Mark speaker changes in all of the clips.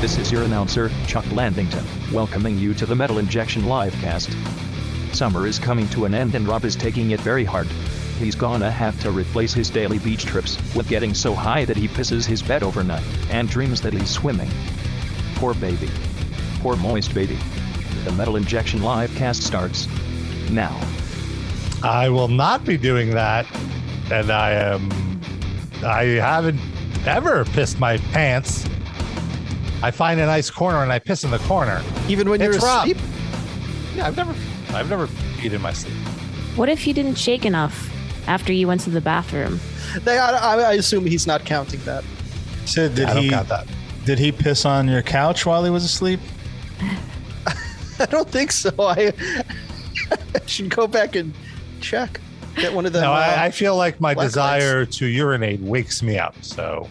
Speaker 1: This is your announcer, Chuck Landington, welcoming you to the Metal Injection Livecast. Summer is coming to an end and Rob is taking it very hard. He's gonna have to replace his daily beach trips with getting so high that he pisses his bed overnight and dreams that he's swimming. Poor baby. Poor moist baby. The Metal Injection Livecast starts now.
Speaker 2: I will not be doing that. And I am. I haven't ever pissed my pants. I find a nice corner and I piss in the corner.
Speaker 3: Even when
Speaker 2: It's
Speaker 3: you're
Speaker 2: Rob.
Speaker 3: asleep?
Speaker 2: Yeah, I've never. I've never peed in my sleep.
Speaker 4: What if you didn't shake enough after you went to the bathroom?
Speaker 3: They, I, I- I assume he's not counting that.
Speaker 5: Sid, did
Speaker 2: I don't
Speaker 5: he
Speaker 2: count that.
Speaker 5: did he piss on your couch while he was asleep?
Speaker 3: I don't think so. I, I should go back and check. Get one of them.
Speaker 2: No,
Speaker 3: uh,
Speaker 2: I, I feel like my
Speaker 3: black
Speaker 2: desire to urinate wakes me up. So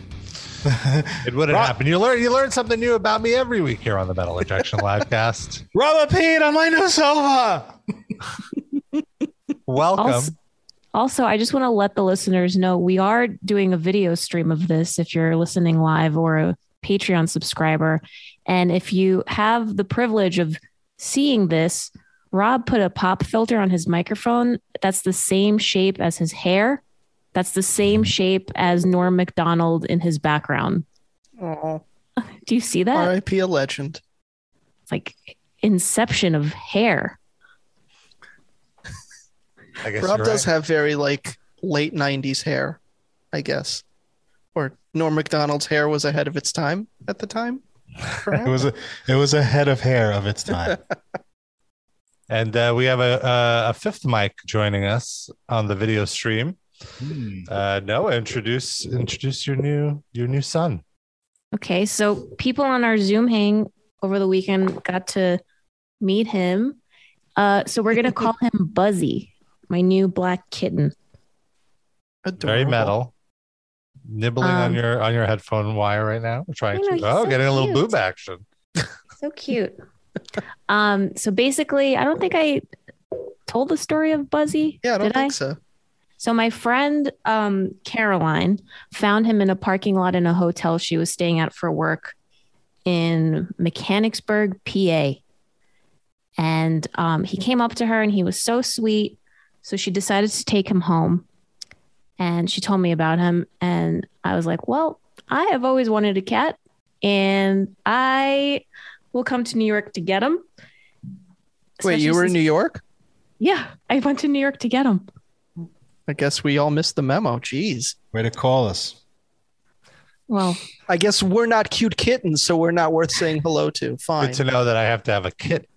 Speaker 2: it wouldn't
Speaker 5: Rob-
Speaker 2: happen. You learn. You learn something new about me every week here on the Metal Injection Livecast.
Speaker 5: Robert peed on my new sofa.
Speaker 2: Welcome.
Speaker 4: Also, also, I just want to let the listeners know we are doing a video stream of this if you're listening live or a Patreon subscriber. And if you have the privilege of seeing this, Rob put a pop filter on his microphone that's the same shape as his hair. That's the same shape as Norm MacDonald in his background.
Speaker 3: Aw,
Speaker 4: Do you see that?
Speaker 3: R.I.P. a legend.
Speaker 4: It's like inception of hair.
Speaker 2: I guess
Speaker 3: Rob
Speaker 2: you're
Speaker 3: does
Speaker 2: right.
Speaker 3: have very like late '90s hair, I guess. Or Norm Macdonald's hair was ahead of its time at the time.
Speaker 5: It
Speaker 3: Perhaps.
Speaker 5: was a it was a head of hair of its time.
Speaker 2: and uh, we have a, uh, a fifth mic joining us on the video stream.
Speaker 3: Mm-hmm.
Speaker 2: Uh, Noah, introduce introduce your new your new son.
Speaker 4: Okay, so people on our Zoom hang over the weekend got to meet him. Uh, so we're gonna call him Buzzy, my new black kitten.
Speaker 3: Adorable.
Speaker 2: very metal nibbling on
Speaker 4: Um,
Speaker 2: your on your headphone wire right now We're trying
Speaker 4: I know,
Speaker 2: to
Speaker 4: he's
Speaker 2: oh
Speaker 4: so
Speaker 2: getting a little
Speaker 4: cute.
Speaker 2: boob action
Speaker 4: So cute. Um, so basically, I don't think I told the story of Buzzy.
Speaker 3: Yeah, I don't
Speaker 4: did
Speaker 3: think so.
Speaker 4: So my friend um, Caroline found him in a parking lot in a hotel she was staying at for work in Mechanicsburg, PA. And um, he came up to her and he was so sweet. So she decided to take him home. And she told me about him. And I was like, well, I have always wanted a cat and I will come to New York to get him.
Speaker 3: Wait, you
Speaker 4: Especially
Speaker 3: were in
Speaker 4: since-
Speaker 3: New York?
Speaker 4: Yeah, I went to New York to get him.
Speaker 3: I guess we all missed the memo. Jeez.
Speaker 5: Way to call us.
Speaker 4: Well,
Speaker 3: I guess we're not cute kittens, so we're not worth saying hello to. Fine.
Speaker 2: good to know that i have to have a kit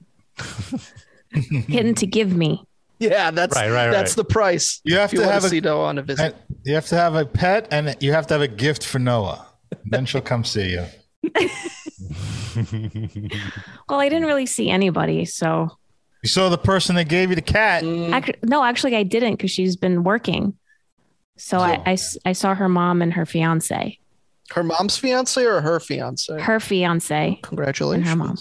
Speaker 4: kitten to give me.
Speaker 3: Yeah, that's
Speaker 2: Right, right,
Speaker 3: that's
Speaker 2: right.
Speaker 3: the price.
Speaker 5: You have
Speaker 3: If you
Speaker 5: to
Speaker 3: want
Speaker 5: have
Speaker 3: to
Speaker 5: a
Speaker 3: see Noah on a visit.
Speaker 5: and you have to have a pet and you have to have a gift for Noah. Then she'll come see you.
Speaker 4: Well, I didn't really see anybody. So,
Speaker 5: You saw the person that gave you the cat.
Speaker 3: Mm,
Speaker 4: Act- no, actually, I didn't because she's been working. So I, I s- I saw her mom and her fiance,
Speaker 3: Her mom's fiance or her fiance?
Speaker 4: her fiance.
Speaker 3: Congratulations.
Speaker 4: and her mom.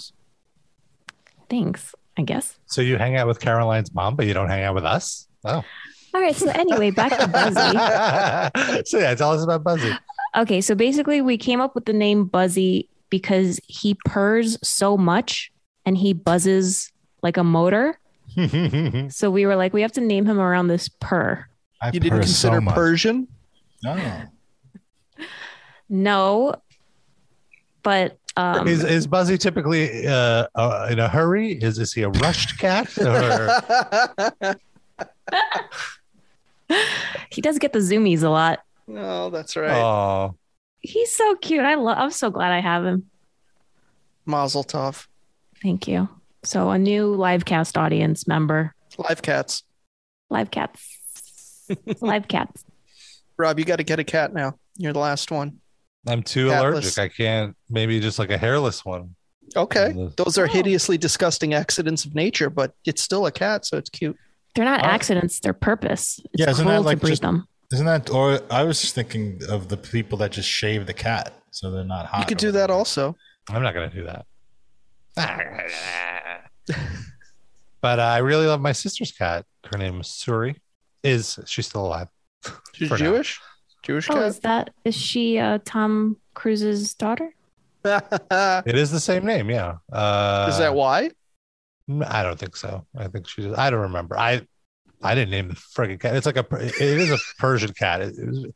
Speaker 4: Thanks, I guess.
Speaker 2: so you hang out with caroline's mom but you don't hang out with us oh
Speaker 4: All right. So anyway, back to Buzzy.
Speaker 2: so yeah tell us about buzzy
Speaker 4: Okay, so basically, we came up with the name Buzzy because he purrs so much and he buzzes like a motor. So we were like, we have to name him around this purr.
Speaker 5: I
Speaker 3: You didn't
Speaker 5: purr so
Speaker 3: consider
Speaker 5: much.
Speaker 3: Persian?
Speaker 5: No.
Speaker 4: No, but um,
Speaker 2: is, is buzzy typically uh, uh, in a hurry is is he a rushed cat or
Speaker 4: he does get the zoomies a lot.
Speaker 3: no, that's right.
Speaker 2: oh
Speaker 4: He's so cute. I love. I'm so glad I have him.
Speaker 3: Mazel tov.
Speaker 4: Thank you. So a new live cast audience member,
Speaker 3: Live cats.
Speaker 4: live cats, live cats.
Speaker 3: Rob, you got to get a cat now. You're the last one.
Speaker 2: i'm too
Speaker 3: Catless.
Speaker 2: allergic i can't maybe just like a hairless one
Speaker 3: Okay.
Speaker 2: Mm.
Speaker 3: Those are
Speaker 4: Oh.
Speaker 3: hideously disgusting accidents of nature, but it's still a cat, so it's cute.
Speaker 4: They're not
Speaker 2: Oh.
Speaker 4: accidents. They're purpose. It's
Speaker 5: Yeah, isn't that
Speaker 4: cruel
Speaker 5: like
Speaker 4: to breed
Speaker 5: just-
Speaker 4: them.
Speaker 5: Isn't that or I was just thinking of the people that just shave the cat so they're not hot.
Speaker 3: You could
Speaker 5: or
Speaker 3: do that
Speaker 5: whatever.
Speaker 3: also.
Speaker 2: I'm not gonna do that. but uh, I really love my sister's cat. Her name is Suri. Is she still alive?
Speaker 3: She's
Speaker 2: For now.
Speaker 3: Jewish? Jewish
Speaker 4: Oh,
Speaker 3: cat?
Speaker 4: is that is she uh, Tom Cruise's daughter?
Speaker 3: Is
Speaker 2: It is the same name, yeah. Uh,
Speaker 3: that why?
Speaker 2: Mm, I don't think so. I think she. Just, I don't remember. I I didn't name the friggin' cat. It's like a. Per- It is a Persian cat. It, it was,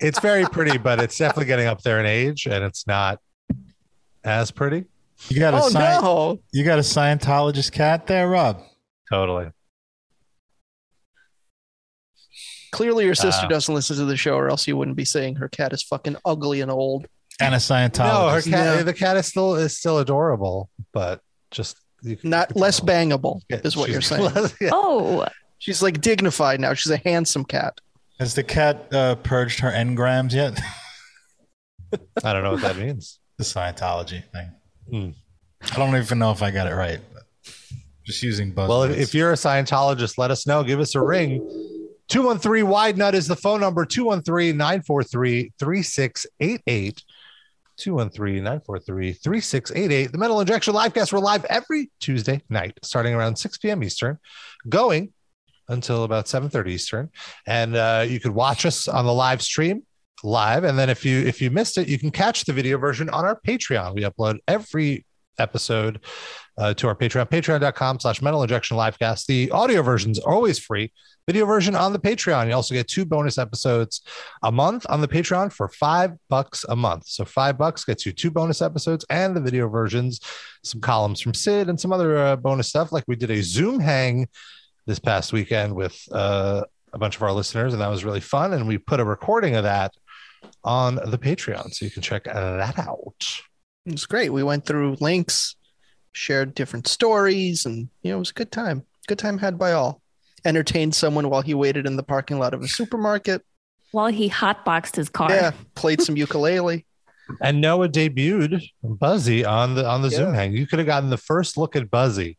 Speaker 2: it's very pretty, but it's definitely getting up there in age, and it's not as pretty.
Speaker 5: You got a
Speaker 3: Oh
Speaker 5: Sci-
Speaker 3: no!
Speaker 5: you got a Scientologist cat there, Rob.
Speaker 2: Totally.
Speaker 3: Clearly, your sister
Speaker 2: Uh,
Speaker 3: doesn't listen to the show, or else you wouldn't be saying her cat is fucking ugly and old.
Speaker 5: And a
Speaker 2: No, her
Speaker 5: Scientologist.
Speaker 2: cat.
Speaker 3: Yeah.
Speaker 2: The cat is still is still adorable, but just you can-
Speaker 3: Not less bangable,
Speaker 2: Yeah,
Speaker 3: is what you're
Speaker 2: she's-
Speaker 3: saying.
Speaker 2: yeah.
Speaker 4: Oh,
Speaker 3: She's like dignified now. She's a handsome cat.
Speaker 5: Has the cat uh, purged her engrams yet?
Speaker 2: I don't know what that means.
Speaker 5: the Scientology thing.
Speaker 2: Hmm.
Speaker 5: I don't even know if I got it right. But just using buzzwords.
Speaker 2: Well, if, if you're a Scientologist, let us know. Give us a ring. 213 Wide Nut is the phone number 213 943 3688. 213 943 3688. The Metal Injection Livecast. We're live every Tuesday night, starting around 6 p.m. Eastern, going until about 7:30 Eastern. And uh, you could watch us on the live stream live. And then if you if you missed it, you can catch the video version on our Patreon. We upload every episode uh, to our Patreon, patreon.com slash metal injection livecast. The audio version's always free. Video version on the Patreon. You also get two bonus episodes a month on the Patreon for five bucks a month. So five bucks gets you two bonus episodes and the video versions, some columns from Sid and some other uh, bonus stuff. Like we did a Zoom hang this past weekend with uh, a bunch of our listeners, and that was really fun. And we put a recording of that on the Patreon, so you can check that out.
Speaker 3: It's great. We went through links, shared different stories, and you know it was a good time. Good time had by all. Entertained someone while he waited in the parking lot of a supermarket.
Speaker 4: while he hotboxed his car.
Speaker 3: Yeah, played some ukulele.
Speaker 2: And Noah debuted Buzzy on the on the Zoom
Speaker 3: Yeah.
Speaker 2: hang. You could have gotten the first look at Buzzy.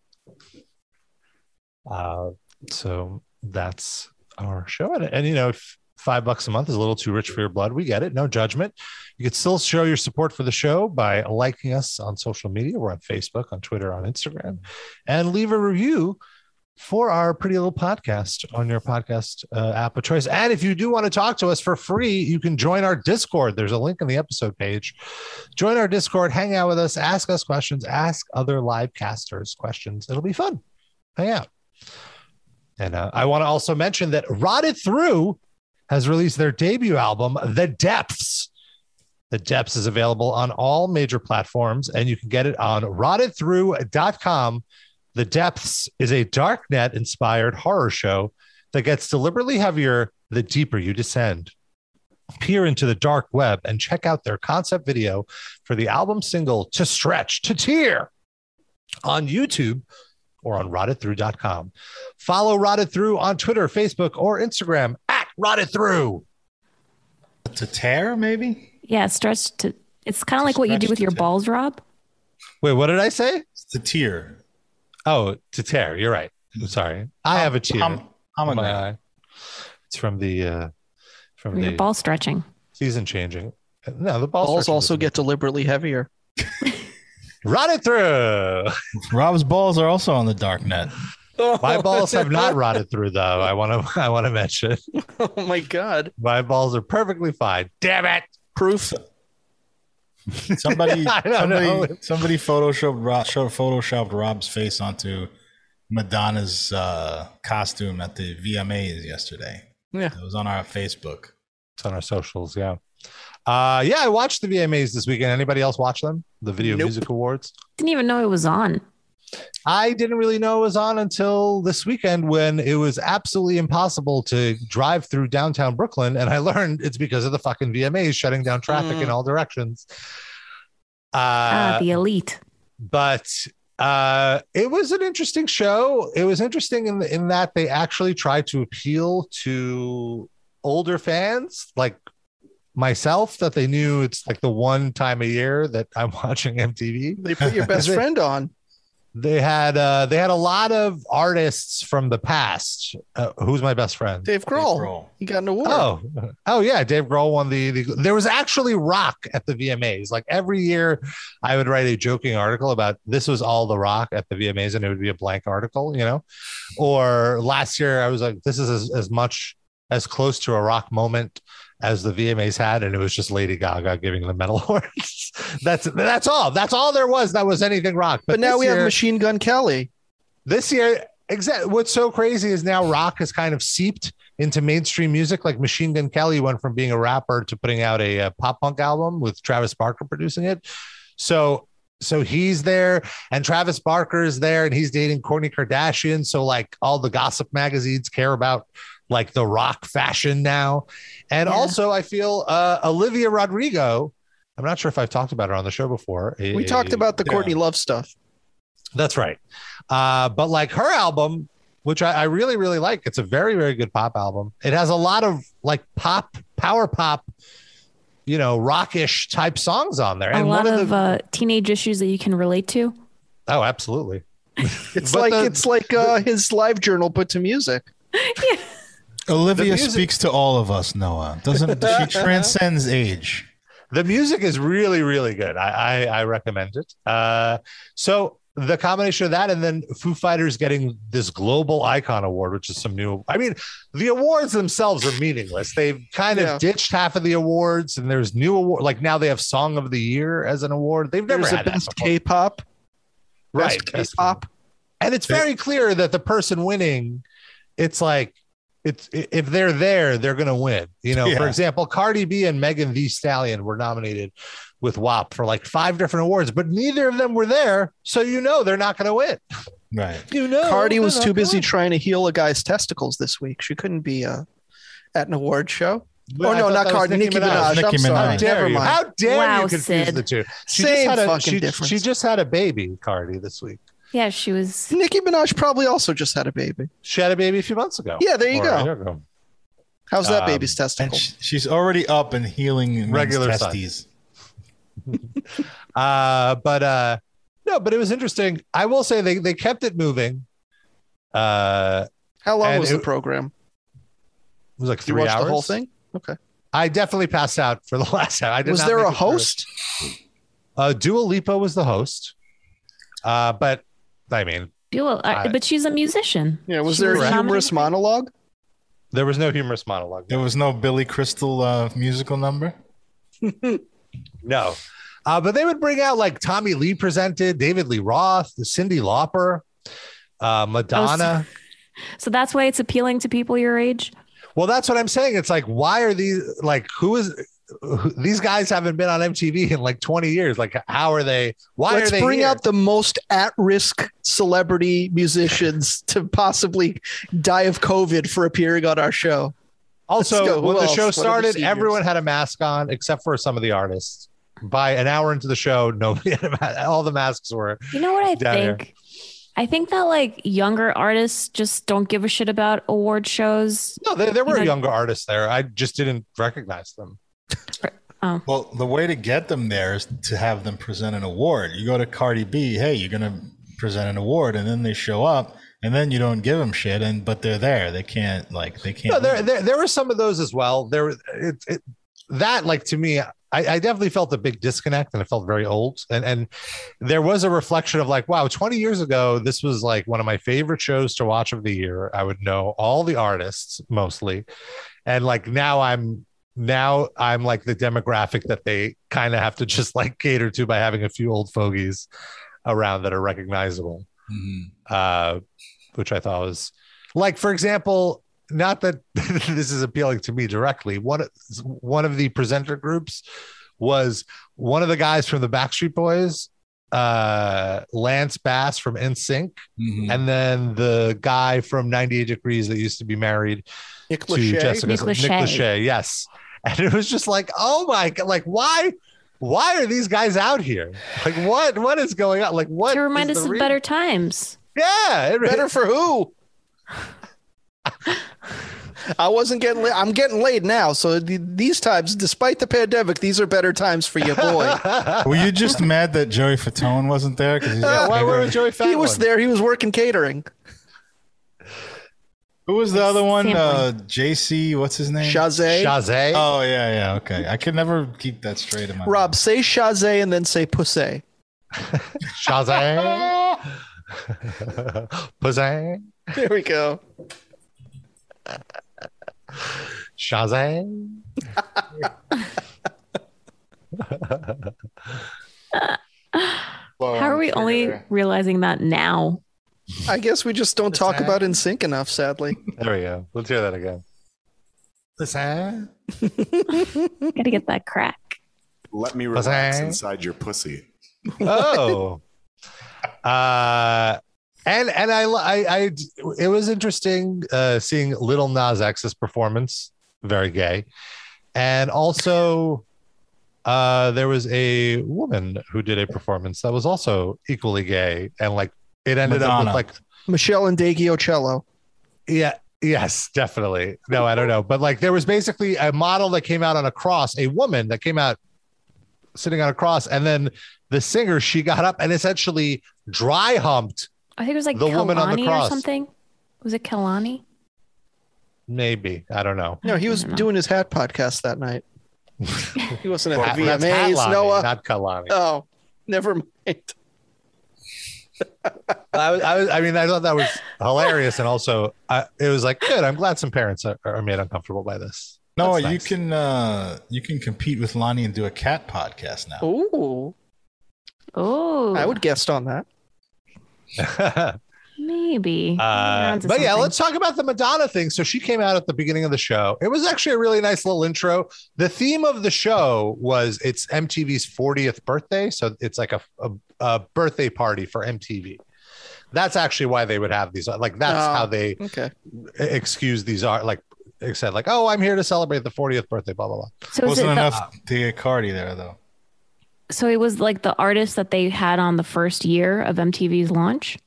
Speaker 2: Uh, so that's our show. And, and you know, if five bucks a month is a little too rich for your blood, we get it. No judgment. You could still show your support for the show by liking us on social media. We're on Facebook, on Twitter, on Instagram, and leave a review for our pretty little podcast on your podcast uh, app of choice. And if you do want to talk to us for free, you can join our Discord. There's a link in the episode page. Join our Discord, hang out with us, ask us questions, ask other live casters questions. It'll be fun. Hang out. And uh, I want to also mention that Rotted Through has released their debut album, The Depths. The Depths is available on all major platforms, and you can get it on rottedthrough.com the Depths is a darknet inspired horror show that gets deliberately heavier the deeper you descend. Peer into the dark web and check out their concept video for the album single To Stretch, To Tear on YouTube or on rottedthrough.com. Follow Rotted Through on Twitter, Facebook, or Instagram at Rotted Through.
Speaker 5: to tear, maybe
Speaker 4: Yeah, stretch to. It's kind of like what you do
Speaker 5: Stretch
Speaker 4: with
Speaker 5: to
Speaker 4: your
Speaker 5: tip.
Speaker 4: balls, Rob.
Speaker 2: Wait, what did I say?
Speaker 5: it's to tear.
Speaker 2: Oh, To Tear. You're right. I'm sorry. I have a tear.
Speaker 5: I'm, Um, I'm
Speaker 2: in my
Speaker 5: a
Speaker 2: eye. It's from the uh, from
Speaker 4: Your
Speaker 2: the
Speaker 4: ball stretching.
Speaker 2: season changing. No, the balls,
Speaker 3: Balls also get deliberately heavier.
Speaker 2: rotted through.
Speaker 5: Rob's balls are also on the dark net.
Speaker 2: My balls have not rotted through though. I want to. I want to mention
Speaker 3: Oh my god!
Speaker 2: my balls are perfectly fine. Damn it!
Speaker 3: Proof.
Speaker 5: Somebody,
Speaker 2: I don't know.
Speaker 5: somebody, somebody photoshopped, Rob, photoshopped Rob's face onto Madonna's uh, costume at the VMAs yesterday.
Speaker 3: Yeah.
Speaker 5: it was on our Facebook.
Speaker 2: It's on our socials. Yeah. Uh, yeah, I watched the VMAs this weekend. Anybody else watch them? The Video
Speaker 3: Nope.
Speaker 2: Music Awards.
Speaker 4: Didn't even know it was on.
Speaker 2: I didn't really know it was on until this weekend when it was absolutely impossible to drive through downtown Brooklyn. And I learned it's because of the fucking VMAs shutting down traffic
Speaker 3: Mm.
Speaker 2: in all directions. Uh,
Speaker 4: Ah, the elite.
Speaker 2: but uh, it was an interesting show. It was interesting in in that they actually tried to appeal to older fans like myself that they knew it's like the one time a year that I'm watching MTV
Speaker 3: They put your
Speaker 2: Is
Speaker 3: best
Speaker 2: it-
Speaker 3: friend on.
Speaker 2: they had uh they had a lot of artists from the past uh, who's my best friend
Speaker 3: Dave Grohl. He got an award.
Speaker 2: oh oh yeah dave grohl won the, the there was actually rock at the vmas like every year i would write a joking article about this was all the rock at the vmas and it would be a blank article you know or last year i was like this is as, as much as close to a rock moment as the vmas had and it was just lady gaga giving the medal awards That's that's all. That's all there was. That was anything rock.
Speaker 3: But, now
Speaker 2: this
Speaker 3: we have
Speaker 2: year-
Speaker 3: Machine Gun Kelly.
Speaker 2: this year exactly what's so crazy is now rock has kind of seeped into mainstream music like machine gun kelly went from being a rapper to putting out a, uh pop punk album with travis barker producing it so so he's there and travis barker is there and he's dating courtney kardashian so like all the gossip magazines care about like the rock fashion now and
Speaker 4: Yeah.
Speaker 2: also i feel uh, olivia rodrigo i'm not sure if i've talked about her on the show before
Speaker 3: We talked about the
Speaker 5: yeah.
Speaker 3: Courtney Love stuff.
Speaker 2: that's right. Uh, but like her album, which I, I really, really like, it's a very, very good pop album. It has a lot of like pop, power pop, you know, rockish type songs on there.
Speaker 4: a
Speaker 2: And
Speaker 4: lot
Speaker 2: one
Speaker 4: of,
Speaker 2: of, the
Speaker 4: uh, teenage issues that you can relate to.
Speaker 2: oh, absolutely.
Speaker 3: It's
Speaker 2: But
Speaker 3: like
Speaker 2: the-
Speaker 3: it's like uh, his live journal put to music.
Speaker 5: Olivia
Speaker 2: music-
Speaker 5: speaks to all of us, Noah. Doesn't she transcends age?
Speaker 2: The music is really, really good. I, I, I recommend it. Uh, so the combination of that and then Foo Fighters getting this global icon award, which is some new. I mean, the awards themselves are meaningless. They've kind
Speaker 3: Yeah.
Speaker 2: of ditched half of the awards, and there's new award. Like now they have Song of the Year as an award. They've never
Speaker 3: There's the
Speaker 2: had that
Speaker 3: best
Speaker 2: before.
Speaker 3: K-pop,
Speaker 2: right?
Speaker 3: best
Speaker 2: best-
Speaker 3: K-pop.
Speaker 2: and it's very clear that the person winning, it's like, it's i- if they're there, they're gonna win. You know, for
Speaker 5: Yeah.
Speaker 2: example, Cardi B and Megan Thee Stallion were nominated with WAP for like five different awards, but neither of them were there, so you know they're not gonna win.
Speaker 5: Right.
Speaker 2: You know,
Speaker 3: Cardi
Speaker 2: they're
Speaker 3: was
Speaker 2: not
Speaker 3: too
Speaker 2: gonna
Speaker 3: busy
Speaker 2: win.
Speaker 3: trying to heal a guy's testicles this week. She couldn't be uh, at an award show.
Speaker 2: But
Speaker 3: oh
Speaker 2: I
Speaker 3: no,
Speaker 2: thought
Speaker 3: not
Speaker 2: that was
Speaker 3: Cardi. Nicki Minaj.
Speaker 5: Nicki
Speaker 3: I'm sorry.
Speaker 2: How
Speaker 5: Minaj.
Speaker 2: dare
Speaker 3: Never
Speaker 2: you?
Speaker 3: mind.
Speaker 2: How dare
Speaker 4: Wow,
Speaker 2: you confuse
Speaker 4: Sid.
Speaker 2: the two? She just
Speaker 3: Same
Speaker 2: had a,
Speaker 3: fucking
Speaker 2: she,
Speaker 3: difference.
Speaker 2: She just had a baby, Cardi, this week.
Speaker 4: Yeah, she was.
Speaker 3: Nicki Minaj probably also just had a baby.
Speaker 2: She had a baby a few months ago.
Speaker 3: Yeah, there you
Speaker 2: Or
Speaker 3: go.
Speaker 2: a year ago.
Speaker 3: How's that
Speaker 2: Um,
Speaker 3: baby's
Speaker 5: And
Speaker 3: testicle?
Speaker 5: sh she's already up and healing
Speaker 2: Regular
Speaker 5: regular
Speaker 2: size.
Speaker 5: testes.
Speaker 2: Uh, but uh, no, but it was interesting. I will say they they kept it moving. Uh,
Speaker 3: How long
Speaker 2: and
Speaker 3: was
Speaker 2: it-
Speaker 3: the program?
Speaker 2: it was like
Speaker 3: You
Speaker 2: three
Speaker 3: watched
Speaker 2: hours.
Speaker 3: the whole thing? Okay.
Speaker 2: I definitely passed out for the last hour. I did
Speaker 3: Was
Speaker 2: not
Speaker 3: there
Speaker 2: make
Speaker 3: a
Speaker 2: it through.
Speaker 3: host?
Speaker 2: Uh, Dua Lipa was the host. Uh, but I mean,
Speaker 4: Dua, uh,
Speaker 2: I-
Speaker 4: but she's a musician.
Speaker 3: Yeah. Was
Speaker 4: She
Speaker 3: there a
Speaker 2: Correct.
Speaker 3: humorous
Speaker 4: nominated-
Speaker 3: monologue?
Speaker 2: there was no humorous monologue.
Speaker 5: There was no Billy Crystal uh, musical number.
Speaker 2: No. Uh, but they would bring out like Tommy Lee presented, David Lee Roth, Cindy Lauper, uh, Madonna.
Speaker 4: So that's why it's appealing to people your age.
Speaker 2: well, that's what I'm saying. It's like, why are these like, who is who, these guys haven't been on MTV in like 20 years? Like, how are they? Why
Speaker 3: Let's
Speaker 2: are they
Speaker 3: bring
Speaker 2: here?
Speaker 3: out the most at-risk celebrity musicians to possibly die of COVID for appearing on our show.
Speaker 2: Also,
Speaker 3: Let's go. Who
Speaker 2: when the
Speaker 3: else? What
Speaker 2: show
Speaker 3: are the
Speaker 2: started,
Speaker 3: seniors?
Speaker 2: everyone had a mask on except for some of the artists. By an hour into the show, nobody had a mask. All the masks were.
Speaker 4: You know what I
Speaker 2: Down here.
Speaker 4: think? I think that like younger artists just don't give a shit about award shows.
Speaker 2: No, there, there were
Speaker 4: Yeah.
Speaker 2: younger artists there. I just didn't recognize them.
Speaker 5: Well, the way to get them there is to have them present an award. You go to Cardi B, hey, you're gonna present an award, and then they show up, and then you don't give them shit, and but they're there. They can't like they can't.
Speaker 2: No, there,
Speaker 5: leave.
Speaker 2: there, there were some of those as well. There, it, it, that like to me, I, I definitely felt a big disconnect, and I felt very old. And and there was a reflection of like, wow, 20 years ago, this was like one of my favorite shows to watch of the year. I would know all the artists mostly, and like now I'm now I'm like the demographic that they kind of have to just like cater to by having a few old fogies around that are recognizable
Speaker 5: Mhm.
Speaker 2: uh, which I thought was like, for example, not that this is appealing to me directly. One of- one of the presenter groups was one of the guys from the Backstreet Boys, uh, Lance Bass from NSYNC,
Speaker 5: Mhm.
Speaker 2: and then the guy from 98 Degrees that used to be married
Speaker 3: Nick
Speaker 2: to
Speaker 3: Lachey.
Speaker 2: Jessica
Speaker 4: Nick
Speaker 2: Nick
Speaker 4: Lachey.
Speaker 2: Lachey, yes. And it was just like, oh my god, like why why are these guys out here? Like what what is going on? Like what
Speaker 4: to remind
Speaker 2: is
Speaker 4: us
Speaker 2: the
Speaker 4: of
Speaker 2: reason?
Speaker 4: better times.
Speaker 2: Yeah, it,
Speaker 3: Better for who? I wasn't getting. La- I'm getting laid now. So th- these times, despite the pandemic, these are better times for you, boy.
Speaker 5: Mm-hmm. Were you just mad that Joey Fatone wasn't there? Because
Speaker 2: Yeah, why were we Joey
Speaker 3: he
Speaker 2: Fatone?
Speaker 3: was there. He was working catering.
Speaker 5: Who was the other one?
Speaker 4: Sampling.
Speaker 5: Uh, JC, what's his name?
Speaker 3: Shazay.
Speaker 2: Shazay.
Speaker 5: Oh yeah, yeah. Okay, I can never keep that straight in my
Speaker 3: Rob, say Shazay and then say pussy.
Speaker 2: Shazay. Pizzay.
Speaker 3: There we go.
Speaker 2: Shazay.
Speaker 5: Oh,
Speaker 4: How are we only realizing that now?
Speaker 3: I guess we just don't
Speaker 5: Is
Speaker 3: talk
Speaker 5: that-
Speaker 3: about in sync enough, sadly.
Speaker 2: There we go. Let's hear that again.
Speaker 5: Listen.
Speaker 4: Gotta get that crack.
Speaker 6: Let me relax
Speaker 2: Pussy.
Speaker 6: inside your pussy.
Speaker 2: Oh. uh, and and I, I I it was interesting uh, seeing Little Nas X's performance, very gay, and also uh, there was a woman who did a performance that was also equally gay, and like it ended
Speaker 5: Madonna.
Speaker 2: up with like
Speaker 3: Michelle and Dagio Cello.
Speaker 2: Yeah. Yes, definitely. No, I don't know. But like there was basically a model that came out on a cross, a woman that came out sitting on a cross, and then the singer, she got up and essentially dry humped,
Speaker 4: I think it was like
Speaker 2: The woman on the
Speaker 4: Kelani or
Speaker 2: cross.
Speaker 4: something. Was it Kelani?
Speaker 2: maybe. I don't know.
Speaker 3: No, he was
Speaker 4: I don't know.
Speaker 3: doing his hat podcast that night. he wasn't at the
Speaker 2: That's Hat
Speaker 3: VMAs,
Speaker 2: Lobby,
Speaker 3: Noah.
Speaker 2: Not Kalani.
Speaker 3: oh, never mind.
Speaker 2: I, was- I, was- I mean, I thought that was hilarious. And also, I, it was like, good. I'm glad some parents are, are made uncomfortable by this.
Speaker 5: No,
Speaker 2: That's
Speaker 5: you
Speaker 2: nice.
Speaker 5: can uh you can compete with Lonnie and do a cat podcast now.
Speaker 3: Ooh,
Speaker 4: Oh,
Speaker 3: I would guest on that.
Speaker 4: maybe. You're
Speaker 2: Uh, but
Speaker 4: onto
Speaker 2: yeah,
Speaker 4: something.
Speaker 2: let's talk about the Madonna thing. So she came out at the beginning of the show. It was actually a really nice little intro. The theme of the show was it's MTV's 40th birthday, so it's like a, a, a birthday party for MTV. That's actually why they would have these. Like that's
Speaker 3: Oh.
Speaker 2: how they e-,
Speaker 3: Okay.
Speaker 2: excuse these are like said like oh I'm here to celebrate the 40th birthday blah blah blah.
Speaker 4: So, is it
Speaker 5: Wasn't
Speaker 4: the-
Speaker 5: enough to get Cardi there though.
Speaker 4: so it was like the artist that they had on the first year of MTV's launch.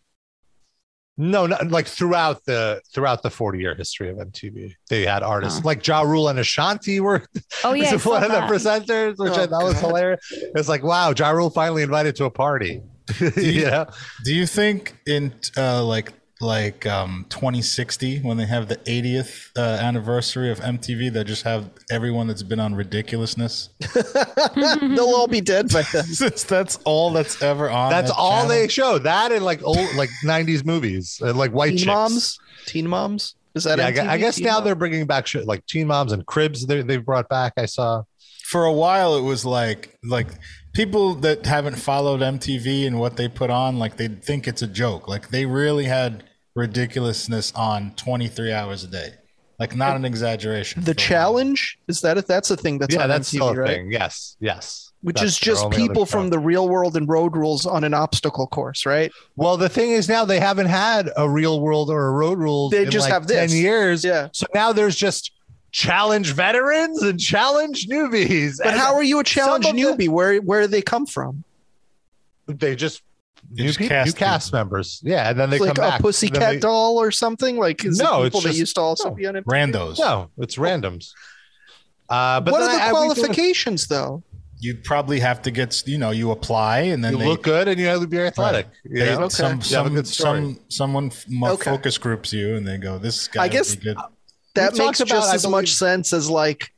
Speaker 2: No, not like throughout the throughout the 40 year history of MTV, they had artists
Speaker 4: Oh.
Speaker 2: like Ja Rule and Ashanti were
Speaker 4: Oh
Speaker 2: This
Speaker 4: yeah, I
Speaker 2: is one of
Speaker 4: saw
Speaker 2: the
Speaker 4: that.
Speaker 2: presenters, which I
Speaker 3: Oh,
Speaker 2: thought was
Speaker 3: God.
Speaker 2: hilarious. It's like, wow, Ja Rule finally invited to a party. you know?
Speaker 5: Do you think in uh, like like um 2060 when they have the 80th uh, anniversary of MTV they just have everyone that's been on ridiculousness
Speaker 3: Ah, They'll all be dead by then.
Speaker 5: since that's all that's ever on
Speaker 2: That's
Speaker 5: that
Speaker 2: all
Speaker 5: channel?
Speaker 2: they show. That and like old, like '90s movies, and like White
Speaker 3: Teen
Speaker 2: Chicks.
Speaker 3: moms? Teen moms? Is that
Speaker 2: Yeah, I, gu-
Speaker 3: MTV?
Speaker 2: I guess
Speaker 3: Teen
Speaker 2: now
Speaker 3: Moms?
Speaker 2: they're bringing back shit like Teen Moms and Cribs. They they brought back. I saw.
Speaker 5: for a while it was like like people that haven't followed MTV and what they put on like they think it's a joke like they really had ridiculousness on 23 hours a day like not an exaggeration
Speaker 3: the
Speaker 5: for a while.
Speaker 3: challenge is that a, that's a thing that's
Speaker 2: yeah,
Speaker 3: on
Speaker 2: that's
Speaker 3: MTV,
Speaker 2: still a
Speaker 3: right?
Speaker 2: thing. Yes, yes.
Speaker 3: Which
Speaker 2: That's
Speaker 3: is
Speaker 2: their
Speaker 3: just
Speaker 2: only other
Speaker 3: people
Speaker 2: show.
Speaker 3: from the real world and road rules on an obstacle course, right?
Speaker 2: Well, the thing is now they haven't had a real world or a road rule.
Speaker 3: They
Speaker 2: in,
Speaker 3: just
Speaker 2: like,
Speaker 3: have this.
Speaker 2: ten years.
Speaker 3: Yeah.
Speaker 2: So now there's just challenge veterans and challenge newbies.
Speaker 3: But
Speaker 2: And-
Speaker 3: how are you a challenge
Speaker 2: some of
Speaker 3: newbie? Where where they come from?
Speaker 2: they just
Speaker 5: They
Speaker 2: new,
Speaker 5: just
Speaker 2: peop-
Speaker 5: cast
Speaker 2: new cast members. Yeah, and then they
Speaker 3: It's like oh,
Speaker 2: come back.
Speaker 3: a pussycat
Speaker 2: Then they-
Speaker 3: doll or something? Like is
Speaker 2: No,
Speaker 3: it
Speaker 2: it's
Speaker 3: people that
Speaker 2: just-
Speaker 3: used to also
Speaker 2: no.
Speaker 3: be on it?
Speaker 5: randos
Speaker 2: No, it's randoms. Uh, but
Speaker 3: what
Speaker 2: then
Speaker 3: are the
Speaker 2: I- I- we do-
Speaker 3: qualifications though?
Speaker 5: you'd probably have to get you know you apply and then
Speaker 2: You
Speaker 5: they
Speaker 2: look good and you have to be athletic. you
Speaker 5: they-
Speaker 2: know?
Speaker 3: okay.
Speaker 5: some
Speaker 2: You have a
Speaker 5: some,
Speaker 2: good story.
Speaker 5: some someone f- mo-
Speaker 3: Okay.
Speaker 5: focus groups you and they go this guy
Speaker 3: I
Speaker 5: would
Speaker 3: guess-
Speaker 5: be good.
Speaker 3: That
Speaker 2: We've
Speaker 3: makes
Speaker 2: talked about,
Speaker 3: just
Speaker 2: I
Speaker 3: as much
Speaker 2: believe-
Speaker 3: sense as like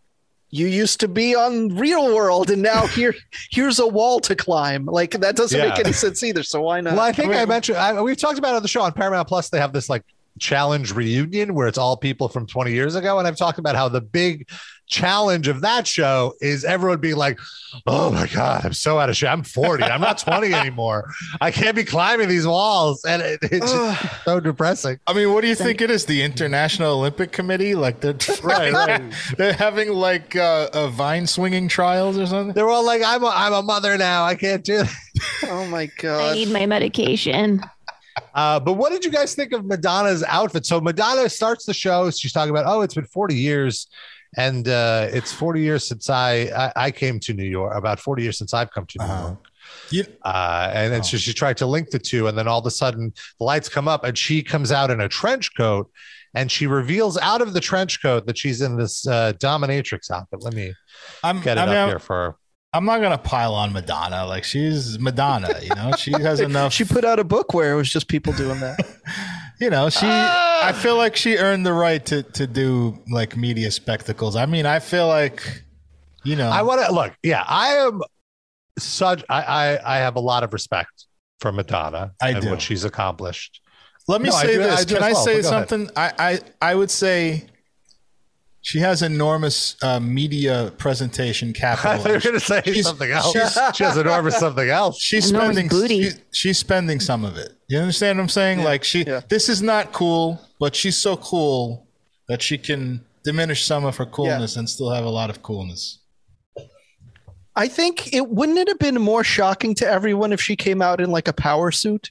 Speaker 3: you used to be on real world and now here here's a wall to climb. Like that doesn't make
Speaker 2: Yeah.
Speaker 3: any sense either. So why not?
Speaker 2: Well, I think
Speaker 5: I mean-
Speaker 2: I mentioned I, we've talked about it on the show on Paramount Plus. They have this like challenge reunion where it's all people from 20 years ago, and I've talked about how the big challenge of that show is everyone being like, "Oh my god, I'm so out of shape. I'm 40. I'm not 20 anymore. I can't be climbing these walls," and it, it's
Speaker 3: Ugh.
Speaker 2: just so depressing.
Speaker 5: I mean, what do you think it is? The International Olympic Committee? Like they're
Speaker 2: Right, right.
Speaker 5: they're having like uh, a vine swinging trials or something.
Speaker 2: They're all like, "I'm a, I'm a mother now. I can't do." That.
Speaker 3: oh my
Speaker 4: I
Speaker 3: god.
Speaker 4: need my medication.
Speaker 2: Uh, but what did you guys think of Madonna's outfit? So Madonna starts the show. She's talking about, oh, it's been 40 years. And uh, it's 40 years since I, I I came to New York, about 40 years since I've come to New
Speaker 5: Uh-huh.
Speaker 2: York.
Speaker 5: You-
Speaker 2: Uh, and and so she tried to link the two. And then all of a sudden, the lights come up and she comes out in a trench coat and she reveals out of the trench coat that she's in this uh, dominatrix outfit. Let me
Speaker 5: I'm,
Speaker 2: get it
Speaker 5: I mean,
Speaker 2: up
Speaker 5: I'm-
Speaker 2: here for her.
Speaker 5: I'm not gonna pile on Madonna. Like she's Madonna, you know. She has enough.
Speaker 3: She put out a book where it was just people doing that.
Speaker 5: you know, she. I feel like she earned the right to to do like media spectacles. I mean, I feel like, you know,
Speaker 2: I want to look. Yeah, I am such. I, I I have a lot of respect for Madonna
Speaker 5: I
Speaker 2: and
Speaker 5: do.
Speaker 2: what she's accomplished.
Speaker 5: Let me
Speaker 2: No, I
Speaker 5: say
Speaker 2: do- I
Speaker 5: this.
Speaker 2: do
Speaker 5: Can
Speaker 2: as
Speaker 5: I
Speaker 2: well,
Speaker 5: say
Speaker 2: but go ahead.
Speaker 5: something? I, I I would say She has enormous uh, media presentation
Speaker 2: I
Speaker 5: capital.
Speaker 2: thought you were going to say
Speaker 5: She's-
Speaker 2: something else.
Speaker 5: she's-
Speaker 2: she has enormous something else.
Speaker 5: she's
Speaker 4: Enormous
Speaker 5: spending
Speaker 4: booty.
Speaker 5: she- she's spending some of it. You understand what I'm saying? like she
Speaker 3: yeah.
Speaker 5: this is not cool, but she's so cool that she can diminish some of her coolness and still have a lot of coolness.
Speaker 3: I think it wouldn't it have been more shocking to everyone if she came out in like a power suit?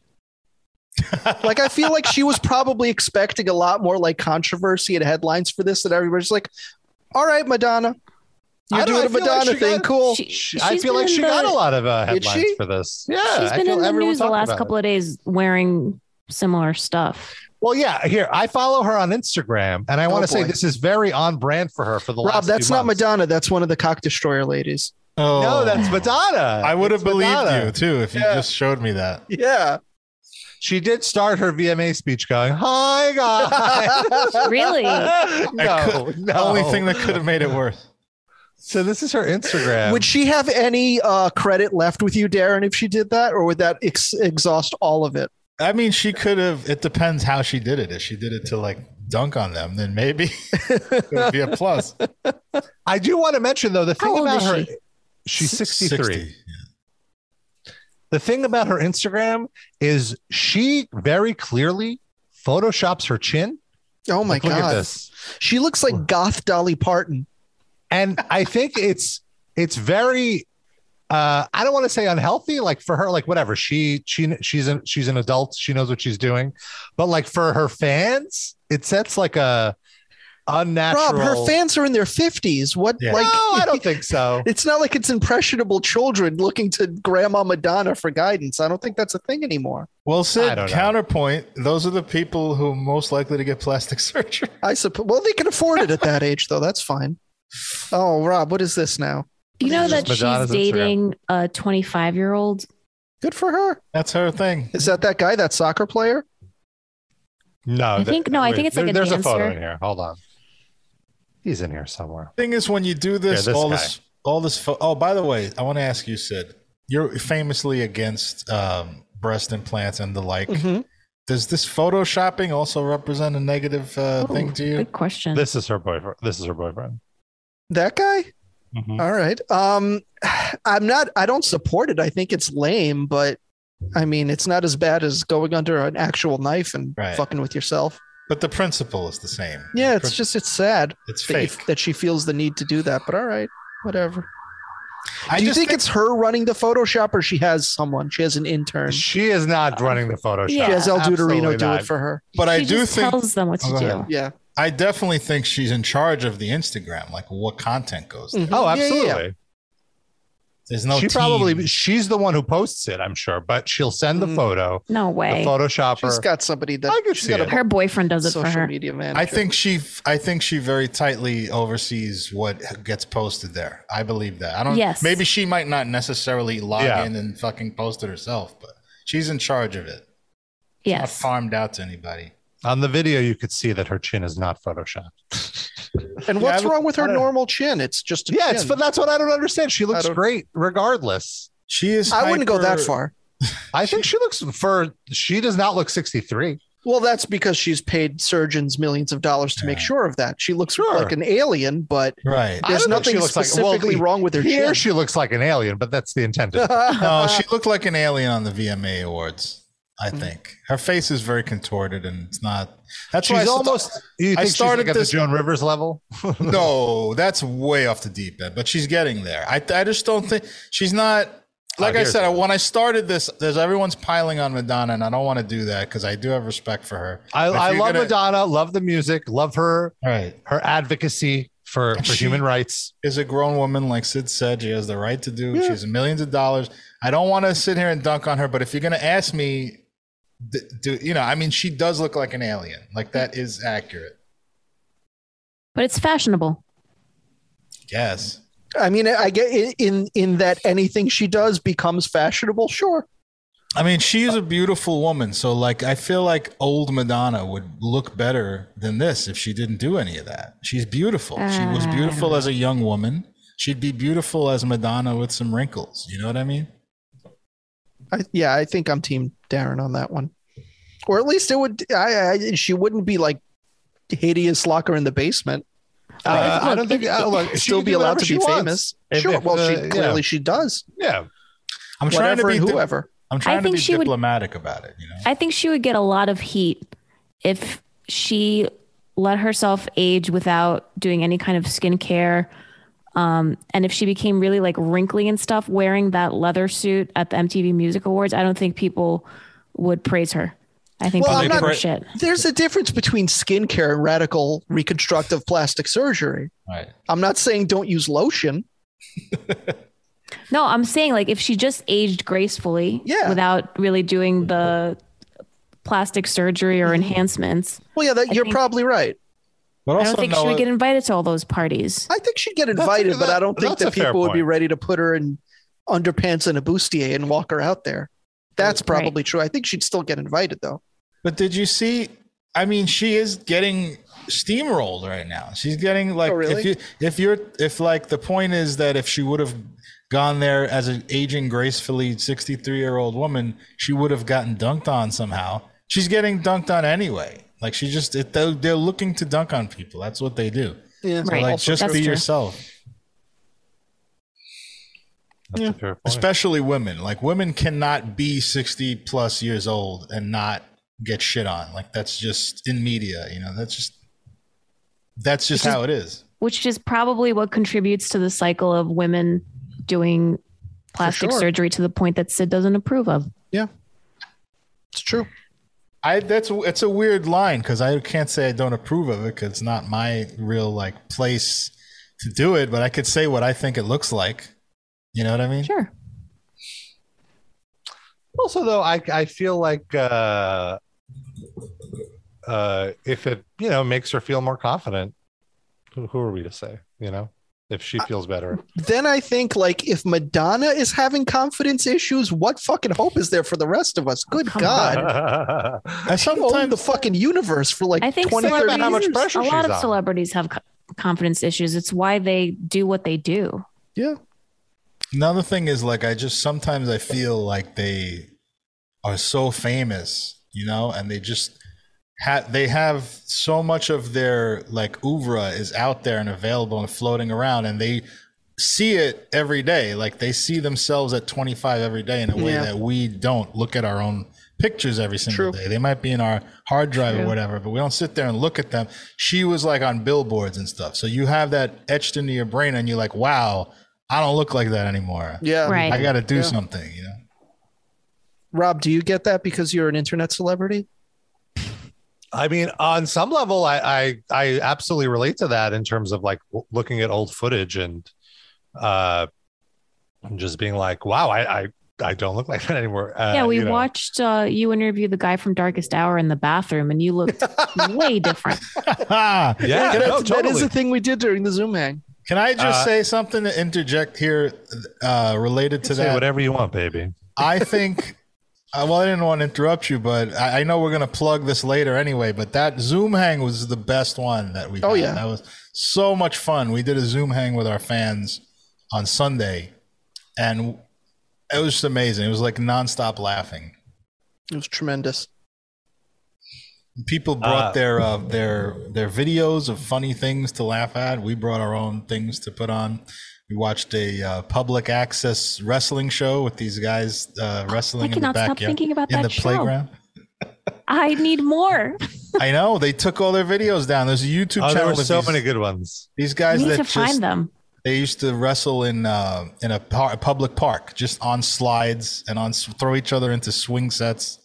Speaker 3: like I feel like she was probably expecting a lot more like controversy and headlines for this that everybody's like, all right, Madonna. You're
Speaker 2: I don't-
Speaker 3: doing a
Speaker 2: I feel like
Speaker 3: Madonna
Speaker 2: she
Speaker 3: thing,
Speaker 2: got-
Speaker 3: cool.
Speaker 4: She-
Speaker 2: She- I
Speaker 4: she's
Speaker 2: feel
Speaker 4: been
Speaker 2: like
Speaker 4: in
Speaker 2: she
Speaker 4: the-
Speaker 2: got a lot of uh,
Speaker 3: Did
Speaker 2: headlines
Speaker 3: she?
Speaker 2: for this. Yeah,
Speaker 4: she's
Speaker 2: I
Speaker 4: been
Speaker 2: feel
Speaker 4: in the
Speaker 2: everyone
Speaker 4: news the
Speaker 2: talked
Speaker 4: last
Speaker 2: about it.
Speaker 4: couple of days wearing similar stuff.
Speaker 2: Well, yeah. Here, I follow her on Instagram, and I want
Speaker 3: Oh,
Speaker 2: to say
Speaker 3: boy.
Speaker 2: this is very on brand for her. For the
Speaker 3: Rob,
Speaker 2: last
Speaker 3: that's
Speaker 2: few
Speaker 3: not
Speaker 2: months.
Speaker 3: Madonna. That's one of the cock destroyer ladies.
Speaker 5: Oh
Speaker 2: No, that's Madonna.
Speaker 5: I would have
Speaker 2: It's
Speaker 5: believed
Speaker 2: Madonna.
Speaker 5: you too if you
Speaker 3: Yeah.
Speaker 5: just showed me that.
Speaker 3: Yeah.
Speaker 2: She did start her VMA speech going, "Hi guys."
Speaker 4: Really?
Speaker 5: I
Speaker 2: no,
Speaker 5: could-
Speaker 2: no.
Speaker 5: The only thing that could have made it worse.
Speaker 2: So this is her Instagram.
Speaker 3: would she have any uh, credit left with you, Darren, if she did that, or would that ex- exhaust all of it?
Speaker 5: I mean, she could have. It depends how she did it. If she did it to like dunk on them, then maybe it would be a plus.
Speaker 2: I do want to mention though the thing
Speaker 4: How old
Speaker 2: about
Speaker 4: is
Speaker 2: her.
Speaker 4: she?
Speaker 2: She's 63.
Speaker 5: 60.
Speaker 2: The thing about her Instagram is she very clearly photoshops her chin.
Speaker 3: Oh my
Speaker 2: Like, Look at
Speaker 3: god,
Speaker 2: this.
Speaker 3: she looks like goth Dolly Parton.
Speaker 2: and I think it's it's very uh I don't want to say unhealthy like for her like whatever she she she's an, she's an adult she knows what she's doing but like for her fans it sets like a unnatural
Speaker 3: Rob, her fans are in their fifties. What
Speaker 5: Yeah.
Speaker 3: like?
Speaker 2: No, I don't think so.
Speaker 3: It's not like it's impressionable children looking to Grandma Madonna for guidance. I don't think that's a thing anymore.
Speaker 5: Well,
Speaker 2: I
Speaker 5: Sid,
Speaker 2: don't know.
Speaker 5: counterpoint, those are the people who are most likely to get plastic surgery.
Speaker 3: I suppose. Well, they can afford it at that age, though. That's fine. Oh, Rob, what is this now?
Speaker 4: You know
Speaker 2: It's
Speaker 4: that
Speaker 2: just Madonna's
Speaker 4: she's dating a 25 year old.
Speaker 3: Good for her.
Speaker 5: That's her thing.
Speaker 3: Is that that guy, that soccer player?
Speaker 2: No,
Speaker 4: I think- no, I think it's like a
Speaker 2: there's a photo
Speaker 4: dancer.
Speaker 2: in here. Hold on, he's in here somewhere.
Speaker 5: Thing is, when you do this,
Speaker 2: Yeah, this
Speaker 5: all
Speaker 2: guy.
Speaker 5: this, all this. Fo- oh, by the way, I want to ask you, Sid. You're famously against um, breast implants and the like.
Speaker 2: Mm-hmm.
Speaker 3: Mhm.
Speaker 5: Does this photoshopping also represent a negative uh,
Speaker 4: Ooh,
Speaker 5: thing to you?
Speaker 4: Good question.
Speaker 2: This is her boyfriend. This is her boyfriend.
Speaker 3: That guy. All right. Um, I'm not. I don't support it. I think it's lame, but I mean, it's not as bad as going under an actual knife and
Speaker 5: Right.
Speaker 3: fucking with yourself.
Speaker 5: But the principle is the same.
Speaker 3: Yeah,
Speaker 5: Prin-
Speaker 3: it's just it's sad
Speaker 5: it's
Speaker 3: that, you,
Speaker 5: fake.
Speaker 3: that she feels the need to do that. But all right, whatever.
Speaker 5: I
Speaker 3: do you
Speaker 5: just
Speaker 3: think, it's her running the Photoshop, or she has someone? She has an intern. She
Speaker 2: She is not running the photo
Speaker 4: Yeah.
Speaker 2: shop.
Speaker 3: has El
Speaker 2: Absolutely
Speaker 3: Duderino do
Speaker 2: not.
Speaker 3: it for her.
Speaker 5: But I
Speaker 4: She
Speaker 5: do
Speaker 4: just
Speaker 5: think
Speaker 4: tells them what to
Speaker 5: Oh, go
Speaker 4: do.
Speaker 5: ahead.
Speaker 3: Yeah.
Speaker 5: I definitely think she's in charge of the Instagram, like what content goes there.
Speaker 3: Mhm.
Speaker 2: Oh,
Speaker 3: Yeah, yeah,
Speaker 2: absolutely.
Speaker 3: yeah.
Speaker 5: There's no
Speaker 2: she
Speaker 5: team.
Speaker 2: probably she's the one who posts it, I'm sure, but she'll send the
Speaker 4: Mm-hmm.
Speaker 3: Mm.
Speaker 2: photo,
Speaker 4: No
Speaker 2: the
Speaker 4: way.
Speaker 3: She's
Speaker 2: photoshopper.
Speaker 3: got somebody that
Speaker 2: I could
Speaker 3: she's
Speaker 2: see
Speaker 3: got
Speaker 2: it.
Speaker 3: a
Speaker 4: Her boyfriend does it for
Speaker 3: social
Speaker 4: her.
Speaker 3: media manager.
Speaker 5: I think she I think she very tightly oversees what gets posted there. I believe that. I don't
Speaker 4: Yes.
Speaker 5: maybe she might not necessarily log
Speaker 2: Yeah.
Speaker 5: in and fucking post it herself, but she's in charge of it. Not
Speaker 4: Yes.
Speaker 5: farmed out to anybody.
Speaker 2: On the video, you could see that her chin is not photoshopped.
Speaker 3: And
Speaker 5: Yeah, I
Speaker 3: what's
Speaker 5: would-
Speaker 3: wrong with
Speaker 5: I
Speaker 3: her
Speaker 5: don't-
Speaker 3: normal chin? It's just a
Speaker 2: yeah, it's
Speaker 3: chin.
Speaker 2: but that's what I don't understand. She looks
Speaker 3: don't-
Speaker 2: great regardless.
Speaker 5: She is
Speaker 3: I wouldn't go that
Speaker 5: hyper-
Speaker 3: far.
Speaker 2: I think she looks for she does not look 63.
Speaker 3: Well, that's because she's paid surgeons millions of dollars to make
Speaker 5: Yeah.
Speaker 3: sure of that. She looks
Speaker 2: Sure.
Speaker 3: like an alien, but
Speaker 5: Right.
Speaker 2: I
Speaker 3: there's
Speaker 2: don't know if
Speaker 3: nothing
Speaker 2: she looks like- well,
Speaker 3: specifically wrong with her
Speaker 2: Here
Speaker 3: chin.
Speaker 2: she looks like an alien, but that's the intended.
Speaker 5: No, she looked like an alien on the VMA awards, I
Speaker 3: Mm.
Speaker 5: think. Her face is very contorted and it's not That's why I
Speaker 2: she's
Speaker 5: st-
Speaker 2: almost you think
Speaker 5: I
Speaker 2: she's like
Speaker 5: started
Speaker 2: at the
Speaker 5: this-
Speaker 2: Joan Rivers level?
Speaker 5: no, that's way off the deep end, but she's getting there. I, I just don't think she's not. Like I
Speaker 2: here's
Speaker 5: said,
Speaker 2: one.
Speaker 5: when I started this, there's everyone's piling on Madonna, and I don't want to do that because I do have respect for her.
Speaker 2: I,
Speaker 5: But if
Speaker 2: I
Speaker 5: you're
Speaker 2: love
Speaker 5: gonna-
Speaker 2: Madonna, love the music, love her
Speaker 5: Right.
Speaker 2: her advocacy for,
Speaker 5: And
Speaker 2: for
Speaker 5: she-
Speaker 2: human rights.
Speaker 5: Is a grown woman, like Sid said, she has the right to do.
Speaker 3: Yeah.
Speaker 5: She has millions of dollars. I don't want to sit here and dunk on her, but if you're going to ask me, d- do you know? I mean, she does look like an alien. Like that is accurate.
Speaker 4: But it's fashionable.
Speaker 5: Yes.
Speaker 3: I mean, I get in, in in that anything she does becomes fashionable. Sure,
Speaker 5: I mean, she is a beautiful woman. So, like, I feel like old Madonna would look better than this if she didn't do any of that. She's beautiful. she
Speaker 4: Ah.
Speaker 5: was beautiful as a young woman. She'd be beautiful as Madonna with some wrinkles. You know what I mean?
Speaker 3: I, yeah, I think I'm Team Darren on that one, or at least it would. I, I she wouldn't be like hideous locker in the basement.
Speaker 2: Uh, I don't
Speaker 4: Look,
Speaker 2: think
Speaker 4: if-
Speaker 2: uh, look, she
Speaker 3: Still
Speaker 2: can
Speaker 3: be
Speaker 2: do
Speaker 3: allowed
Speaker 2: whatever
Speaker 3: to
Speaker 2: she
Speaker 3: be
Speaker 2: wants.
Speaker 3: famous.
Speaker 2: If-
Speaker 3: sure.
Speaker 2: if,
Speaker 3: well, she
Speaker 2: uh, yeah.
Speaker 3: clearly she does.
Speaker 2: Yeah,
Speaker 5: I'm trying
Speaker 3: Whatever
Speaker 5: to be
Speaker 3: and
Speaker 5: di-
Speaker 3: whoever.
Speaker 5: I'm trying to
Speaker 4: think
Speaker 5: be
Speaker 4: she would-
Speaker 5: diplomatic about it. You know,
Speaker 4: I think she would get a lot of heat if she let herself age without doing any kind of skincare. Um, and if she became really like wrinkly and stuff wearing that leather suit at the MTV Music Awards, I don't think people would praise her. I think
Speaker 3: Well,
Speaker 4: people
Speaker 3: I'm
Speaker 4: would give
Speaker 3: not-
Speaker 4: her shit.
Speaker 3: There's a difference between skincare and radical reconstructive plastic surgery.
Speaker 5: right?
Speaker 3: I'm not saying don't use lotion.
Speaker 4: No, I'm saying like if she just aged gracefully
Speaker 3: Yeah.
Speaker 4: without really doing the plastic surgery
Speaker 3: Mm-hmm.
Speaker 4: or enhancements,
Speaker 3: Well, yeah, that, you're
Speaker 4: think-
Speaker 3: probably right.
Speaker 5: But
Speaker 4: I
Speaker 5: also,
Speaker 4: don't think she
Speaker 5: Noah,
Speaker 4: would get invited to all those parties.
Speaker 3: I think she'd get
Speaker 2: That's a-
Speaker 3: invited, but I don't think
Speaker 2: that's a
Speaker 3: that
Speaker 2: fair
Speaker 3: people would be
Speaker 2: point.
Speaker 3: ready to put her in underpants and a bustier and walk her out there. That's probably true. I think she'd still get invited though.
Speaker 5: but did you see? I mean, she is getting steamrolled right now. She's getting like
Speaker 3: Oh, really?
Speaker 5: if you if you're if like the point is that if she would have gone there as an aging gracefully 63 year old woman, she would have gotten dunked on somehow. She's getting dunked on anyway. Like she just it, they're, they're looking to dunk on people. That's what they do.
Speaker 3: Yeah.
Speaker 4: Right.
Speaker 5: Like
Speaker 4: Also
Speaker 5: just
Speaker 4: that's
Speaker 5: be
Speaker 4: true.
Speaker 5: yourself.
Speaker 2: that's a fair point.
Speaker 5: especially women like women cannot be 60 plus years old and not get shit on like that's just in media you know that's just that's just how it is
Speaker 4: which is probably what contributes to the cycle of women doing plastic
Speaker 3: sure.
Speaker 4: surgery to the point that Sid doesn't approve of.
Speaker 3: It's true.
Speaker 5: i that's it's a weird line because i can't say i don't approve of it because it's not my real like place to do it but i could say what i think it looks like you know what i mean
Speaker 4: Sure.
Speaker 2: also though i i feel like uh uh if it you know makes her feel more confident who, who are we to say you know if she feels better
Speaker 3: Then I think like if Madonna is having confidence issues, what fucking hope is there for the rest of us? Good
Speaker 4: Oh, Come
Speaker 3: God.
Speaker 2: i
Speaker 5: i
Speaker 3: She owned the
Speaker 5: sometimes
Speaker 3: fucking universe for like
Speaker 4: I think
Speaker 3: 20, 30
Speaker 4: celebrities,
Speaker 2: how much
Speaker 3: years.
Speaker 2: pressure
Speaker 4: a lot
Speaker 2: she's
Speaker 4: of
Speaker 2: on.
Speaker 4: celebrities have co- confidence issues. It's why they do what they do.
Speaker 5: another thing is like i just sometimes i feel like they are so famous you know and they just ha- they have so much of their like oeuvre is out there and available and floating around and they see it every day like they see themselves at 25 every day in a way
Speaker 3: Yeah.
Speaker 5: that we don't look at our own pictures every
Speaker 3: True.
Speaker 5: single day they might be in our hard drive or
Speaker 4: True.
Speaker 5: whatever but we don't sit there and look at them she was like on billboards and stuff so you have that etched into your brain and you're like wow i don't look like that anymore
Speaker 2: Um,
Speaker 3: Yeah.
Speaker 4: Right.
Speaker 5: I got to do
Speaker 3: Yeah.
Speaker 5: something, you know.
Speaker 3: Rob, do you get that because you're an internet celebrity?
Speaker 2: mean on some level I, I i absolutely relate to that in terms of like w- looking at old footage and uh and just being like wow i i, I don't look like that anymore uh,
Speaker 4: yeah, we
Speaker 2: you know.
Speaker 4: watched uh, you interview the guy from Darkest Hour in the bathroom, and you looked way different.
Speaker 2: yeah,
Speaker 3: That's-
Speaker 2: no, totally.
Speaker 3: That is a thing we did during the Zoom hang.
Speaker 5: Can I just
Speaker 2: Uh,
Speaker 5: say something to interject here uh, related to
Speaker 2: say
Speaker 5: that?
Speaker 2: whatever you want baby
Speaker 5: I think, uh, well, I didn't want to interrupt you, but I, I know we're going to plug this later anyway. But that Zoom hang was the best one that we
Speaker 3: Oh,
Speaker 5: had.
Speaker 3: yeah.
Speaker 5: That was so much fun. We did a Zoom hang with our fans on Sunday, and it was just amazing. It was like nonstop laughing.
Speaker 3: It was tremendous.
Speaker 5: People
Speaker 2: Uh,
Speaker 5: brought their uh, their their videos of funny things to laugh at. We brought our own things to put on. We watched a uh, public access wrestling show with these guys uh,
Speaker 4: I
Speaker 5: wrestling in the
Speaker 4: cannot stop
Speaker 5: backyard
Speaker 4: thinking about
Speaker 5: in
Speaker 4: that
Speaker 5: the
Speaker 4: show.
Speaker 5: playground.
Speaker 4: I need more.
Speaker 5: I know they took all their videos down. There's a YouTube
Speaker 2: oh,
Speaker 5: channel.
Speaker 2: there were
Speaker 5: with
Speaker 2: so
Speaker 5: these,
Speaker 2: many good ones
Speaker 5: These
Speaker 4: I
Speaker 5: guys
Speaker 4: need
Speaker 5: that
Speaker 4: to
Speaker 5: just
Speaker 4: find them.
Speaker 5: they used to wrestle in uh, in a par- public park, just on slides and on s- throw each other into swing sets.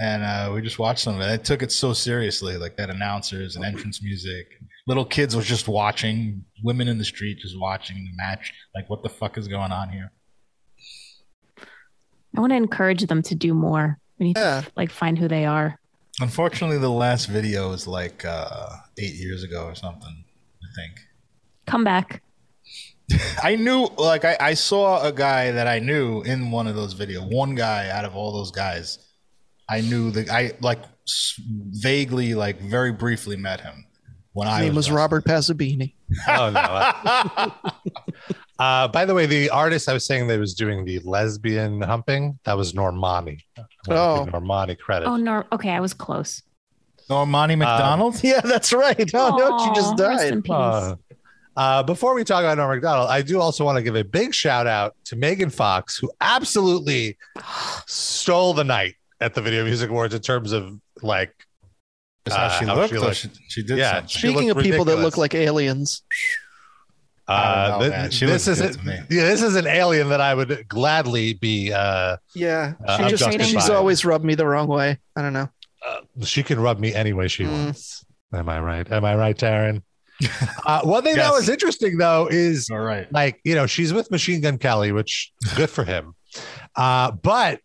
Speaker 5: And uh, we just watched some of it. They took it so seriously, like that announcers and entrance music. Little kids was just watching, women in the street just watching the match. Like, what the fuck is going on here?
Speaker 4: I want to encourage them to do more. We need
Speaker 3: Yeah.
Speaker 4: to like find who they are.
Speaker 5: Unfortunately, the last video is like uh, eight years ago or something. I think.
Speaker 4: Come back.
Speaker 5: I knew, like, I, I saw a guy that I knew in one of those videos. One guy out of all those guys, I knew the I like s- vaguely, like, very briefly met him when
Speaker 3: His
Speaker 5: I
Speaker 3: name was
Speaker 5: wrestling.
Speaker 3: Robert Pazzabini.
Speaker 2: oh no. Uh, by the way, the artist I was saying that was doing the lesbian humping, that was Normani. I wanna give Normani credit.
Speaker 4: Oh no. Okay, I was close.
Speaker 2: Uh,
Speaker 5: Normani McDonald?
Speaker 3: Yeah, that's right. Oh, no, she just
Speaker 4: Aw, rest in
Speaker 3: died.
Speaker 4: peace.
Speaker 2: Uh, uh, before we talk about Norm McDonald, I do also want to give a big shout out to Megan Fox, who absolutely stole the night at the Video Music Awards in terms of like,
Speaker 5: Is how she
Speaker 2: Uh,
Speaker 5: looked.
Speaker 2: she
Speaker 5: or
Speaker 2: looked-
Speaker 5: she, she did
Speaker 2: yeah.
Speaker 5: something.
Speaker 2: she
Speaker 3: Speaking of
Speaker 2: looked
Speaker 3: people that
Speaker 2: ridiculous.
Speaker 3: look like aliens,
Speaker 5: I
Speaker 2: uh,
Speaker 5: don't know,
Speaker 2: thi-
Speaker 5: man. She
Speaker 2: this
Speaker 5: looks
Speaker 2: is
Speaker 5: good
Speaker 2: a-
Speaker 5: to me.
Speaker 2: yeah, this is an alien that I would gladly be. Uh,
Speaker 3: yeah,
Speaker 2: Uh,
Speaker 3: she just
Speaker 4: objectified.
Speaker 3: she's always rubbed me the wrong way. I don't know.
Speaker 2: uh, she can rub me any way she
Speaker 3: Mm.
Speaker 2: wants. Am I right? Am I right, Taryn? uh, one thing that
Speaker 5: Yes.
Speaker 2: was interesting though is
Speaker 5: All right.
Speaker 2: like you know she's with machine gun kelly which good for him uh but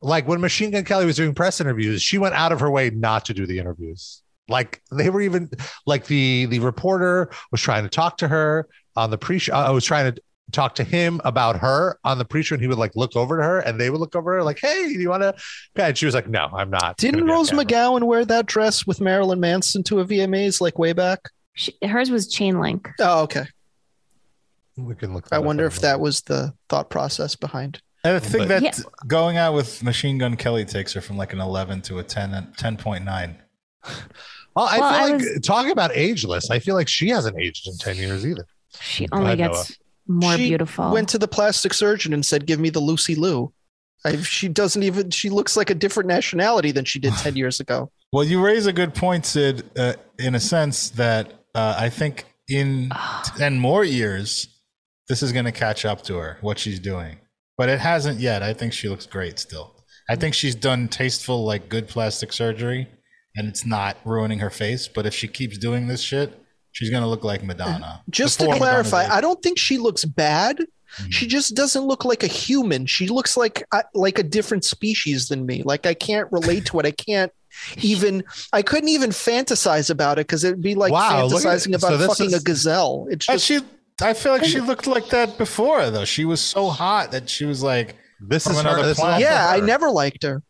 Speaker 2: like when machine gun kelly was doing press interviews she went out of her way not to do the interviews like they were even like the the reporter was trying to talk to her on the pre-show i was trying to talk to him about her on the pre-show and he would like look over to her and they would look over at her like hey do you want to and she was like no i'm not
Speaker 3: Didn't
Speaker 2: gonna be on
Speaker 3: Rose
Speaker 2: camera."
Speaker 3: McGowan wear that dress with Marilyn Manson to a VMAs like way back?
Speaker 4: She, hers was chain link.
Speaker 3: Oh, okay.
Speaker 2: we can look
Speaker 3: I
Speaker 2: that up
Speaker 3: wonder
Speaker 2: in a
Speaker 3: if that
Speaker 2: moment.
Speaker 3: was the thought process behind.
Speaker 5: I think that
Speaker 4: Yeah.
Speaker 5: going out with Machine Gun Kelly takes her from like an 11 to a 10, and 10.9.
Speaker 2: well i
Speaker 4: Well, I
Speaker 2: feel like
Speaker 4: was-
Speaker 2: talking about ageless i feel like she hasn't aged in 10 years either
Speaker 4: She only
Speaker 2: ahead,
Speaker 4: gets more
Speaker 3: She
Speaker 4: beautiful.
Speaker 3: Went to the plastic surgeon and said, "Give me the Lucy Lou." I, she doesn't even. She looks like a different nationality than she did ten years ago.
Speaker 5: Well, you raise a good point, Sid, uh, in a sense that uh, I think in 10 more years, this is going to catch up to her, what she's doing. But it hasn't yet. I think she looks great still. I think she's done tasteful, like good plastic surgery, and it's not ruining her face. But if she keeps doing this shit, she's going to look like Madonna.
Speaker 3: Just
Speaker 5: Before
Speaker 3: to
Speaker 5: Madonna's
Speaker 3: clarify,
Speaker 5: age.
Speaker 3: I don't think she looks bad.
Speaker 2: Hmm.
Speaker 3: She just doesn't look like a human. She looks like uh, like a different species than me. Like I can't relate to it. I can't even. I couldn't even fantasize about it because it'd be like
Speaker 2: Wow, look at-
Speaker 3: fantasizing about
Speaker 2: so this
Speaker 3: fucking
Speaker 2: is-
Speaker 3: a gazelle. It's
Speaker 5: Uh,
Speaker 3: just
Speaker 5: she, I feel like she looked like that before, though. She was so hot that she was like,
Speaker 2: This
Speaker 5: From
Speaker 2: is her,
Speaker 5: another
Speaker 2: this is
Speaker 5: planet.
Speaker 3: yeah. I
Speaker 5: her.
Speaker 3: never liked her.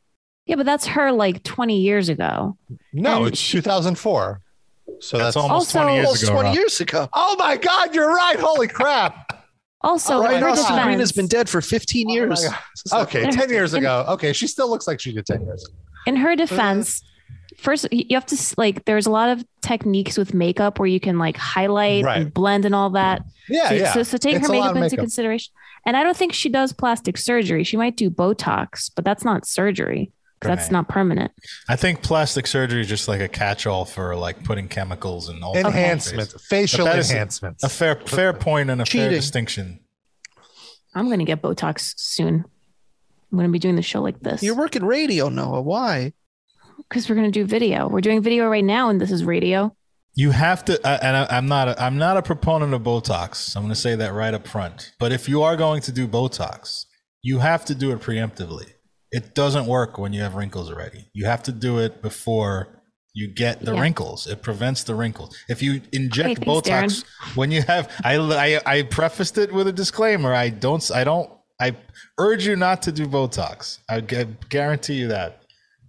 Speaker 4: yeah, but that's her like 20 years ago.
Speaker 2: No,
Speaker 4: And
Speaker 2: it's
Speaker 4: she-
Speaker 2: 2004. So
Speaker 5: "That's
Speaker 2: that's, all.
Speaker 5: almost
Speaker 4: Also-
Speaker 5: twenty years
Speaker 3: Almost
Speaker 5: ago."
Speaker 3: twenty
Speaker 5: Rob.
Speaker 3: years ago.
Speaker 2: Oh my God, you're right. Holy crap.
Speaker 4: Also,
Speaker 3: Right,
Speaker 4: in her
Speaker 3: Russell Green has
Speaker 4: defense,
Speaker 3: been dead for 15
Speaker 2: Oh my
Speaker 3: years.
Speaker 2: God. Okay, 10 years ago. Okay, she still looks like she did 10 years. ago.
Speaker 4: in her defense, first you have to s- like there's a lot of techniques with makeup where you can like highlight
Speaker 2: Right.
Speaker 4: and blend and all that.
Speaker 2: Yeah,
Speaker 4: so,
Speaker 2: yeah.
Speaker 4: so, so take
Speaker 2: It's
Speaker 4: her
Speaker 2: a lot
Speaker 4: makeup
Speaker 2: of
Speaker 4: into
Speaker 2: makeup.
Speaker 4: consideration. And I don't think she does plastic surgery. She might do Botox, but that's not surgery. That's
Speaker 5: Right.
Speaker 4: not permanent.
Speaker 5: I think plastic surgery is just like a catch-all for like putting chemicals and all
Speaker 2: Enhancements, facial
Speaker 5: But that is-
Speaker 2: enhancements.
Speaker 5: A fair, fair point and a fair
Speaker 3: Cheating.
Speaker 5: distinction.
Speaker 4: I'm gonna get Botox soon. I'm gonna be doing the show like this
Speaker 3: You're working radio, Noah. Why?
Speaker 4: because we're gonna do video. We're doing video right now, and this is radio.
Speaker 5: You have to, uh, and I, I'm not, a, I'm not a proponent of Botox. I'm going to say that right up front. But if you are going to do Botox, you have to do it preemptively. It doesn't work when you have wrinkles already. You have to do it before you get the
Speaker 4: Yeah.
Speaker 5: wrinkles. It prevents the wrinkles. If you inject
Speaker 4: Okay, thanks,
Speaker 5: Botox when you have, I, I, I prefaced it with a disclaimer. I don't, I don't, I urge you not to do Botox. I gu- guarantee you that.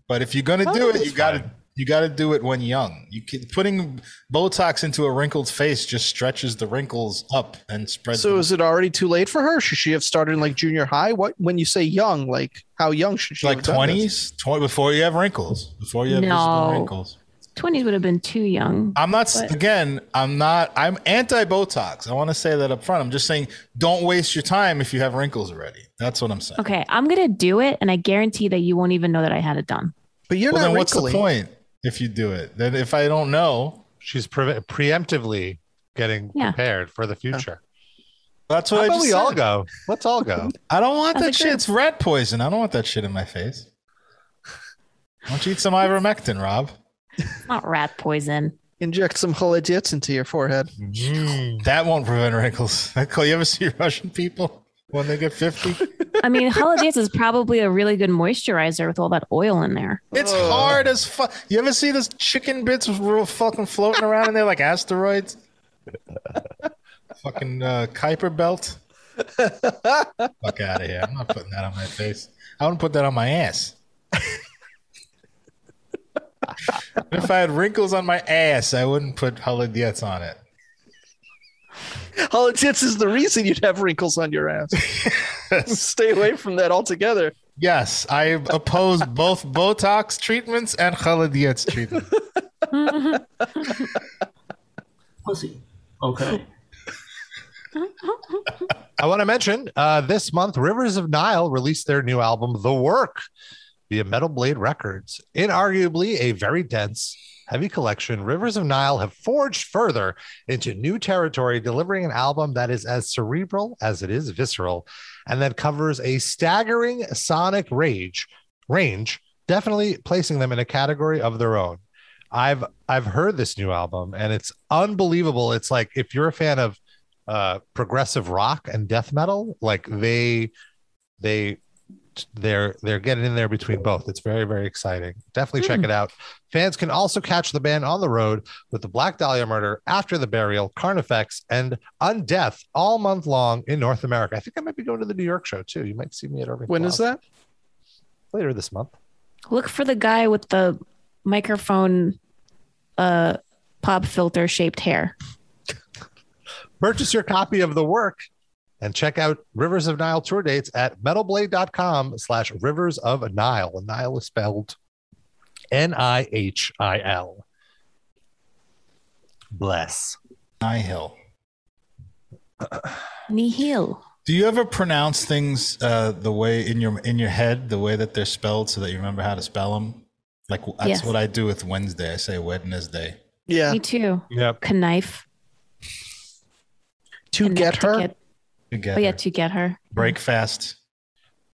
Speaker 5: But if you're gonna do it, you gotta you gotta do it when young. You can, putting Botox into a wrinkled face just stretches the wrinkles up and spreads.
Speaker 3: So
Speaker 5: them.
Speaker 3: is it already too late for her? Should she have started in like junior high? What when you say young, like how young should she
Speaker 5: like
Speaker 3: have done this?
Speaker 5: twenties, twenty before you have wrinkles, before you have visible
Speaker 4: No.
Speaker 5: wrinkles.
Speaker 4: Twenties would have been too young.
Speaker 5: I'm not
Speaker 4: But-
Speaker 5: again. I'm not. I'm anti Botox. I want to say that up front. I'm just saying, don't waste your time if you have wrinkles already. That's what I'm saying.
Speaker 4: Okay, I'm gonna do it, and I guarantee that you won't even know that I had it done.
Speaker 3: But you're
Speaker 5: Well,
Speaker 3: not
Speaker 5: then what's the
Speaker 3: wrinkly.
Speaker 5: point if you do it? Then if I don't know,
Speaker 2: She's pre- preemptively getting
Speaker 4: Yeah.
Speaker 2: prepared for the future.
Speaker 5: that's
Speaker 2: How
Speaker 5: what I
Speaker 2: about
Speaker 5: just
Speaker 2: we
Speaker 5: said.
Speaker 2: all go? Let's all go.
Speaker 5: I don't want
Speaker 4: That's
Speaker 5: that
Speaker 4: a
Speaker 5: shit.
Speaker 4: good-
Speaker 5: It's rat poison. I don't want that shit in my face. Why don't you eat some ivermectin, Rob?
Speaker 4: It's not rat poison.
Speaker 3: Inject some holodets into your forehead.
Speaker 5: That won't prevent wrinkles. That cool. You ever see Russian people when they get 50?
Speaker 4: I mean, Holidays is probably a really good moisturizer with all that oil in there.
Speaker 5: It's hard as fuck. You ever see those chicken bits real fucking floating around in there like asteroids? fucking uh, Kuiper belt. fuck out of here. I'm not putting that on my face. I wouldn't put that on my ass. if I had wrinkles on my ass, I wouldn't put holodets on it.
Speaker 3: Holodets is the reason you'd have wrinkles on your ass. Stay away from that altogether.
Speaker 5: Yes, I oppose both Botox treatments and Khalid Dietz treatment.
Speaker 7: Pussy. Okay.
Speaker 3: Uh-huh.
Speaker 2: I want to mention uh, this month, Rivers of Nile released their new album, The Work, via Metal Blade Records. In arguably a very dense, heavy collection, Rivers of Nile have forged further into new territory, delivering an album that is as cerebral as it is visceral, and that covers a staggering sonic rage range, definitely placing them in a category of their own. I've I've heard this new album and it's unbelievable. It's like if you're a fan of uh progressive rock and death metal like they they they're they're getting in there between both it's very very exciting definitely
Speaker 3: Hmm.
Speaker 2: check it out fans can also catch the band on the road with the black dahlia murder after the burial carnifex and undeath all month long in north america i think i might be going to the new york show too you might see me at irving
Speaker 3: When is
Speaker 2: Plaza
Speaker 3: that?
Speaker 2: later this month
Speaker 4: Look for the guy with the microphone uh pop filter shaped hair.
Speaker 2: purchase your copy of the work and check out rivers of nile tour dates at metalblade.com slash rivers of nile and nile is spelled n-i-h-i-l bless
Speaker 5: Nihil.
Speaker 4: Nihil.
Speaker 5: Do you ever pronounce things uh, the way in your in your head, the way that they're spelled, so that you remember how to spell them? Like that's
Speaker 4: Yes.
Speaker 5: what I do with Wednesday. I say Wednesday.
Speaker 3: Yeah.
Speaker 4: Me too.
Speaker 2: yep
Speaker 4: Knife.
Speaker 3: To
Speaker 4: Knife
Speaker 3: get her.
Speaker 5: You get
Speaker 4: oh yeah,
Speaker 5: it.
Speaker 4: to get her.
Speaker 5: break fast.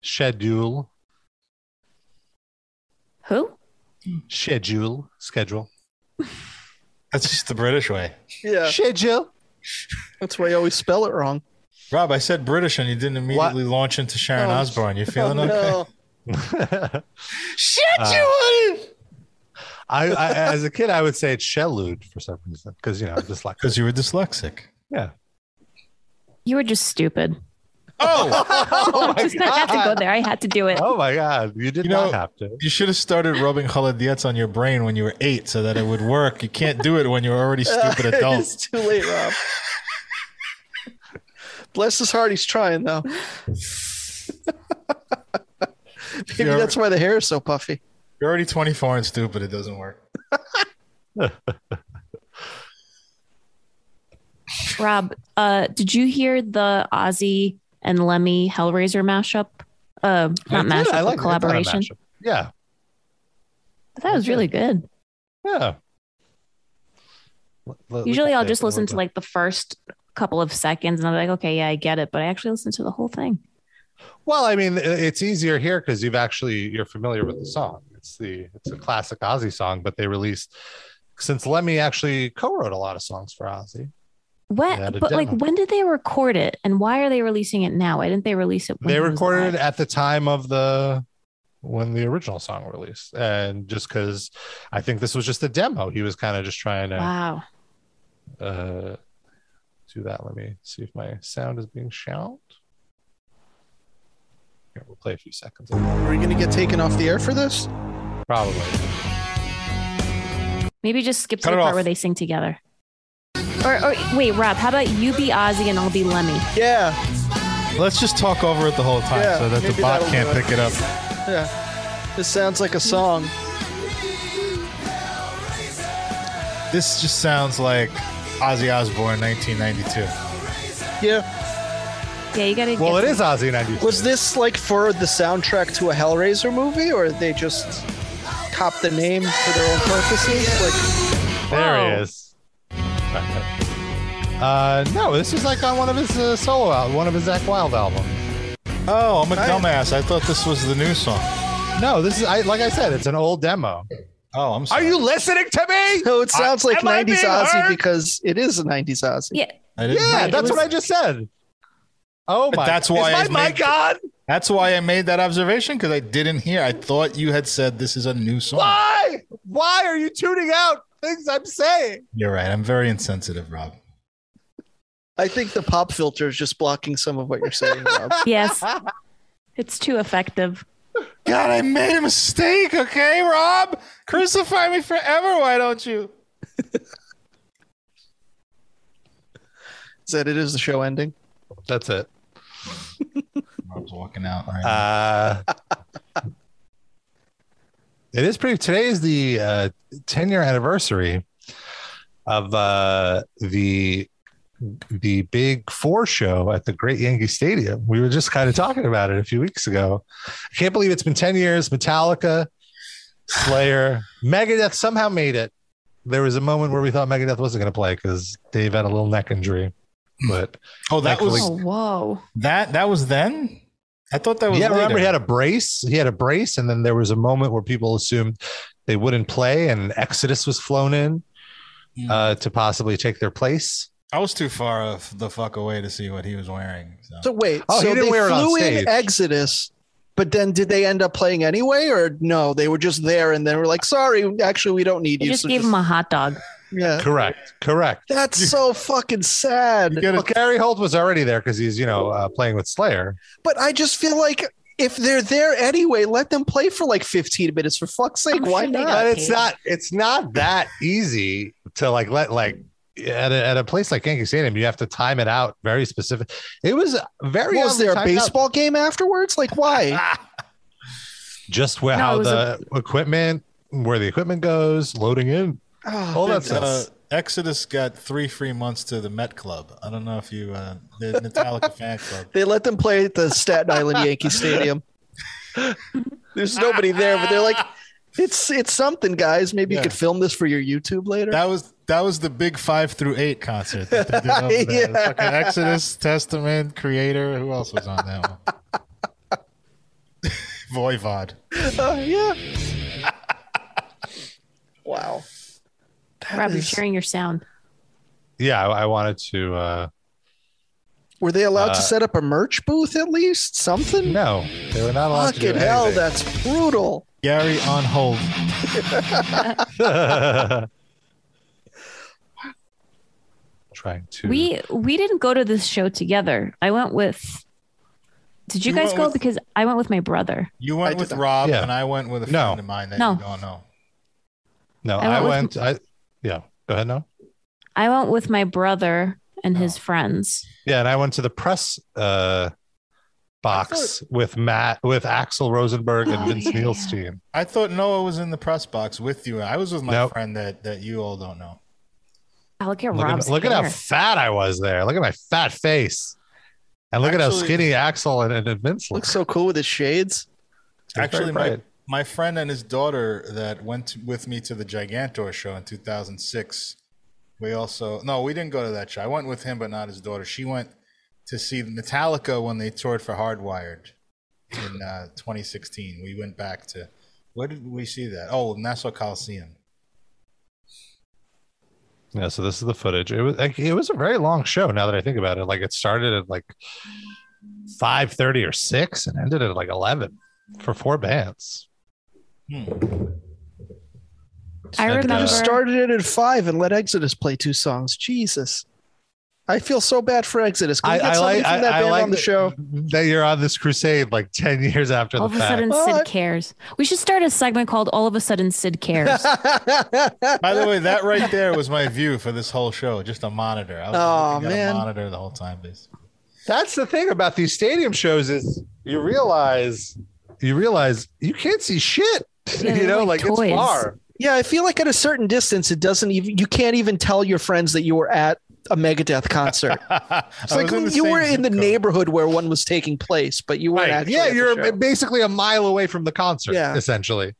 Speaker 2: schedule
Speaker 4: Who?
Speaker 2: schedule schedule
Speaker 5: That's just the British way.
Speaker 3: Yeah.
Speaker 2: schedule
Speaker 3: That's why you always spell it wrong.
Speaker 5: Rob, I said British, and you didn't immediately launch into Sharon
Speaker 3: Oh.
Speaker 5: Osbourne. You feeling
Speaker 3: Oh,
Speaker 5: okay?
Speaker 3: no.
Speaker 2: I, I as a kid i would say it's shelude for some reason because you know I'm just like
Speaker 5: Because you were dyslexic.
Speaker 2: yeah
Speaker 4: You were just stupid.
Speaker 5: Oh,
Speaker 4: I just not have to go there. I had to do it.
Speaker 2: oh my god you did
Speaker 5: You
Speaker 2: not
Speaker 5: know-
Speaker 2: have to
Speaker 5: you should have started rubbing Dietz on your brain when you were eight, so that it would work. You can't do it when you're already
Speaker 3: Uh,
Speaker 5: stupid
Speaker 3: it's
Speaker 5: adults.
Speaker 3: too late, Rob. Bless his heart, he's trying though. Maybe
Speaker 5: You're-
Speaker 3: that's why the hair is so puffy.
Speaker 5: You're already 24 and stupid. It doesn't work.
Speaker 4: Rob, uh, did you hear the Ozzy and Lemmy Hellraiser mashup? Uh, not
Speaker 2: I
Speaker 4: mashup,
Speaker 2: did, I like it. It's
Speaker 4: but
Speaker 2: not a
Speaker 4: collaboration.
Speaker 2: mashup. yeah
Speaker 4: That was really good.
Speaker 2: Yeah. L- l-
Speaker 4: Usually,
Speaker 2: look at
Speaker 4: I'll
Speaker 2: that.
Speaker 4: just
Speaker 2: Look
Speaker 4: listen
Speaker 2: at
Speaker 4: to like the first couple of seconds, and I'm like, okay, yeah, I get it. But I actually listened to the whole thing.
Speaker 2: that. Well, I mean, i- it's easier here because you've actually you're familiar with the song. It's the it's a classic Ozzy song, but they released since Lemmy actually co-wrote a lot of songs for Ozzy.
Speaker 4: What?
Speaker 2: Yeah, the
Speaker 4: but like,
Speaker 2: demo.
Speaker 4: when did they record it, and why are they releasing it now? Why didn't they release it? When
Speaker 2: They
Speaker 4: it was
Speaker 2: recorded it
Speaker 4: live?
Speaker 2: at the time of the when the original song released, and just because I think this was just a demo, he was kind of just trying to
Speaker 4: Wow.
Speaker 2: uh, do that. Let me see if my sound is being shout. Here, we'll play a few seconds. of that.
Speaker 3: Are we gonna get taken off the air for this?
Speaker 2: Probably.
Speaker 4: Maybe just skip to
Speaker 5: Cut
Speaker 4: the
Speaker 5: it
Speaker 4: part
Speaker 5: off.
Speaker 4: where they sing together. Or, or wait, Rob, how about you be Ozzy and I'll be Lemmy?
Speaker 3: Yeah,
Speaker 5: Let's just talk over it the whole time
Speaker 3: Yeah,
Speaker 5: so that
Speaker 3: maybe
Speaker 5: the bot
Speaker 3: that'll
Speaker 5: can't
Speaker 3: do it.
Speaker 5: pick it up.
Speaker 3: yeah. This sounds like a song.
Speaker 5: This just sounds like Ozzy Osbourne 1992.
Speaker 3: Yeah.
Speaker 4: Yeah, you gotta.
Speaker 2: Well,
Speaker 4: get
Speaker 2: it
Speaker 4: some-
Speaker 2: is Ozzy 92.
Speaker 3: Was this like for the soundtrack to a Hellraiser movie, or they just cop the name for their own purposes? Like,
Speaker 2: There
Speaker 4: Whoa.
Speaker 2: he is. Uh, no, this is like on one of his uh, solo al- one of his Zach Wild albums.
Speaker 5: Oh, I'm a
Speaker 3: I-
Speaker 5: dumbass. I thought this was the new song.
Speaker 2: No, this is I like I said, it's an old demo.
Speaker 5: Oh, I'm sorry.
Speaker 2: listening to me?
Speaker 3: no, it sounds like
Speaker 2: Am I
Speaker 3: '90s
Speaker 2: being
Speaker 3: Ozzy
Speaker 2: heard?
Speaker 3: because it is a '90s Ozzy.
Speaker 4: Yeah,
Speaker 5: I didn't,
Speaker 2: Yeah,
Speaker 4: It
Speaker 2: that's
Speaker 4: was-
Speaker 2: what I just said. Oh
Speaker 5: But
Speaker 2: my!
Speaker 5: that's why
Speaker 2: is
Speaker 5: I
Speaker 2: my mic
Speaker 5: made-
Speaker 2: on?
Speaker 5: That's why I made that observation because I didn't hear. I thought you had said this is a new song.
Speaker 2: Why? Why are you tuning out things I'm saying?
Speaker 5: You're right. I'm very insensitive, Rob.
Speaker 3: I think the pop filter is just blocking some of what you're saying, Rob.
Speaker 4: yes. It's too effective.
Speaker 5: God, I made a mistake. Okay, Rob, crucify me forever. Why don't you?
Speaker 3: Is that it? Is the show ending?
Speaker 2: That's it.
Speaker 5: Rob's walking out.
Speaker 2: Uh, It is pretty. Today is the uh, 10 year anniversary of uh, the the Big Four show at the Great Yankee Stadium. We were just kind of talking about it a few weeks ago. I can't believe it's been 10 years. Metallica, Slayer, Megadeth somehow made it. There was a moment where we thought Megadeth wasn't going to play because Dave had a little neck injury. But
Speaker 5: Oh, that was
Speaker 4: oh, whoa.
Speaker 5: that. That was then. I thought that was.
Speaker 2: yeah, remember
Speaker 5: later.
Speaker 2: he had a brace. He had a brace, and then there was a moment where people assumed they wouldn't play, and Exodus was flown in
Speaker 5: Yeah.
Speaker 2: uh, to possibly take their place.
Speaker 5: I was too far of the fuck away to see what he was wearing. So.
Speaker 3: So wait,
Speaker 2: Oh, he
Speaker 3: so
Speaker 2: didn't
Speaker 3: they
Speaker 2: wear it on
Speaker 3: flew
Speaker 2: stage.
Speaker 3: in Exodus, but then did they end up playing anyway, or no? They were just there, and then we're like, sorry, actually, we don't need
Speaker 4: They
Speaker 3: you.
Speaker 4: just
Speaker 3: so
Speaker 4: gave him a hot dog.
Speaker 3: yeah,
Speaker 2: Correct. Correct.
Speaker 3: that's so fucking sad.
Speaker 2: Well, Gary Holt was already there because he's you know uh, playing with Slayer.
Speaker 3: But I just feel like if they're there anyway, let them play for like 15 minutes. For fuck's sake,
Speaker 4: I'm
Speaker 3: why
Speaker 4: sure they
Speaker 3: not?
Speaker 4: got
Speaker 2: But it's
Speaker 4: paid.
Speaker 2: not. It's not that easy to like let like. At a, at a place like Yankee Stadium, you have to time it out very specific. It was very.
Speaker 3: Was
Speaker 2: oddly
Speaker 3: there a
Speaker 2: timed out.
Speaker 3: baseball game afterwards? Like, why?
Speaker 2: Just where
Speaker 4: No, it
Speaker 2: how
Speaker 4: was
Speaker 2: the
Speaker 4: a-
Speaker 2: equipment, where the equipment goes, loading in,
Speaker 3: Ah,
Speaker 2: all that stuff.
Speaker 5: Uh, Exodus got three free months to the Met Club. I don't know if you uh, the Metallica fan club.
Speaker 3: they let them play at the Staten Island Yankee Stadium. There's nobody there, but they're like, it's it's something, guys. Maybe
Speaker 5: Yeah.
Speaker 3: you could film this for your YouTube later.
Speaker 5: That was that was the big five through eight concert. That they did over there.
Speaker 3: Yeah.
Speaker 5: Fucking Exodus, Testament, Creator. Who else was on that one? Voivod.
Speaker 3: Oh, yeah. wow. That
Speaker 4: Rob, you're
Speaker 3: is-
Speaker 4: sharing your sound.
Speaker 2: yeah, I, I wanted to. Uh,
Speaker 3: Were they allowed
Speaker 2: Uh,
Speaker 3: to set up a merch booth at least? Something?
Speaker 2: no, they were not allowed
Speaker 3: Fucking
Speaker 2: to do
Speaker 3: hell,
Speaker 2: anything.
Speaker 3: that's brutal.
Speaker 5: Gary on hold.
Speaker 2: Trying to.
Speaker 4: We we didn't go to this show together. I went with. Did you,
Speaker 5: You
Speaker 4: guys
Speaker 5: went
Speaker 4: go?
Speaker 5: with-
Speaker 4: because I went with my brother.
Speaker 5: You
Speaker 3: I
Speaker 5: went
Speaker 3: did
Speaker 5: with
Speaker 3: that.
Speaker 5: Rob,
Speaker 2: Yeah.
Speaker 5: and I went with a
Speaker 2: No.
Speaker 5: friend of mine that
Speaker 4: No.
Speaker 5: you don't know.
Speaker 2: no,
Speaker 4: I
Speaker 2: I
Speaker 4: went
Speaker 2: went. I yeah. Go ahead. No.
Speaker 4: I went with my brother and his friends.
Speaker 2: Yeah, and I went to the press uh, box with Matt, with Axel Rosenberg and
Speaker 4: Oh,
Speaker 2: Vince
Speaker 4: yeah, yeah.
Speaker 2: Neilstein.
Speaker 5: I thought Noah was in the press box with you. I was with my
Speaker 2: Nope.
Speaker 5: friend that that you all don't know.
Speaker 4: I look at
Speaker 2: Look,
Speaker 4: Rob's.
Speaker 2: at, look at how
Speaker 4: hair.
Speaker 2: fat I was there. Look at my fat face, and look at how
Speaker 5: Actually-
Speaker 2: skinny Axel and, and Vince look.
Speaker 3: Looks so cool with his
Speaker 2: It
Speaker 3: shades.
Speaker 2: was very
Speaker 5: Actually, my,
Speaker 2: bright.
Speaker 5: my friend and his daughter that went to- with me to the Gigantor show in 2006. We also no, we didn't go to that show. I went with him, but not his daughter. She went to see Metallica when they toured for Hardwired in uh, 2016. We went back to where did we see that? Oh, Nassau Coliseum.
Speaker 2: Yeah, so this is the footage. It was like, it was a very long show. Now that I think about it, like it started at like five thirty or six and ended at like eleven for four bands.
Speaker 5: Hmm.
Speaker 4: I
Speaker 2: And,
Speaker 4: remember.
Speaker 2: uh,
Speaker 3: Just started it at five and let Exodus play two songs. Jesus. I feel so bad for Exodus. Can we
Speaker 2: I,
Speaker 3: get
Speaker 2: I
Speaker 3: somebody
Speaker 2: like
Speaker 3: from
Speaker 2: I,
Speaker 3: that
Speaker 2: I
Speaker 3: band
Speaker 2: like
Speaker 3: on the
Speaker 2: that-
Speaker 3: show?
Speaker 2: that you're on this crusade like ten years after
Speaker 4: all of
Speaker 2: the
Speaker 4: a
Speaker 2: fact.
Speaker 4: sudden,
Speaker 3: Well, I-
Speaker 4: Sid cares. We should start a segment called "All of a Sudden, Sid Cares."
Speaker 5: By the way, that right there was my view for this whole show. Just a monitor. I was
Speaker 3: Aw,
Speaker 5: looking at a
Speaker 3: man.
Speaker 5: monitor the whole time, basically.
Speaker 2: That's the thing about these stadium shows is you realize you realize you can't see shit.
Speaker 4: Yeah,
Speaker 2: you
Speaker 4: they're
Speaker 2: know, like,
Speaker 4: like
Speaker 2: it's
Speaker 4: toys.
Speaker 2: far.
Speaker 3: yeah, I feel like at a certain distance, it doesn't even, you can't even tell your friends that you were at a Megadeth concert. It's
Speaker 5: I
Speaker 3: like
Speaker 5: was in the
Speaker 3: you
Speaker 5: same
Speaker 3: were in
Speaker 5: zip
Speaker 3: the
Speaker 5: code.
Speaker 3: neighborhood where one was taking place, but you weren't
Speaker 2: Right.
Speaker 3: actually.
Speaker 2: Yeah,
Speaker 3: at the
Speaker 2: you're
Speaker 3: show.
Speaker 2: basically a mile away from the concert,
Speaker 3: Yeah.
Speaker 2: essentially.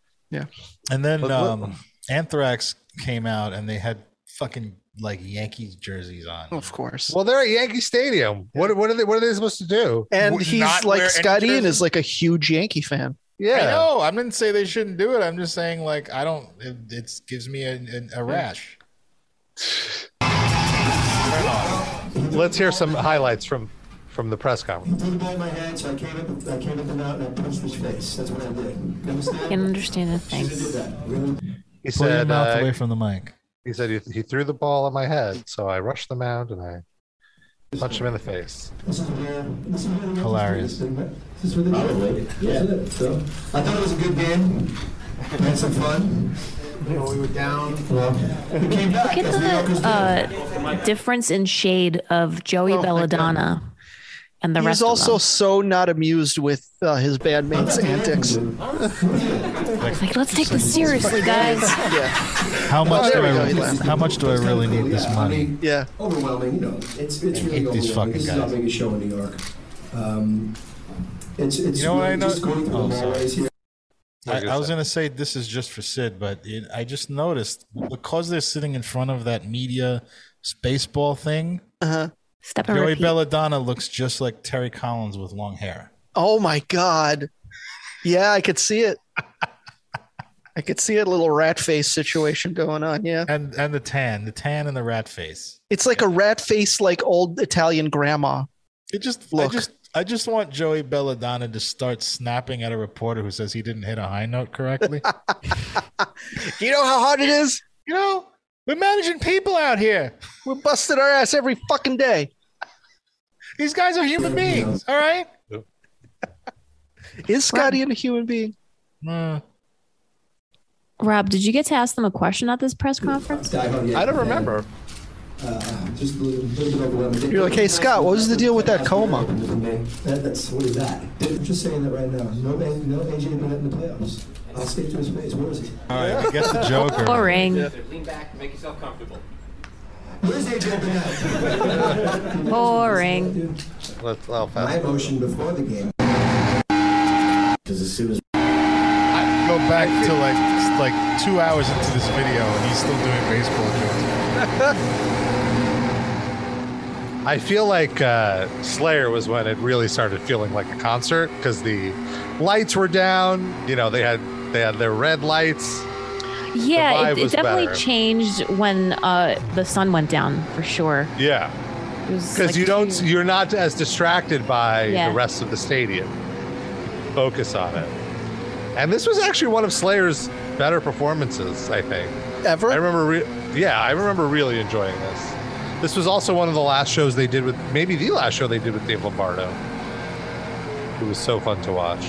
Speaker 5: And then
Speaker 2: But what-
Speaker 5: um, Anthrax came out and they had fucking like Yankees jerseys on.
Speaker 3: Of course.
Speaker 2: Well, they're at Yankee Stadium. What what are they what are they supposed to do?
Speaker 3: and
Speaker 5: would
Speaker 3: he's
Speaker 5: not wear
Speaker 3: like,
Speaker 5: any
Speaker 3: Scott Ian
Speaker 5: jersey?
Speaker 3: is like a huge Yankee fan.
Speaker 5: I
Speaker 2: Yeah.
Speaker 5: know. I didn't say they shouldn't do it. I'm just saying, like, I don't. It it's, gives me a, a, a rash.
Speaker 2: Let's hear some highlights from from the press conference.
Speaker 8: He behind my head, so I came up, I came up and out, and I punched his face. That's what I did. You
Speaker 4: I
Speaker 8: understand?
Speaker 4: can understand the
Speaker 8: Shouldn't have did
Speaker 4: things.
Speaker 8: that. Really?
Speaker 2: He
Speaker 5: Pull your
Speaker 2: said
Speaker 5: mouth
Speaker 2: uh,
Speaker 5: away from the mic.
Speaker 2: he said he, he threw the ball at my head, so I rushed the mound and I punched him in the face.
Speaker 8: This is where. This is where. the
Speaker 5: Hilarious.
Speaker 8: Yankees do this thing, right? This is where. Probably. Yeah. So I thought it was a good game. We had some fun. You know, we were down. Well, we came back.
Speaker 4: Look
Speaker 8: as the Yonkers
Speaker 4: at
Speaker 8: do.
Speaker 2: Oh
Speaker 4: the uh, difference in shade of Joey Belladonna and the
Speaker 3: He's
Speaker 4: rest
Speaker 3: also
Speaker 4: of
Speaker 3: so not amused with uh, his bandmate's antics.
Speaker 4: them. Like, let's take this seriously, guys.
Speaker 3: Yeah,
Speaker 5: How much
Speaker 3: Oh, there
Speaker 5: do
Speaker 3: we go,
Speaker 5: I?
Speaker 3: he laughed.
Speaker 5: How much do I really need this money?
Speaker 3: yeah.
Speaker 8: overwhelming. You know, it's it's really
Speaker 5: hate these
Speaker 8: overwhelming.
Speaker 5: fucking
Speaker 8: This is
Speaker 5: guys.
Speaker 8: not being a show in New York. Um, it's it's
Speaker 5: You know what
Speaker 8: really
Speaker 5: I know-
Speaker 8: just going through
Speaker 5: Oh,
Speaker 8: the
Speaker 5: sorry.
Speaker 8: hallways here.
Speaker 5: I, I was gonna say this is just for Sid, but it, I just noticed because they're sitting in front of that media spaceball thing,
Speaker 3: Uh-huh.
Speaker 4: Step and
Speaker 5: Joey
Speaker 4: repeat.
Speaker 5: Belladonna looks just like Terry Collins with long hair.
Speaker 3: Oh my god. Yeah, I could see it. I could see a little rat face situation going on. Yeah,
Speaker 5: And and the tan, the tan and the rat face.
Speaker 3: it's like a rat face, like old Italian grandma.
Speaker 5: It just
Speaker 3: Look.
Speaker 5: I just I just want Joey Belladonna to start snapping at a reporter who says he didn't hit a high note correctly.
Speaker 3: Do you know how hard it is?
Speaker 5: you know, we're managing people out here.
Speaker 3: We're busting our ass every fucking day.
Speaker 5: These guys are human beings. All right.
Speaker 3: Is Scotty a human being?
Speaker 5: Uh,
Speaker 4: Rob, did you get to ask them a question at this press conference?
Speaker 8: Die Hard Yankee
Speaker 9: I don't
Speaker 8: fan.
Speaker 9: remember.
Speaker 8: Uh, just a little, little bit overwhelming.
Speaker 3: You're like, hey Scott, what was the deal with that coma?
Speaker 8: That, that's what is that? I'm just saying that right now. No, man- no AJ been in the playoffs. I'll speak to his face. Where is he?
Speaker 5: all right. We get the Joker.
Speaker 4: Boring.
Speaker 10: Lean back, make yourself comfortable.
Speaker 8: Where's AJ been at?
Speaker 4: Boring.
Speaker 9: Let's, I'll
Speaker 8: My
Speaker 9: fast.
Speaker 8: emotion before the game. Because as soon as
Speaker 5: I go back to like s- like two hours into this video, and he's still doing baseball jokes.
Speaker 2: I feel like uh, Slayer was when it really started feeling like a concert because the lights were down. You know, they had they had their red lights.
Speaker 4: Yeah,
Speaker 2: vibe
Speaker 4: it, it
Speaker 2: was
Speaker 4: definitely
Speaker 2: better.
Speaker 4: changed when uh, the sun went down for sure.
Speaker 2: Yeah,
Speaker 4: It was
Speaker 2: because
Speaker 4: like
Speaker 2: you don't
Speaker 4: too-
Speaker 2: you're not as distracted by
Speaker 4: Yeah.
Speaker 2: the rest of the stadium. Focus on it. And this was actually one of Slayer's better performances, I think.
Speaker 3: Ever?
Speaker 2: I remember, re- yeah, I remember really enjoying this. This was also one of the last shows they did with, maybe the last show they did with Dave Lombardo. It was so fun to watch.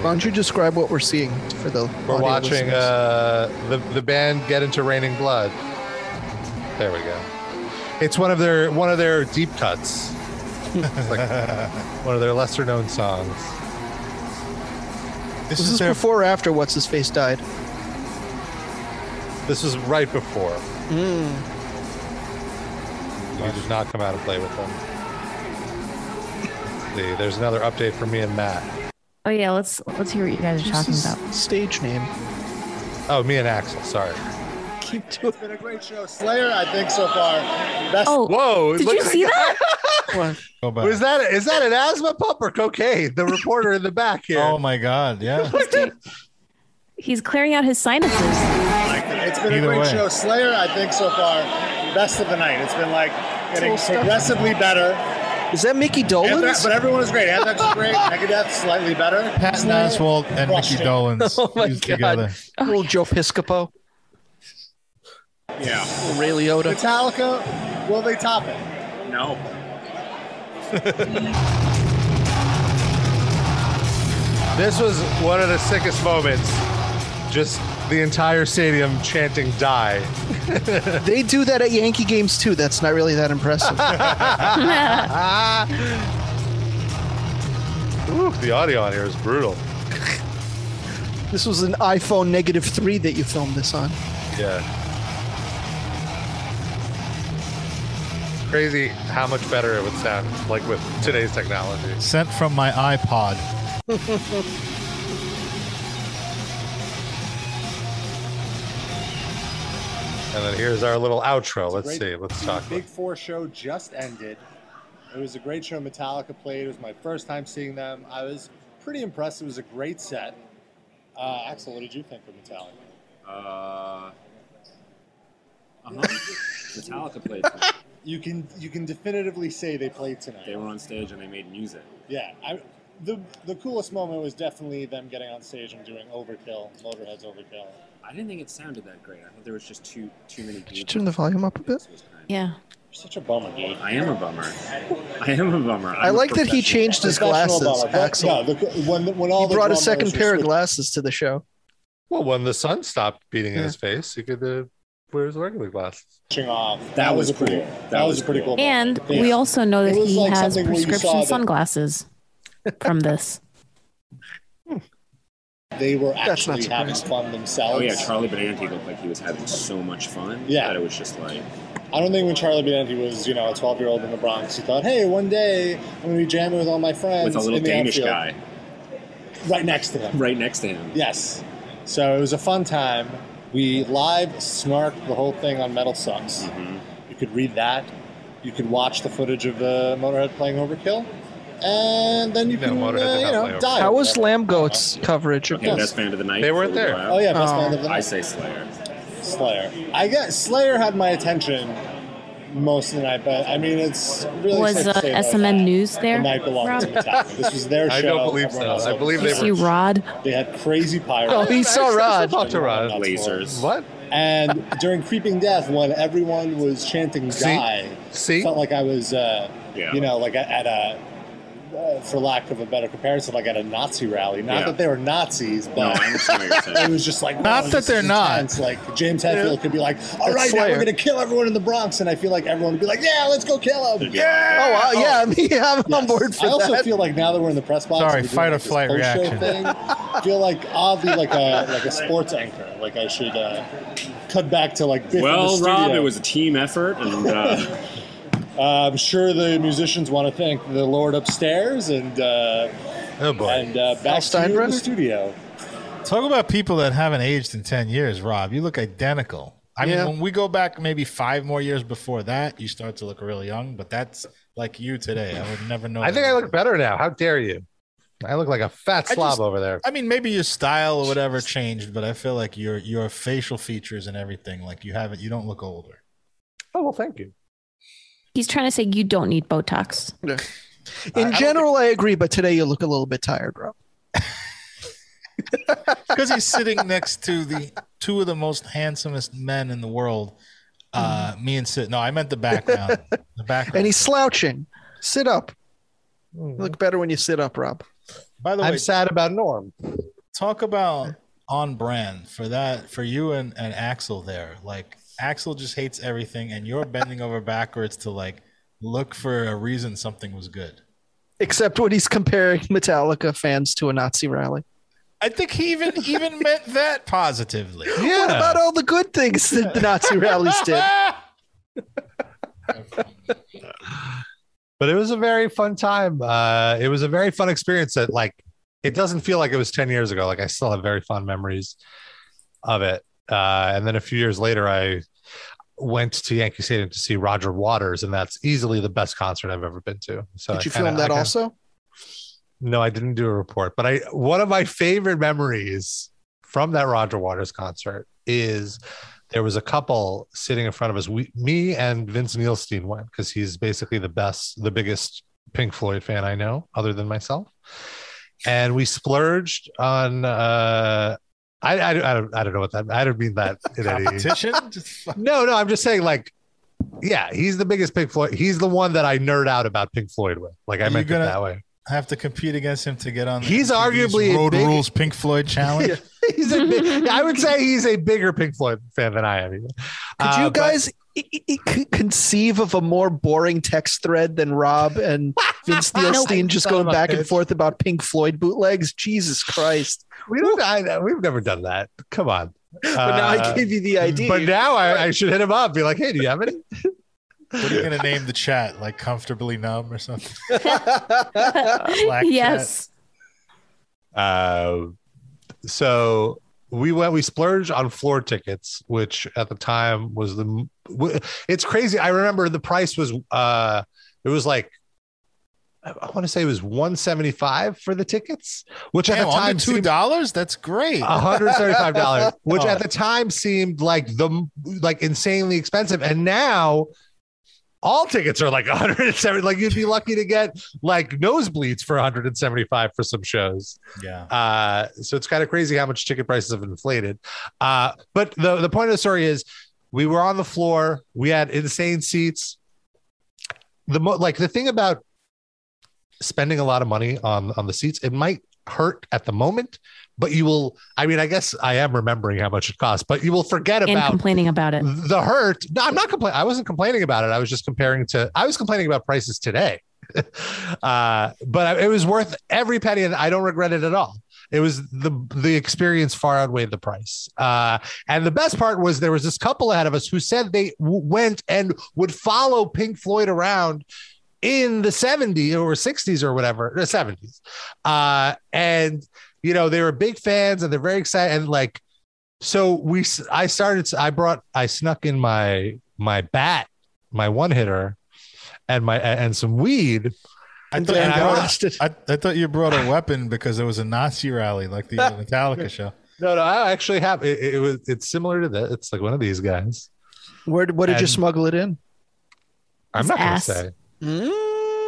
Speaker 3: Why don't you describe what we're seeing for the
Speaker 2: We're
Speaker 3: audio
Speaker 2: watching
Speaker 3: listeners?
Speaker 2: uh, the the band get into Raining Blood. There we go. It's one of their one of their deep cuts. It's like one of their lesser known songs.
Speaker 5: This
Speaker 3: was
Speaker 5: is
Speaker 3: this
Speaker 5: their
Speaker 3: before or after what's his face died?
Speaker 2: This was right before.
Speaker 3: Mm.
Speaker 2: We did not come out and play with them. See, there's another update for me and Matt.
Speaker 4: Oh yeah, let's let's hear what you guys are talking
Speaker 3: This is
Speaker 4: about.
Speaker 3: Stage name.
Speaker 2: Oh, me and Axel. Sorry.
Speaker 3: Keep doing
Speaker 9: Been a great show, Slayer. I think so far. Best.
Speaker 4: Oh,
Speaker 2: Whoa!
Speaker 4: did you see that?
Speaker 5: Go back.
Speaker 2: Was that is that an asthma pump or cocaine? The reporter in the back here.
Speaker 5: Oh my God! Yeah.
Speaker 4: He's clearing out his sinuses.
Speaker 9: It's been a
Speaker 5: Either
Speaker 9: great
Speaker 5: way.
Speaker 9: show, Slayer. I think so far, best of the night. It's been like getting progressively better.
Speaker 3: Is that Mickey
Speaker 9: Anthrax-
Speaker 3: Dolan's?
Speaker 9: but everyone was great. Anthrax was great. Megadeth slightly better.
Speaker 5: Patton Oswalt and
Speaker 9: Crushed
Speaker 5: Mickey
Speaker 9: it.
Speaker 5: Dolenz
Speaker 3: Oh my
Speaker 5: fused
Speaker 3: God.
Speaker 5: together.
Speaker 3: Little Joe Piscopo,
Speaker 9: Yeah.
Speaker 3: little Ray Liotta.
Speaker 9: Metallica. Will they top it? No.
Speaker 2: This was one of the sickest moments. Just the entire stadium chanting die.
Speaker 3: They do that at Yankee games too. That's not really that impressive.
Speaker 2: Ooh, the audio on here is brutal.
Speaker 3: this was an iPhone negative three that you filmed this on.
Speaker 2: Yeah. Crazy how much better it would sound like with today's technology.
Speaker 5: Sent from my iPod.
Speaker 2: And then here's our little outro. Let's
Speaker 9: Great-
Speaker 2: see. Let's talk.
Speaker 9: Big Four show just ended. It was a great show. Metallica played. It was my first time seeing them. I was pretty impressed. It was a great set. Uh, Axel, what did you think of Metallica?
Speaker 10: Uh, Uh-huh. Metallica played. tonight.
Speaker 9: You can you can definitively say they played tonight.
Speaker 10: They were on stage and they made music.
Speaker 9: Yeah, I, the the coolest moment was definitely them getting on stage and doing Overkill, Motorhead's Overkill.
Speaker 10: I didn't think it sounded that great. I thought there was just too too many.
Speaker 3: Could you turn the volume up a bit?
Speaker 4: Yeah.
Speaker 9: You're such a bummer, dude.
Speaker 10: I am a bummer. I am a bummer.
Speaker 3: I
Speaker 10: I'm a
Speaker 3: like that he
Speaker 10: professional.
Speaker 3: changed his
Speaker 9: Professional
Speaker 3: glasses,
Speaker 9: bummer. But,
Speaker 3: Axel.
Speaker 9: No, the, when when all
Speaker 3: He
Speaker 9: the
Speaker 3: brought a
Speaker 9: drummers
Speaker 3: second
Speaker 9: were
Speaker 3: pair of
Speaker 9: switching-
Speaker 3: glasses to the show.
Speaker 2: Well, when the sun stopped beating
Speaker 3: Yeah.
Speaker 2: in his face, he could uh, wears regular glasses.
Speaker 9: off. That,
Speaker 10: was
Speaker 9: was, a pretty.
Speaker 10: cool.
Speaker 9: That,
Speaker 10: That
Speaker 9: was,
Speaker 10: was
Speaker 9: a pretty
Speaker 10: cool.
Speaker 9: cool.
Speaker 4: And
Speaker 9: Yeah.
Speaker 4: we also know that
Speaker 9: It was
Speaker 4: he
Speaker 9: like
Speaker 4: has
Speaker 9: something where you saw
Speaker 4: prescription
Speaker 9: that-
Speaker 4: sunglasses from this.
Speaker 9: they were
Speaker 10: That's not
Speaker 9: actually having fun themselves.
Speaker 10: Oh yeah, Charlie Benanti looked like he was having so much fun.
Speaker 9: Yeah.
Speaker 10: that it was just like
Speaker 9: I don't think when Charlie Benanti was, you know, a 12 year old in the Bronx, he thought, hey, one day I'm going to be jamming with all my friends.
Speaker 10: with a little
Speaker 9: in the
Speaker 10: Danish
Speaker 9: outfield."
Speaker 10: guy
Speaker 9: Right next to him.
Speaker 10: right next to him.
Speaker 9: Yes. So it was a fun time. We live snarked the whole thing on Metal Sucks. You could read that. You could watch the footage of the Motorhead playing Overkill. And then you
Speaker 2: No,
Speaker 9: can,
Speaker 2: Motorhead
Speaker 9: uh,
Speaker 2: did not
Speaker 9: you
Speaker 2: play
Speaker 9: know,
Speaker 2: Overkill.
Speaker 9: die.
Speaker 3: How was Lamb Goat's coverage of
Speaker 10: Okay,
Speaker 3: this?
Speaker 10: best band of the night.
Speaker 2: They weren't
Speaker 10: for a
Speaker 2: there.
Speaker 10: while.
Speaker 9: Oh, yeah, best
Speaker 3: Oh.
Speaker 9: band of the
Speaker 10: I
Speaker 9: night.
Speaker 10: say Slayer.
Speaker 9: Slayer. I guess Slayer had my attention most of the night, but I mean, it's really
Speaker 4: Was
Speaker 9: safe
Speaker 4: uh,
Speaker 9: to say that
Speaker 4: SMN News there?
Speaker 9: The night belonged to
Speaker 4: Rob?
Speaker 9: Metallica. This was their show.
Speaker 2: I don't believe
Speaker 9: Everyone
Speaker 2: so.
Speaker 9: else
Speaker 2: I believe
Speaker 9: was-
Speaker 4: You
Speaker 2: they
Speaker 4: see
Speaker 2: were.
Speaker 4: Rod?
Speaker 9: They had crazy pirates.
Speaker 3: Oh, he saw Rod.
Speaker 2: Talk to Rod.
Speaker 10: Lasers.
Speaker 2: What?
Speaker 9: And during Creeping Death, when everyone was chanting
Speaker 2: See?
Speaker 9: "die,"
Speaker 2: See?
Speaker 9: felt like I was, uh,
Speaker 10: Yeah.
Speaker 9: you know, like at a, uh, for lack of a better comparison, like at a Nazi rally. Not
Speaker 10: Yeah.
Speaker 9: that they were Nazis, but.
Speaker 10: No, I understand what you're
Speaker 9: it
Speaker 10: saying.
Speaker 9: was just like
Speaker 5: Not
Speaker 9: wow,
Speaker 5: that
Speaker 9: this
Speaker 5: they're
Speaker 9: is
Speaker 5: not.
Speaker 9: intense. Like James Hetfield could be like, "All right, now
Speaker 3: Slayer.
Speaker 9: we're gonna kill everyone in the Bronx," and I feel like everyone would be like, "Yeah, let's go kill him."
Speaker 3: Oh, uh, yeah, me, I'm on board for
Speaker 9: I also
Speaker 3: that.
Speaker 9: feel like now that we're in the press box,
Speaker 5: Sorry,
Speaker 9: we're doing,
Speaker 5: fight or
Speaker 9: like, this
Speaker 5: flight
Speaker 9: post-show
Speaker 5: reaction.
Speaker 9: Thing, I feel like I'll be like a like a sports anchor. Like I should uh, cut back to like. Biff
Speaker 10: Well,
Speaker 9: in the
Speaker 10: Rob,
Speaker 9: studio.
Speaker 10: it was a team effort, and uh,
Speaker 9: Uh, I'm sure the musicians want to thank the Lord upstairs and uh,
Speaker 2: Oh boy.
Speaker 9: and uh, back to you in
Speaker 3: Steinbrenner?
Speaker 9: the studio.
Speaker 5: Talk about people that haven't aged in 10 years, Rob. You look identical. I
Speaker 3: Yeah.
Speaker 5: mean, when we go back maybe five more years before that, you start to look really young, but that's like you today. I would never know.
Speaker 2: I think I look better now. How dare you? I look like a fat
Speaker 5: I
Speaker 2: slob
Speaker 5: just-
Speaker 2: over there.
Speaker 5: I mean, maybe your style or whatever changed, but I feel like your your facial features and everything, like you haven't, you don't look older.
Speaker 2: Oh well, thank you.
Speaker 4: He's trying to say you don't need Botox.
Speaker 2: I
Speaker 3: In
Speaker 2: don't
Speaker 3: general, I agree, but today you look a little bit tired, Rob.
Speaker 5: Because he's sitting next to the two of the most handsomest men in the world. Uh, me and Sid. No, I meant the background. The background.
Speaker 3: And he's slouching. Sit up. You look better when you sit up, Rob.
Speaker 5: By the way,
Speaker 2: I'm sad about Norm.
Speaker 5: talk about on brand for that for you and, and Axel there. Like Axel just hates everything, and you're bending over backwards to like look for a reason something was good.
Speaker 3: Except when he's comparing Metallica fans to a Nazi rally.
Speaker 5: I think he even even meant that positively.
Speaker 3: Yeah. What about all the good things that the Nazi rallies did?
Speaker 2: But it was a very fun time. Uh, it was a very fun experience that like it doesn't feel like it was 10 years ago. Like I still have very fond memories of it. Uh, and then a few years later, I went to Yankee Stadium to see Roger Waters, and that's easily the best concert I've ever been to. So I
Speaker 3: Did you
Speaker 2: Uh, kinda-
Speaker 3: film that
Speaker 2: I kinda-
Speaker 3: also?
Speaker 2: No, I didn't do a report, but I one of my favorite memories from that Roger Waters concert is there was a couple sitting in front of us. We, me and Vince Neilstein went because he's basically the best, the biggest Pink Floyd fan I know, other than myself. And we splurged on. Uh, I, I, I don't I don't know what that I don't mean that in any
Speaker 5: Competition? Just fuck-
Speaker 2: no, no, I'm just saying, like, yeah, he's the biggest Pink Floyd. He's the one that I nerd out about Pink Floyd with. Like, I
Speaker 5: Are you
Speaker 2: meant
Speaker 5: gonna-
Speaker 2: it that way.
Speaker 5: have to compete against him to get on.
Speaker 2: He's
Speaker 5: MTV's
Speaker 2: arguably a
Speaker 5: Road
Speaker 2: big-
Speaker 5: Rules Pink Floyd challenge.
Speaker 2: he's a big, I would say he's a bigger Pink Floyd fan than I am. Could Uh,
Speaker 3: Could you guys i- i- i- c- conceive of a more boring text thread than Rob and Vince Neilstein just
Speaker 2: Son
Speaker 3: going
Speaker 2: of a
Speaker 3: back
Speaker 2: bitch.
Speaker 3: and forth about Pink Floyd bootlegs? Jesus Christ!
Speaker 2: we don't. I, we've never done that. Come on.
Speaker 3: But now
Speaker 2: Uh,
Speaker 3: I gave you the idea.
Speaker 2: But now I, I should hit him up. Be like, hey, do you have any?
Speaker 5: what are you gonna name the chat? Like comfortably numb or something? Black
Speaker 4: yes.
Speaker 2: Uh, so we went we splurged on floor tickets which at the time was the m- w- it's crazy i remember the price was uh it was like i want to say it was 175 for the tickets which at
Speaker 5: Damn,
Speaker 2: the time
Speaker 5: under two
Speaker 2: seemed- Uh,
Speaker 5: dollars. That's great.
Speaker 2: $175 which
Speaker 5: Oh.
Speaker 2: at the time seemed like the m- like insanely expensive and now all tickets are like 170 like you'd be lucky to get like nosebleeds for 175 for some shows
Speaker 5: yeah.
Speaker 2: uh, so it's kind of crazy how much ticket prices have inflated. Uh, but the the point of the story is, we were on the floor. We had insane seats. The mo- like the thing about spending a lot of money on on the seats, it might hurt at the moment, but you will. I mean, I guess I am remembering how much it costs, but you will forget
Speaker 4: and
Speaker 2: about
Speaker 4: complaining about it.
Speaker 2: the hurt. No, I'm not complaining. I wasn't complaining about it. I was just comparing to. I was complaining about prices today, uh, but it was worth every penny, and I don't regret it at all. It was the the experience far outweighed the price. Uh, and the best part was there was this couple ahead of us who said they w- went and would follow Pink Floyd around in the 70s or 60s or whatever, the 70s. Uh, and you know, they were big fans and they're very excited. And like, so we, s- I started, I brought, I snuck in my, my bat, my one hitter and my, and some weed.
Speaker 5: I thought,
Speaker 2: And uh,
Speaker 5: you
Speaker 2: I
Speaker 5: brought,
Speaker 2: watched
Speaker 5: I, I thought you brought a weapon because there was a Nazi rally like the Metallica show.
Speaker 2: No, no, I actually have, it, it was, it's similar to that. It's like one of these guys.
Speaker 3: Where what did you
Speaker 2: And-
Speaker 3: smuggle it in?
Speaker 2: I'm
Speaker 3: His
Speaker 2: not going to
Speaker 3: ass.
Speaker 2: say,
Speaker 3: Mm,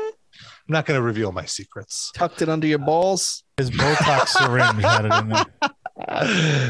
Speaker 2: I'm not going to reveal my secrets.
Speaker 3: tucked it under your balls.
Speaker 5: His Botox syringe had it in there.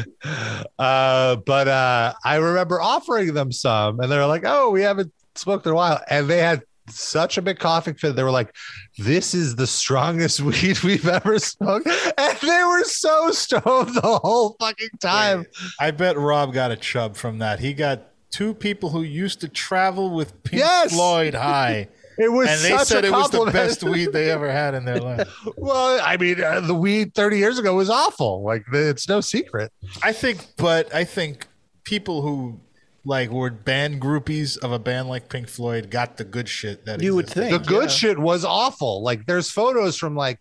Speaker 2: uh, but uh, I remember offering them some, and they were like, "Oh, we haven't smoked in a while," and they had such a big coughing fit. They were like, "This is the strongest weed we've ever smoked," and they were so stoned the whole fucking time.
Speaker 5: I bet Rob got a chub from that. He got two people who used to travel with Pink
Speaker 2: Yes!
Speaker 5: Floyd high.
Speaker 2: It was
Speaker 5: and they
Speaker 2: such
Speaker 5: said
Speaker 2: a
Speaker 5: it was the
Speaker 2: compliment.
Speaker 5: best weed they ever had in their life.
Speaker 2: Well, I mean, uh, the weed 30 years ago was awful. Like, it's no secret.
Speaker 5: I think, but I think people who like were band groupies of a band like Pink Floyd got the good shit that
Speaker 3: You would
Speaker 5: existed.
Speaker 2: the
Speaker 3: think
Speaker 2: good
Speaker 3: yeah.
Speaker 2: shit was awful. Like there's photos from like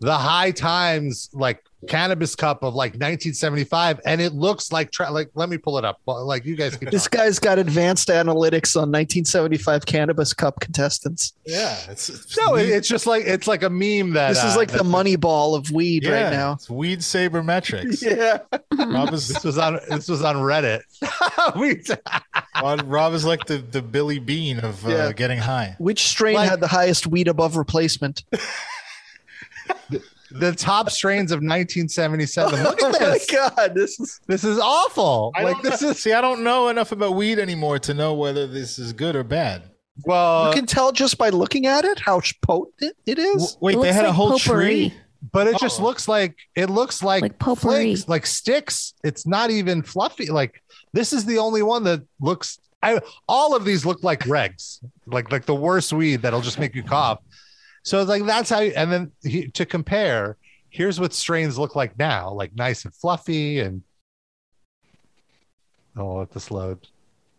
Speaker 2: the high times like cannabis cup of like 1975 and it looks like tra- like let me pull it up Well, like you guys can
Speaker 3: This guy's got advanced analytics on 1975 Cannabis Cup contestants.
Speaker 5: Yeah, it's, it's
Speaker 2: no it-
Speaker 5: weed-
Speaker 2: it's just like it's like a meme that
Speaker 3: This is
Speaker 2: uh,
Speaker 3: like
Speaker 2: that-
Speaker 3: the money ball of weed
Speaker 5: yeah,
Speaker 3: right now.
Speaker 5: It's weed saber metrics.
Speaker 3: Yeah.
Speaker 5: Rob is
Speaker 2: this was on this was on reddit we
Speaker 5: Rob, Rob is like the, the Billy Bean of uh,
Speaker 3: Yeah.
Speaker 5: getting high.
Speaker 3: Which strain
Speaker 2: Like-
Speaker 3: had the highest weed above replacement?
Speaker 2: the top strains of 1977 look at
Speaker 3: Oh my
Speaker 2: this
Speaker 3: god, this is
Speaker 2: this is awful
Speaker 5: I
Speaker 2: like
Speaker 5: don't
Speaker 2: this
Speaker 5: know-
Speaker 2: is
Speaker 5: see, I don't know enough about weed anymore to know whether this is good or bad.
Speaker 2: well
Speaker 3: you can tell just by looking at it how potent it is.
Speaker 5: Wait,
Speaker 4: It
Speaker 5: they
Speaker 4: looks
Speaker 5: had a
Speaker 4: like
Speaker 5: whole
Speaker 4: potpourri.
Speaker 5: tree.
Speaker 2: but it
Speaker 3: Oh.
Speaker 2: just looks like it looks like,
Speaker 4: Like potpourri.
Speaker 2: flakes, like sticks. It's not even fluffy. Like this is the only one that looks. I all of these look like regs, like like the worst weed that'll just make you cough. So it's like that's how. And then he, to compare, here's what strains look like now, like nice and fluffy, and oh, I'll let this load.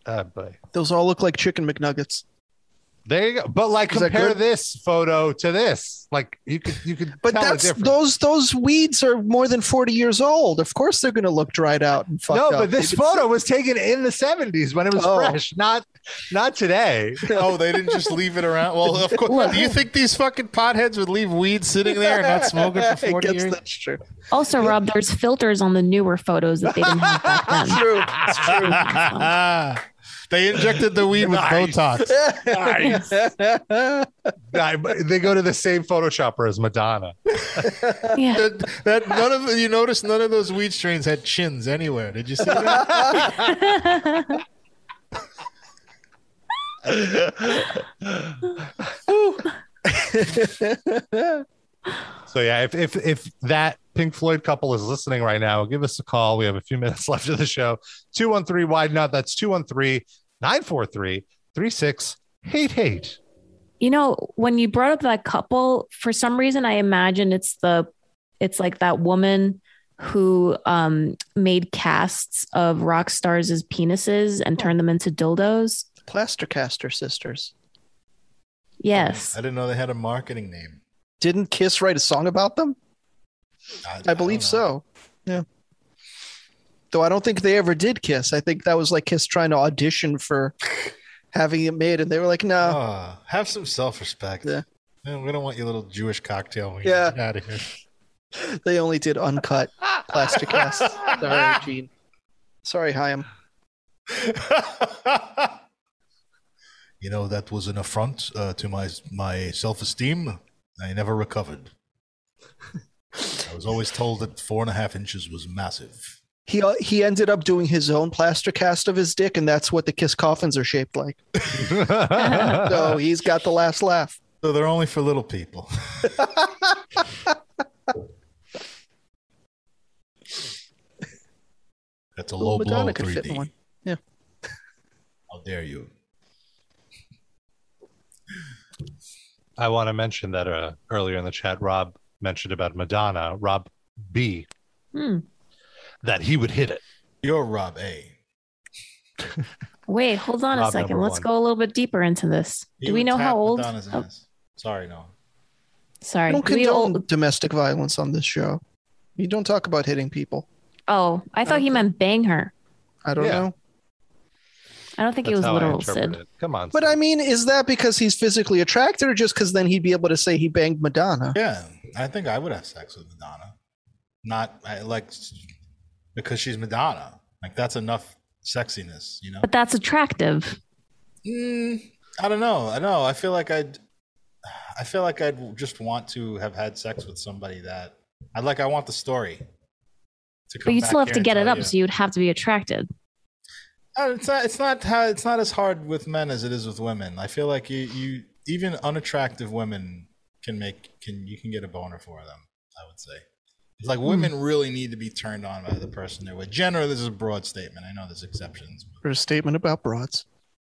Speaker 2: Ah, boy.
Speaker 3: Those all look like chicken McNuggets.
Speaker 2: There you go. But like
Speaker 3: Is that
Speaker 2: compare
Speaker 3: good?
Speaker 2: this photo to this. Like you could you could
Speaker 3: But
Speaker 2: tell the
Speaker 3: that's
Speaker 2: difference.
Speaker 3: those those weeds are more than 40 years old. Of course they're going to look dried out and fucked
Speaker 2: no,
Speaker 3: up.
Speaker 2: but this
Speaker 3: You can
Speaker 2: photo was taken in the 70s when it was
Speaker 3: Oh.
Speaker 2: fresh, not not today.
Speaker 5: Oh, they didn't just leave it around. Well, of course.
Speaker 4: Look.
Speaker 5: Do you think these fucking potheads would leave weed sitting there and not smoke it for
Speaker 3: I
Speaker 5: forty
Speaker 3: guess
Speaker 5: years?
Speaker 3: That's true.
Speaker 4: Also, Rob, there's filters on the newer photos that they didn't have back then.
Speaker 3: True. It's true.
Speaker 5: they injected the weed with
Speaker 2: Nice.
Speaker 5: Botox.
Speaker 2: I- they go to the same photo shopper as Madonna.
Speaker 4: Yeah.
Speaker 5: That, that none of you notice none of those weed strains had chins anywhere. Did you see that?
Speaker 2: So yeah, if if if that Pink Floyd couple is listening right now, give us a call. We have a few minutes left of the show. 213 wide nut. That's 213 943 3688.
Speaker 4: You know, when you brought up that couple, for some reason I imagine it's the it's like that woman who um made casts of rock stars' as penises
Speaker 5: Oh.
Speaker 4: and turned them into dildos.
Speaker 3: Plastercaster sisters.
Speaker 5: I
Speaker 4: Yes.
Speaker 5: didn't know they had a marketing name.
Speaker 3: Didn't Kiss write a song about them? I
Speaker 5: don't
Speaker 3: believe
Speaker 5: know.
Speaker 3: so. Yeah. Though I don't think they ever did Kiss. I think that was like Kiss trying to audition for having it made, and they were like, "No,
Speaker 5: Oh, have some self-respect.
Speaker 3: Uh, Yeah.
Speaker 5: Man, we don't want your little Jewish cocktail. When
Speaker 3: Yeah.
Speaker 5: yeah, get out of here.
Speaker 3: they only did uncut plastic casts." Sorry, Gene. Sorry, Chaim.
Speaker 5: you know that was an affront uh, to my my self-esteem. I never recovered. I was always told that four and a half inches was massive.
Speaker 3: He uh, he ended up doing his own plaster cast of his dick, and that's what the Kiss coffins are shaped like. So he's got the last laugh.
Speaker 5: So they're only for little people. It's a low blow
Speaker 3: Madonna could fit in
Speaker 5: 3D.
Speaker 3: one. Yeah.
Speaker 5: How dare you?
Speaker 2: I want to mention that uh, earlier in the chat, Rob mentioned about Madonna, Rob B,
Speaker 4: Hmm.
Speaker 2: that he would hit it.
Speaker 5: You're Rob A.
Speaker 4: Wait, hold on a
Speaker 2: Rob
Speaker 4: second.
Speaker 2: number
Speaker 4: Let's
Speaker 2: one.
Speaker 4: go a little bit deeper into this.
Speaker 5: He
Speaker 4: Do we
Speaker 5: would
Speaker 4: know
Speaker 5: tap
Speaker 4: how old?
Speaker 5: Madonna's
Speaker 4: oh,
Speaker 5: ass. Sorry, no.
Speaker 3: I
Speaker 4: sorry.
Speaker 3: don't
Speaker 4: Do we all-
Speaker 3: condone domestic violence on this show. You don't talk about hitting people.
Speaker 4: oh, I thought he meant bang her.
Speaker 3: I don't
Speaker 2: Yeah.
Speaker 3: know.
Speaker 4: I don't think
Speaker 2: That's
Speaker 4: it was
Speaker 2: how I
Speaker 4: literal,
Speaker 2: interpret
Speaker 4: Sid.
Speaker 2: it. Come on.
Speaker 3: But I mean, is that because he's physically attracted or just because then he'd be able to say he banged Madonna?
Speaker 5: Yeah, I think I would have sex with Madonna. Not I, like s- because she's Madonna. Like that's enough sexiness, you know.
Speaker 4: But that's attractive.
Speaker 5: Mm, I don't know. I know. I feel like I'd. I feel like I'd just want to have had sex with somebody that I like. I want the story. To
Speaker 4: But you'd
Speaker 5: back
Speaker 4: still have
Speaker 5: here
Speaker 4: to
Speaker 5: and
Speaker 4: get
Speaker 5: tell
Speaker 4: it up,
Speaker 5: you.
Speaker 4: so you'd have to be attracted.
Speaker 5: Uh, It's not. It's not. How, it's not as hard with men as it is with women. I feel like you. You even unattractive women can make. Can you can get a boner for them? I would say. It's like women really need to be turned on by the person they're with. Generally, this is a broad statement. I know there's exceptions.
Speaker 3: Or a statement about broads.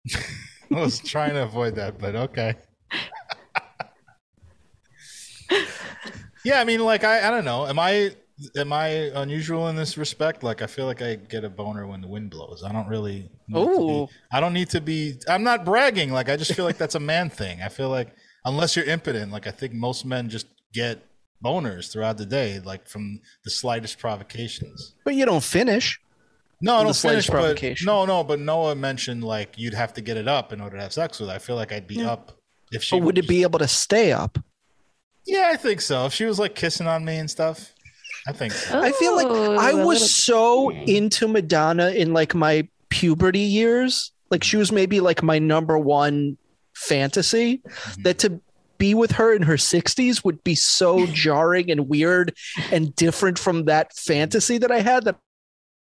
Speaker 5: I was trying to avoid that, but okay. yeah, I mean, like I, I don't know. Am I am I unusual in this respect? Like I feel like I get a boner when the wind blows. I don't really. need to be-
Speaker 3: Ooh.
Speaker 5: I don't need to be. I'm not bragging. Like I just feel like that's a man thing. I feel like unless you're impotent, like I think most men just get boners throughout the day, like from the slightest provocations.
Speaker 3: But you don't finish.
Speaker 5: No, I
Speaker 3: The
Speaker 5: don't
Speaker 3: slightest
Speaker 5: finish. But
Speaker 3: provocation.
Speaker 5: no, no. But Noah mentioned like you'd have to get it up in order to have sex with. her. I feel like I'd be up if she.
Speaker 3: But would it be able to stay up?
Speaker 5: Yeah, I think so. If she was like kissing on me and stuff, I think so.
Speaker 3: I feel like
Speaker 4: Ooh,
Speaker 3: I
Speaker 4: Oh, a little-
Speaker 3: was so into Madonna in like my puberty years. Like she was maybe like my number one fantasy
Speaker 2: Mm-hmm.
Speaker 3: that to be with her in her 60s would be so jarring and weird and different from that fantasy that I had that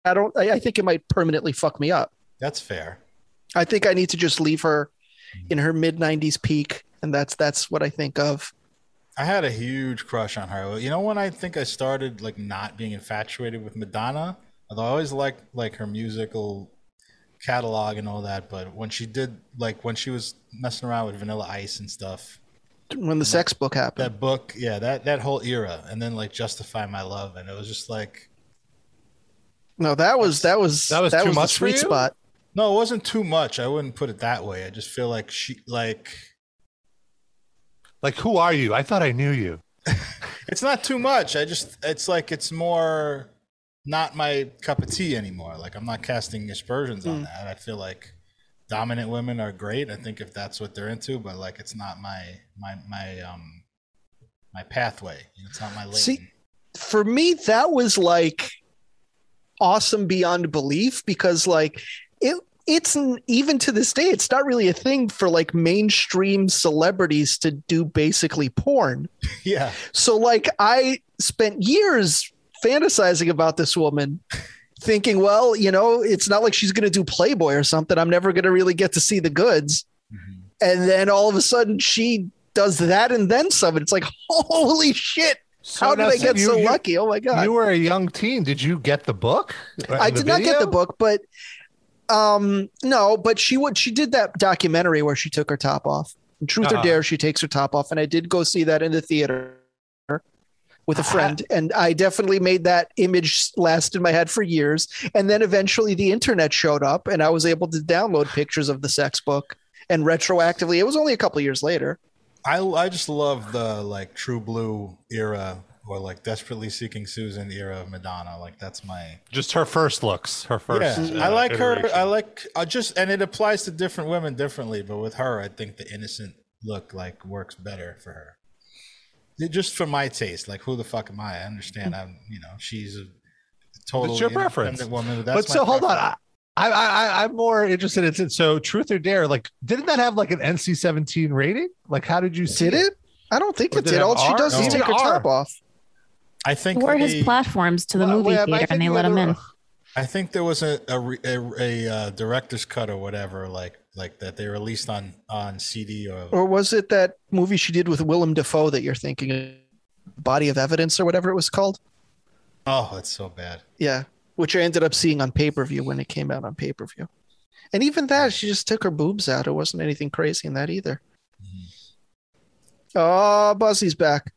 Speaker 3: I don't I, I think it might permanently fuck me up.
Speaker 5: That's fair.
Speaker 3: I think I need to just leave her
Speaker 2: Mm-hmm.
Speaker 3: in her mid 90s peak and that's that's what I think of.
Speaker 5: I had a huge crush on her. You know when I think I started like not being infatuated with Madonna, although I always liked like her musical catalog and all that, but when she did like when she was messing around with Vanilla Ice and stuff,
Speaker 3: When the sex book happened.
Speaker 5: that book, yeah, that that whole era and then like Justify My Love and it was just like
Speaker 3: No, that was that was
Speaker 2: That was too
Speaker 3: the
Speaker 2: much for
Speaker 3: sweet
Speaker 2: you?
Speaker 3: spot.
Speaker 5: No, it wasn't too much. I wouldn't put it that way. I just feel like she like
Speaker 2: Like, who are you? I thought I knew you.
Speaker 5: It's not too much. I just it's like it's more not my cup of tea anymore. Like I'm not casting aspersions on that. I feel like dominant women are great. I think if that's what they're into, but like it's not my my my um my pathway. It's not my lane.
Speaker 3: See- for me that was like awesome beyond belief because like it it's n- even to this day it's not really a thing for like mainstream celebrities to do basically porn
Speaker 5: yeah.
Speaker 3: so like i spent years fantasizing about this woman thinking well you know it's not like she's going to do playboy or something i'm never going to really get to see the goods and then all of a sudden she does that and then some and it's like holy shit how did i
Speaker 2: Nelson,
Speaker 3: get
Speaker 2: you-
Speaker 3: so
Speaker 2: you-
Speaker 3: lucky oh my god
Speaker 2: You were a young teen. Did you get the book?
Speaker 3: I did not get the book, but um no, but she would she did that documentary where she took her top off. In Truth
Speaker 2: Uh-huh.
Speaker 3: or Dare, she takes her top off, and I did go see that in the theater with
Speaker 2: Uh-huh.
Speaker 3: a friend, and I definitely made that image last in my head for years. And then eventually, the internet showed up, and I was able to download pictures of the sex book and retroactively. It was only a couple of years later.
Speaker 5: I I just love the like true blue era or like desperately seeking Susan era of Madonna. Like that's my
Speaker 2: Just her first looks. Her first. uh,
Speaker 5: Yeah, I like her. I like I just and it applies to different women differently, but with her, I think the innocent look like works better for her. It- just for my taste, like who the fuck am I? I understand. I'm you know she's a totally
Speaker 2: It's your preference.
Speaker 5: independent woman. But,
Speaker 2: but
Speaker 5: that's
Speaker 2: so
Speaker 5: my
Speaker 2: hold on.
Speaker 5: preference.
Speaker 2: I, I, I, I'm more interested in so Truth or Dare. Like, didn't that have like an NC-17 rating? Like, how did you see
Speaker 3: Did it? I don't think
Speaker 2: Or
Speaker 3: it
Speaker 2: did
Speaker 3: did.
Speaker 2: it
Speaker 3: All she
Speaker 2: have
Speaker 3: does
Speaker 5: R?
Speaker 3: is
Speaker 5: No.
Speaker 3: take her
Speaker 2: Even R.
Speaker 3: top off.
Speaker 5: I think
Speaker 4: Or
Speaker 5: they-
Speaker 4: his platforms to the
Speaker 2: Well,
Speaker 4: movie
Speaker 2: well, I
Speaker 4: theater,
Speaker 2: think
Speaker 4: and they
Speaker 2: the
Speaker 4: let him
Speaker 2: other-
Speaker 4: in.
Speaker 5: I think there was a a, re- a, a uh, director's cut or whatever, like like that they released on on CD or
Speaker 3: Or was it that movie she did with Willem Dafoe that you're thinking of? Body of Evidence or whatever it was called?
Speaker 5: oh, it's so bad.
Speaker 3: Yeah. which I ended up seeing on pay per view when it came out on pay per view. And even that, she just took her boobs out. It wasn't anything crazy in that either. Oh, Buzzy's back.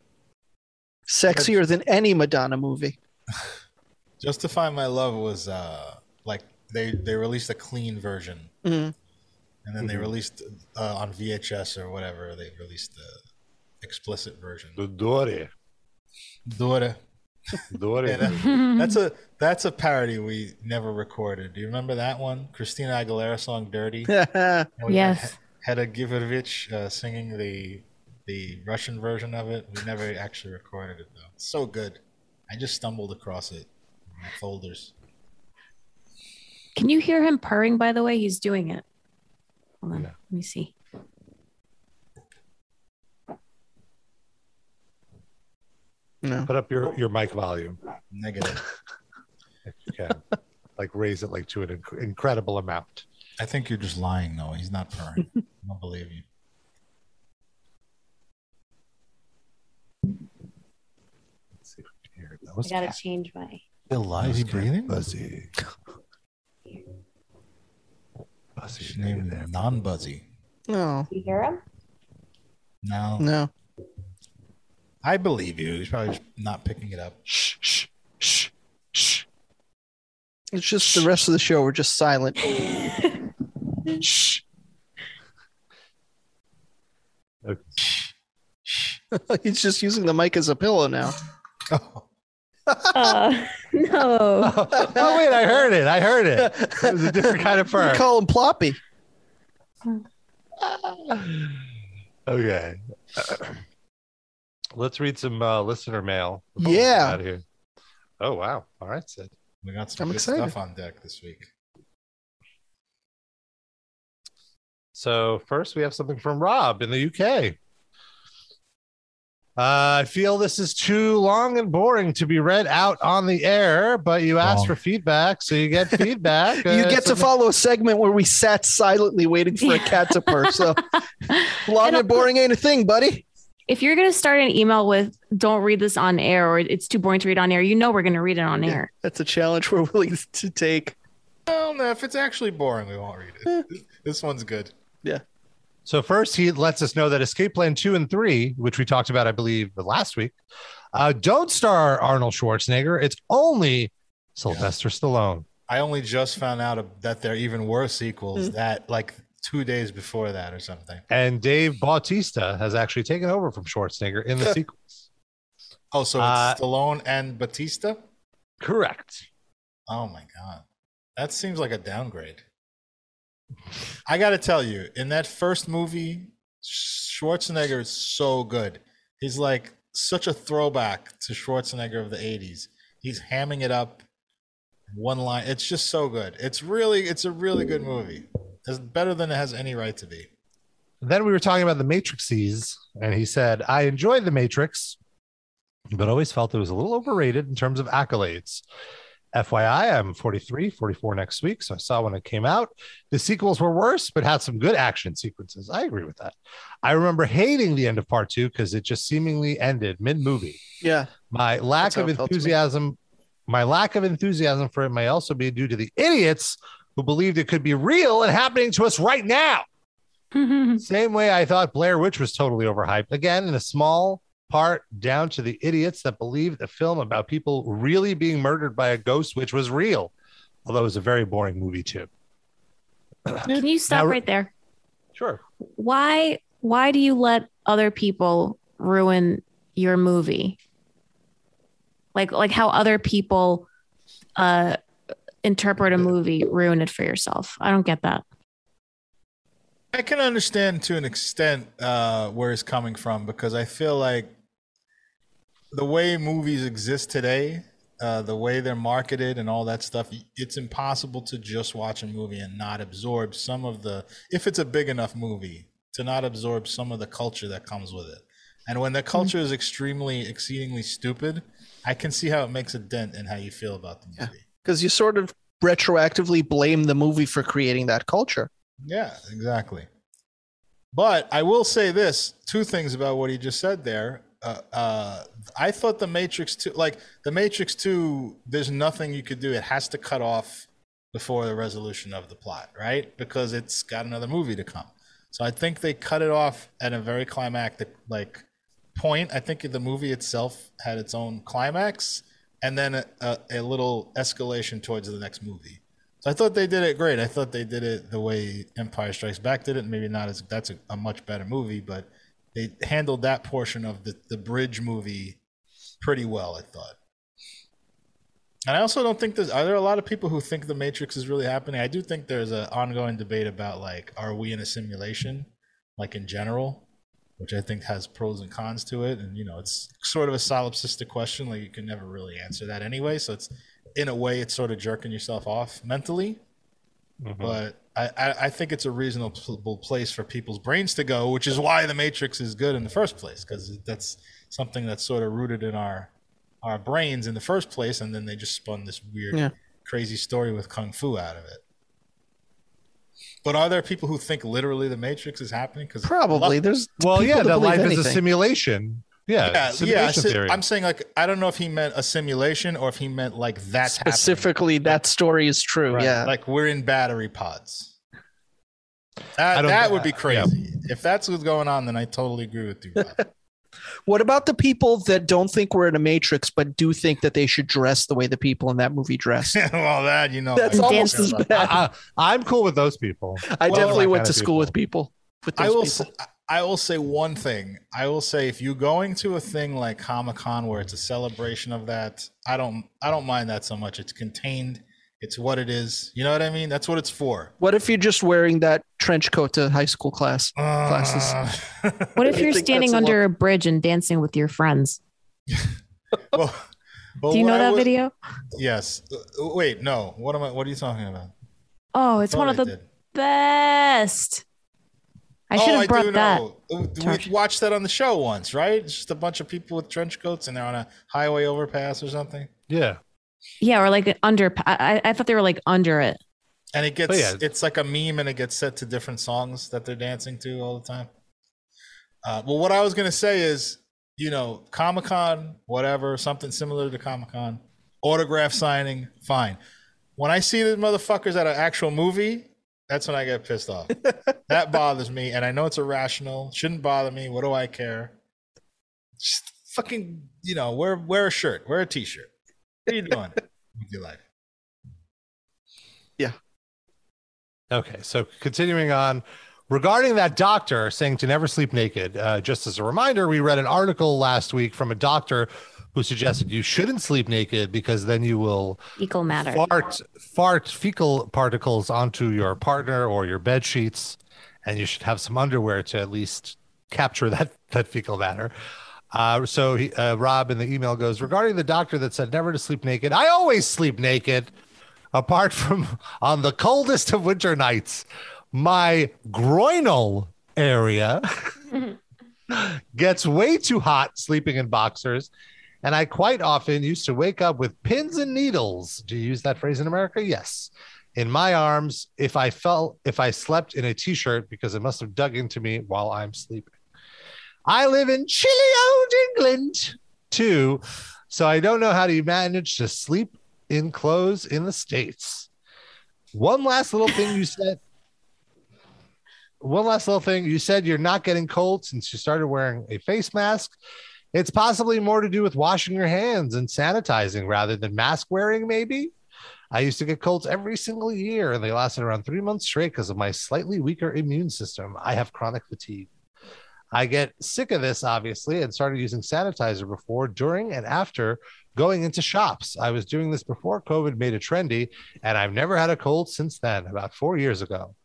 Speaker 3: Sexier than any Madonna movie.
Speaker 5: Justify My Love was uh, like they they released a clean version,
Speaker 3: Mhm.
Speaker 5: and then they
Speaker 6: Mhm.
Speaker 5: released uh, on VHS or whatever they released the explicit version.
Speaker 2: The Dore.
Speaker 5: Dore.
Speaker 2: Dore.
Speaker 5: And, uh, that's a that's a parody we never recorded. Do you remember that one? Christina Aguilera song "Dirty."
Speaker 3: Oh,
Speaker 5: And we had
Speaker 4: Yes.
Speaker 5: Hedda Givovich uh, singing the the Russian version of it. We never actually recorded it though. It's so good. I just stumbled across it in my folders.
Speaker 4: Can you hear him purring? By the way, he's doing it. Hold on, let me see.
Speaker 2: Put up your, your mic volume.
Speaker 5: Negative.
Speaker 2: if you can. like raise it like to an inc- incredible amount.
Speaker 5: I think you're just lying though. He's not purring. I don't believe you.
Speaker 4: I gotta change my.
Speaker 5: Still alive? Is he breathing?
Speaker 2: Buzzy.
Speaker 5: Buzzy. Named non-buzzy.
Speaker 3: No.
Speaker 4: You hear him?
Speaker 5: No.
Speaker 3: No.
Speaker 5: I believe you. He's probably just not picking it up. Shh, shh, shh, shh.
Speaker 3: It's just the rest of the show. We're just silent. He's just using the mic as a pillow now.
Speaker 4: Uh, no.
Speaker 2: Oh wait, I heard it. I heard it. It was a different kind of fur.
Speaker 3: We call him Ploppy.
Speaker 2: Okay. Let's read some uh, listener mail.
Speaker 3: Yeah.
Speaker 2: Out here. Oh wow. All right, Sid.
Speaker 5: We got some
Speaker 2: I'm
Speaker 5: good
Speaker 2: excited.
Speaker 5: stuff on deck this week.
Speaker 2: So first, we have something from Rob in the UK. Uh, I feel this is too long and boring to be read out on the air, but you asked for feedback, so you get feedback.
Speaker 3: You
Speaker 2: Uh,
Speaker 3: get to
Speaker 2: something-
Speaker 3: follow a segment where we sat silently waiting for a cat to purr. So long and boring ain't a thing, buddy.
Speaker 4: If you're gonna start an email with "Don't read this on air" or "It's too boring to read on air," you know we're gonna read it on air.
Speaker 3: That's a challenge we're willing to take.
Speaker 5: Well, no, if it's actually boring, we won't read
Speaker 2: Eh.
Speaker 5: it. this one's good.
Speaker 3: Yeah.
Speaker 2: So first, he lets us know that Escape Plan two and three, which we talked about, I believe, the last week, uh, don't star Arnold Schwarzenegger. It's only Sylvester Stallone.
Speaker 5: I only just found out that there even were
Speaker 2: Hmm.
Speaker 5: sequels that like two days before that or something.
Speaker 2: And Dave Bautista has actually taken over from Schwarzenegger in the sequel.
Speaker 5: Oh, so it's
Speaker 2: Uh,
Speaker 5: Stallone and Batista?
Speaker 2: Correct.
Speaker 5: Oh my god. That seems like a downgrade. I got to tell you, in that first movie, Schwarzenegger is so good. He's like such a throwback to Schwarzenegger of the 80s. He's hamming it up one line. It's just so good. It's really it's a really good movie. It's better than it has any right to be.
Speaker 2: Then we were talking about the Matrices, and he said, I enjoyed the Matrix, but always felt it was a little overrated in terms of accolades. FYI, I'm 43, 44 next week, so I saw when it came out. The sequels were worse, but had some good action sequences. I agree with that. I remember hating the end of part two because it just seemingly ended mid movie.
Speaker 3: Yeah.
Speaker 2: My lack
Speaker 3: That's how
Speaker 2: of
Speaker 3: it felt to me.
Speaker 2: enthusiasm, my lack of enthusiasm for it may also be due to the idiots who believed it could be real and happening to us right now. Same way I thought Blair Witch was totally overhyped. Again, in a small part down to the idiots that believed a film about people really being murdered by a ghost, which was real. Although it was a very boring movie too.
Speaker 4: Can you stop
Speaker 2: Now-
Speaker 4: right there?
Speaker 2: Sure.
Speaker 4: Why? Why do you let other people ruin your movie? Like, like how other people uh, interpret a movie, ruin it for yourself. I don't get that.
Speaker 5: I can understand to an extent uh, where it's coming from because I feel like the way movies exist today, uh, the way they're marketed and all that stuff, it's impossible to just watch a movie and not absorb some of the, if it's a big enough movie, to not absorb some of the culture that comes with it. And when the culture is extremely, exceedingly stupid, I can see how it makes a dent in how you feel about the movie.
Speaker 3: Because you sort of retroactively blame the movie for creating that culture.
Speaker 5: Yeah, exactly. But I will say this two things about what he just said there. uh, uh, I thought the Matrix Two, like the Matrix Two, there's nothing you could do. It has to cut off before the resolution of the plot, right? Because it's got another movie to come. So I think they cut it off at a very climactic like point. I think the movie itself had its own climax, and then a, a, a little escalation towards the next movie. So I thought they did it great. I thought they did it the way Empire Strikes Back did it. Maybe not as that's a, a much better movie, but they handled that portion of the, the bridge movie pretty well, I thought. And I also don't think there's are there a lot of people who think the Matrix is really happening. I do think there's an ongoing debate about like, are we in a simulation, like in general, which I think has pros and cons to it. And you know, it's sort of a solipsistic question. Like you can never really answer that anyway. So it's in a way, it's sort of jerking yourself off mentally. But I, I, I think it's a reasonable place for people's brains to go, which is why the Matrix is good in the first place, because that's something that's sort of rooted in our our brains in the first place, and then they just spun this weird,
Speaker 3: Yeah.
Speaker 5: crazy story with kung fu out of it. But are there people who think literally the Matrix is happening? Because
Speaker 3: Probably. There's
Speaker 2: Well,
Speaker 3: people
Speaker 2: yeah, that
Speaker 3: believe
Speaker 2: life is a
Speaker 3: anything.
Speaker 2: simulation. Yeah,
Speaker 5: yeah,
Speaker 2: simulation
Speaker 5: I said-
Speaker 2: theory.
Speaker 5: I'm saying like I don't know if he meant a simulation or if he meant like that's happening.
Speaker 3: Specifically, that story is true.
Speaker 5: Right.
Speaker 3: Yeah.
Speaker 5: Like we're in battery pods. That,
Speaker 3: I don't-
Speaker 5: that would be
Speaker 3: uh,
Speaker 5: crazy. If that's what's going on, then I totally agree with you. Rob.
Speaker 3: What about the people that don't think we're in a matrix, but do think that they should dress the way the people in that movie dress?
Speaker 5: well, that you know,
Speaker 3: That's
Speaker 5: like-
Speaker 3: almost as bad.
Speaker 2: I, am cool with those people.
Speaker 3: I
Speaker 5: Well,
Speaker 3: definitely
Speaker 5: that
Speaker 3: went
Speaker 5: kind
Speaker 3: to
Speaker 5: of
Speaker 3: school with people. With
Speaker 5: I
Speaker 3: those
Speaker 5: will.
Speaker 3: people.
Speaker 5: Say, I will say one thing. I will say if you're going to a thing like Comic Con where it's a celebration of that, I don't. I don't mind that so much. It's contained. It's what it is. You know what I mean? That's what it's for.
Speaker 3: What if you're just wearing that trench coat to high school class
Speaker 5: Uh,
Speaker 3: classes?
Speaker 4: What if
Speaker 3: I
Speaker 4: you're
Speaker 3: think
Speaker 4: standing
Speaker 3: that's a
Speaker 4: under a bridge and dancing with your friends?
Speaker 5: But
Speaker 4: Do you
Speaker 5: what
Speaker 4: know
Speaker 5: I
Speaker 4: that
Speaker 5: was-
Speaker 4: video?
Speaker 5: Yes. Uh, Wait. No. What am I? What are you talking about?
Speaker 4: Oh, it's
Speaker 5: Thought
Speaker 4: one of
Speaker 5: I
Speaker 4: the
Speaker 5: did. Oh,
Speaker 4: best. I should have
Speaker 5: do
Speaker 4: brought that.
Speaker 5: know. Uh, We watched that on the show once, right? It's just a bunch of people with trench coats and they're on a highway overpass or something.
Speaker 2: Yeah.
Speaker 4: Yeah, or like under. I, I I thought they were like under it.
Speaker 5: And it gets
Speaker 4: Oh, yeah.
Speaker 5: it's like a meme and it gets set to different songs that they're dancing to all the time. Uh, well, what I was gonna say is, you know, Comic Con, whatever, something similar to Comic Con, autograph signing, fine. When I see these motherfuckers at an actual movie, that's when I get pissed off. that bothers me, and I know it's irrational. Shouldn't bother me. What do I care? Just fucking, you know, wear wear a shirt, wear a t-shirt. What are you doing with your life?
Speaker 2: Okay, so continuing on regarding that doctor saying to never sleep naked. Uh, just as a reminder, we read an article last week from a doctor who suggested you shouldn't sleep naked because then you will
Speaker 4: Fecal matter.
Speaker 2: fart fart fecal particles onto your partner or your bed sheets, and you should have some underwear to at least capture that that fecal matter. Uh, so he, uh, Rob in the email goes regarding the doctor that said never to sleep naked. I always sleep naked, apart from on the coldest of winter nights. My groinal area gets way too hot sleeping in boxers. And I quite often used to wake up with pins and needles. Do you use that phrase in America? Yes. In my arms, if I felt if I slept in a t-shirt because it must have dug into me while I'm sleeping. I live in chilly old England too, so I don't know how to manage to sleep in clothes in the States. One last little thing you said one last little thing. You said you're not getting cold since you started wearing a face mask. It's possibly more to do with washing your hands and sanitizing rather than mask wearing, maybe. I used to get colds every single year, and they lasted around three months straight because of my slightly weaker immune system. I have chronic fatigue. I get sick of this, obviously, and started using sanitizer before, during, and after going into shops. I was doing this before COVID made it trendy, and I've never had a cold since then, about four years ago.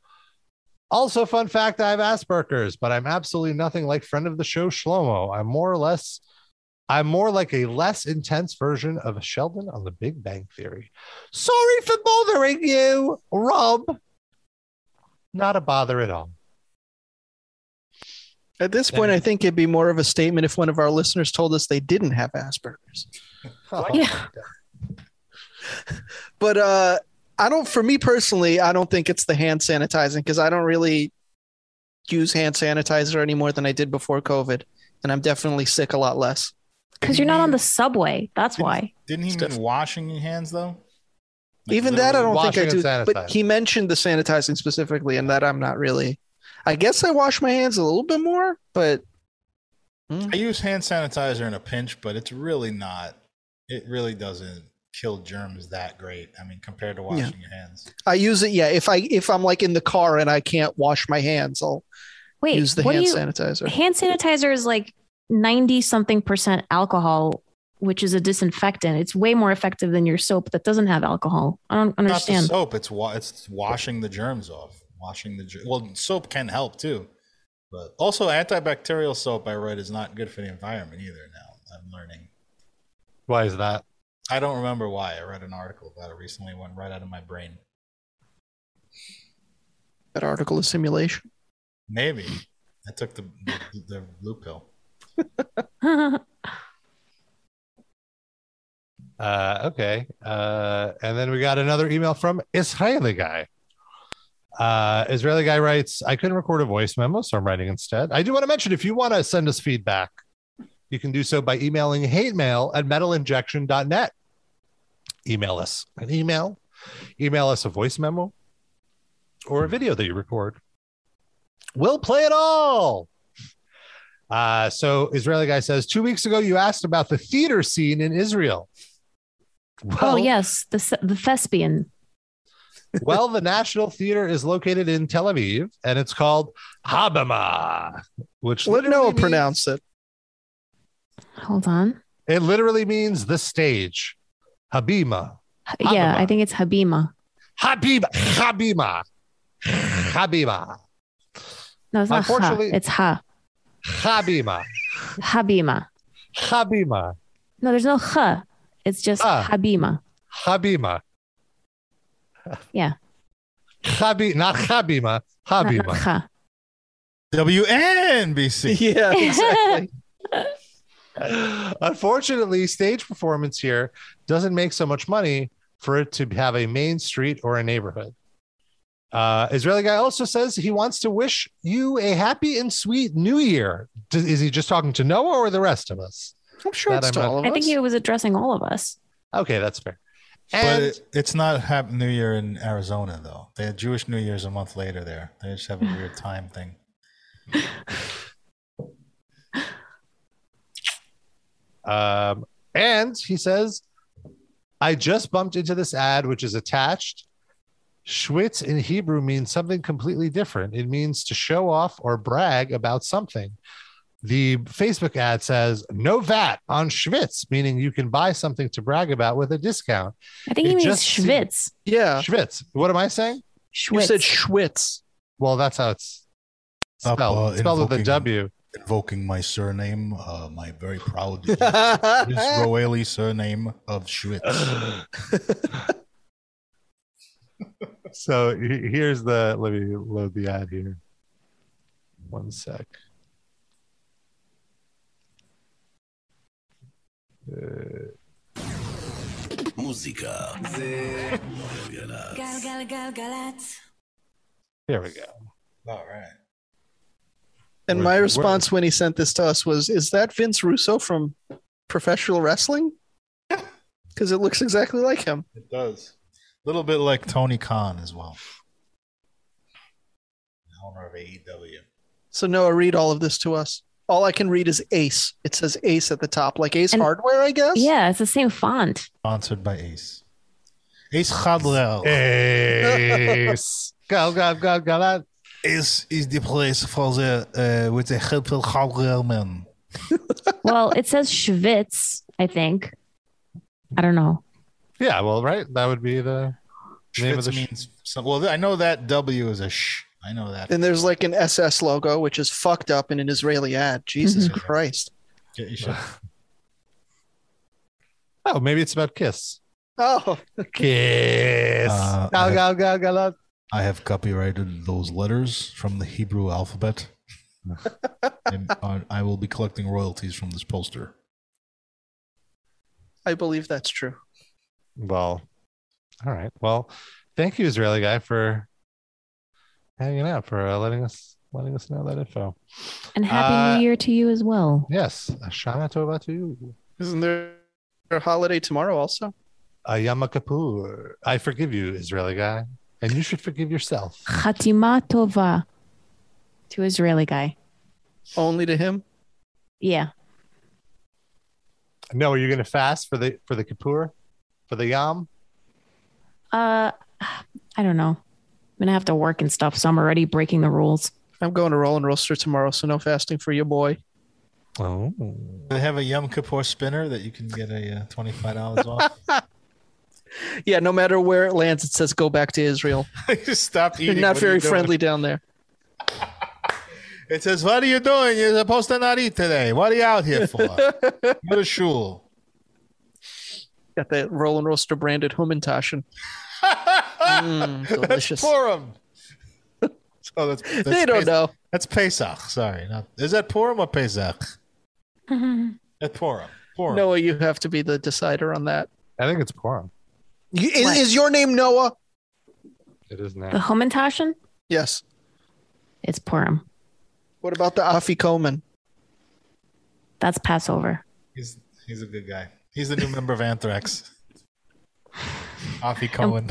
Speaker 2: Also, fun fact I have Asperger's, but I'm absolutely nothing like friend of the show Shlomo. I'm more or less, I'm more like a less intense version of Sheldon on the Big Bang Theory. Sorry for bothering you, Rob. Not a bother at all.
Speaker 3: At this point, I think it'd be more of a statement if one of our listeners told us they didn't have Asperger's.
Speaker 4: Yeah.
Speaker 3: But uh, I don't. For me personally, I don't think it's the hand sanitizing because I don't really use hand sanitizer any more than I did before COVID. and I'm definitely sick a lot less.
Speaker 4: Because you're not on the subway. That's why.
Speaker 5: Didn't he mean washing your hands though?
Speaker 3: Even that, I don't think I do.
Speaker 5: Washing and
Speaker 3: But
Speaker 5: sanitizing.
Speaker 3: he mentioned the sanitizing specifically, and that I'm not really. I guess I wash my hands a little bit more, but
Speaker 5: I use hand sanitizer in a pinch, but it's really not. It really doesn't kill germs that great. I mean, compared to washing your hands.
Speaker 3: I use it. Yeah, if I if I'm like in the car and I can't wash my hands, I'll
Speaker 4: Wait,
Speaker 3: use the
Speaker 4: what
Speaker 3: hand
Speaker 4: do you-
Speaker 3: sanitizer.
Speaker 4: Hand sanitizer is like 90 something percent alcohol, which is a disinfectant. It's way more effective than your soap that doesn't have alcohol. I don't
Speaker 5: Not
Speaker 4: understand.
Speaker 5: the soap. It's wa- it's washing the germs off. Washing the ger- well, soap can help too, but also antibacterial soap I read is not good for the environment either. Now I'm learning.
Speaker 2: Why is that?
Speaker 5: I don't remember why. I read an article about it recently. It went right out of my brain.
Speaker 3: That article is simulation.
Speaker 5: Maybe I took the the, the blue pill.
Speaker 4: Oh,
Speaker 2: Uh, okay. Uh, and then we got another email from Israeli guy. Uh, Israeli guy writes, I couldn't record a voice memo, so I'm writing instead. I do want to mention if you want to send us feedback, you can do so by emailing hate mail at metalinjection.net. Email us an email, email us a voice memo or a video that you record. We'll play it all. Uh, so Israeli guy says, two weeks ago, you asked about the theater scene in Israel.
Speaker 4: oh, yes. The, se- the thespian.
Speaker 2: well, the National Theater is located in Tel Aviv, and it's called Habama, which
Speaker 3: Let Noah
Speaker 2: literally means-
Speaker 3: pronounce it.
Speaker 4: Hold on.
Speaker 2: It literally means the stage. Habima,
Speaker 4: Yeah, I think it's Habima.
Speaker 2: Habima, Habima, Habima,
Speaker 4: No, it's not ha.
Speaker 2: Unfortunately-
Speaker 4: It's ha.
Speaker 2: Habima,
Speaker 4: Habima.
Speaker 2: Habima,
Speaker 4: No, there's no ha. It's just
Speaker 2: Ah.
Speaker 4: Habima.
Speaker 2: Habima,
Speaker 4: Yeah.
Speaker 2: Habi, not Habima,
Speaker 4: not- not
Speaker 2: Habima.
Speaker 4: ha.
Speaker 5: WNBC.
Speaker 3: Yeah, exactly.
Speaker 2: Unfortunately, stage performance here doesn't make so much money for it to have a main street or a neighborhood. Uh, Israeli guy also says he wants to wish you a happy and sweet new year. D- is he just talking to Noah or the rest of us?
Speaker 3: I'm sure
Speaker 2: That
Speaker 3: it's
Speaker 2: I'm
Speaker 3: to
Speaker 2: not-
Speaker 3: all of
Speaker 4: I think
Speaker 3: us.
Speaker 4: he was addressing all of us.
Speaker 2: Okay, that's fair.
Speaker 5: But
Speaker 2: And
Speaker 5: it, it's not Happy New Year in Arizona though. They had Jewish New Year's a month later there. They just have a weird time thing.
Speaker 2: um, and he says, I just bumped into this ad which is attached. Schwitz in Hebrew means something completely different. It means to show off or brag about something. The Facebook ad says no VAT on Schwitz, meaning you can buy something to brag about with a discount.
Speaker 4: I think he
Speaker 2: It
Speaker 4: means
Speaker 2: just
Speaker 4: Schwitz.
Speaker 5: Uh,
Speaker 3: yeah,
Speaker 2: Schwitz. What am I saying?
Speaker 3: you
Speaker 4: Schwitz.
Speaker 3: said Schwitz.
Speaker 2: Well, that's how it's
Speaker 5: Up,
Speaker 2: spelled.
Speaker 5: uh,
Speaker 2: It's spelled with a
Speaker 5: invoking-
Speaker 2: W.
Speaker 5: Invoking my surname, uh, my very proud
Speaker 3: I
Speaker 5: Israeli surname of Schwitz.
Speaker 2: so he- here's the let me load the ad here one sec Uh, here we go
Speaker 5: All right.
Speaker 3: And my response when he sent this to us was, "Is that Vince Russo from professional wrestling?" Because it looks exactly like him.
Speaker 5: It does. A little bit like Tony Khan as well. Owner of E AEW.
Speaker 3: So Noah, read all of this to us. All I can read is Ace. It says Ace at the top, like Ace
Speaker 4: And-
Speaker 3: Hardware, I guess.
Speaker 4: Yeah, it's the same font.
Speaker 5: Sponsored by Ace. Ace Khadlel
Speaker 2: Ace. go go go go that
Speaker 5: Ace is the place for the uh, with the help of Khadlel man.
Speaker 4: Well, it says Schwitz, I think. I don't know.
Speaker 2: yeah well right that would be the Name of
Speaker 5: Schwitz
Speaker 2: the sh-
Speaker 5: means some, well. I know that W is a sh. I know that.
Speaker 3: Then there's like an SS logo, which is fucked up in an Israeli ad. Jesus
Speaker 4: Mm-hmm.
Speaker 5: Mhm.
Speaker 3: Christ.
Speaker 5: Get your shit.
Speaker 2: oh maybe it's about kiss
Speaker 3: Oh,
Speaker 2: kiss
Speaker 5: Uh,
Speaker 2: go
Speaker 5: I-
Speaker 2: go go go that
Speaker 5: I have copyrighted those letters from the Hebrew alphabet. and I, I will be collecting royalties from this poster.
Speaker 3: I believe that's true.
Speaker 2: Well, all right. Well, thank you, Israeli guy, for hanging out, for uh, letting us letting us know that info.
Speaker 4: And happy
Speaker 2: Uh,
Speaker 4: new year to you as well.
Speaker 2: Yes, Shanatova to you.
Speaker 3: Isn't there a holiday tomorrow also?
Speaker 2: Ayama Kapoor. I forgive you, Israeli guy. And you should forgive yourself.
Speaker 4: Hatima Tova to Israeli guy.
Speaker 3: Only to him?
Speaker 4: Yeah.
Speaker 2: No, are you gonna fast for the for the Kapoor? For the Yam?
Speaker 4: Uh I don't know. I'm gonna have to work and stuff, so I'm already breaking the rules.
Speaker 3: I'm going to roll and roaster tomorrow, so no fasting for your boy.
Speaker 2: Oh.
Speaker 5: They have a Yom Kippur spinner that you can get a uh, twenty-five dollars off.
Speaker 3: Yeah, no matter where it lands, it says go back to Israel.
Speaker 5: Stop
Speaker 3: You're
Speaker 5: eating.
Speaker 3: not
Speaker 5: What are
Speaker 3: very
Speaker 5: you doing?
Speaker 3: friendly down there.
Speaker 5: It says, "What are you doing? You're supposed to not eat today. What are you out here for? Go to shul."
Speaker 3: Got that roll and roaster branded Humintashen. Mm, delicious.
Speaker 5: That's Purim. Oh, that's, that's
Speaker 3: They don't
Speaker 5: Pes-
Speaker 3: know.
Speaker 5: That's Pesach. Sorry, not, is that Purim or Pesach? That's Purim. Purim.
Speaker 3: Noah, you have to be the decider on that.
Speaker 2: I think it's Purim.
Speaker 3: You, is, is your name Noah?
Speaker 2: It is
Speaker 4: The
Speaker 2: now.
Speaker 4: Homintashen?
Speaker 3: Yes.
Speaker 4: It's Purim.
Speaker 3: What about the Afikoman?
Speaker 4: That's Passover.
Speaker 5: He's he's a good guy. He's the new member of Anthrax. Afi Cohen.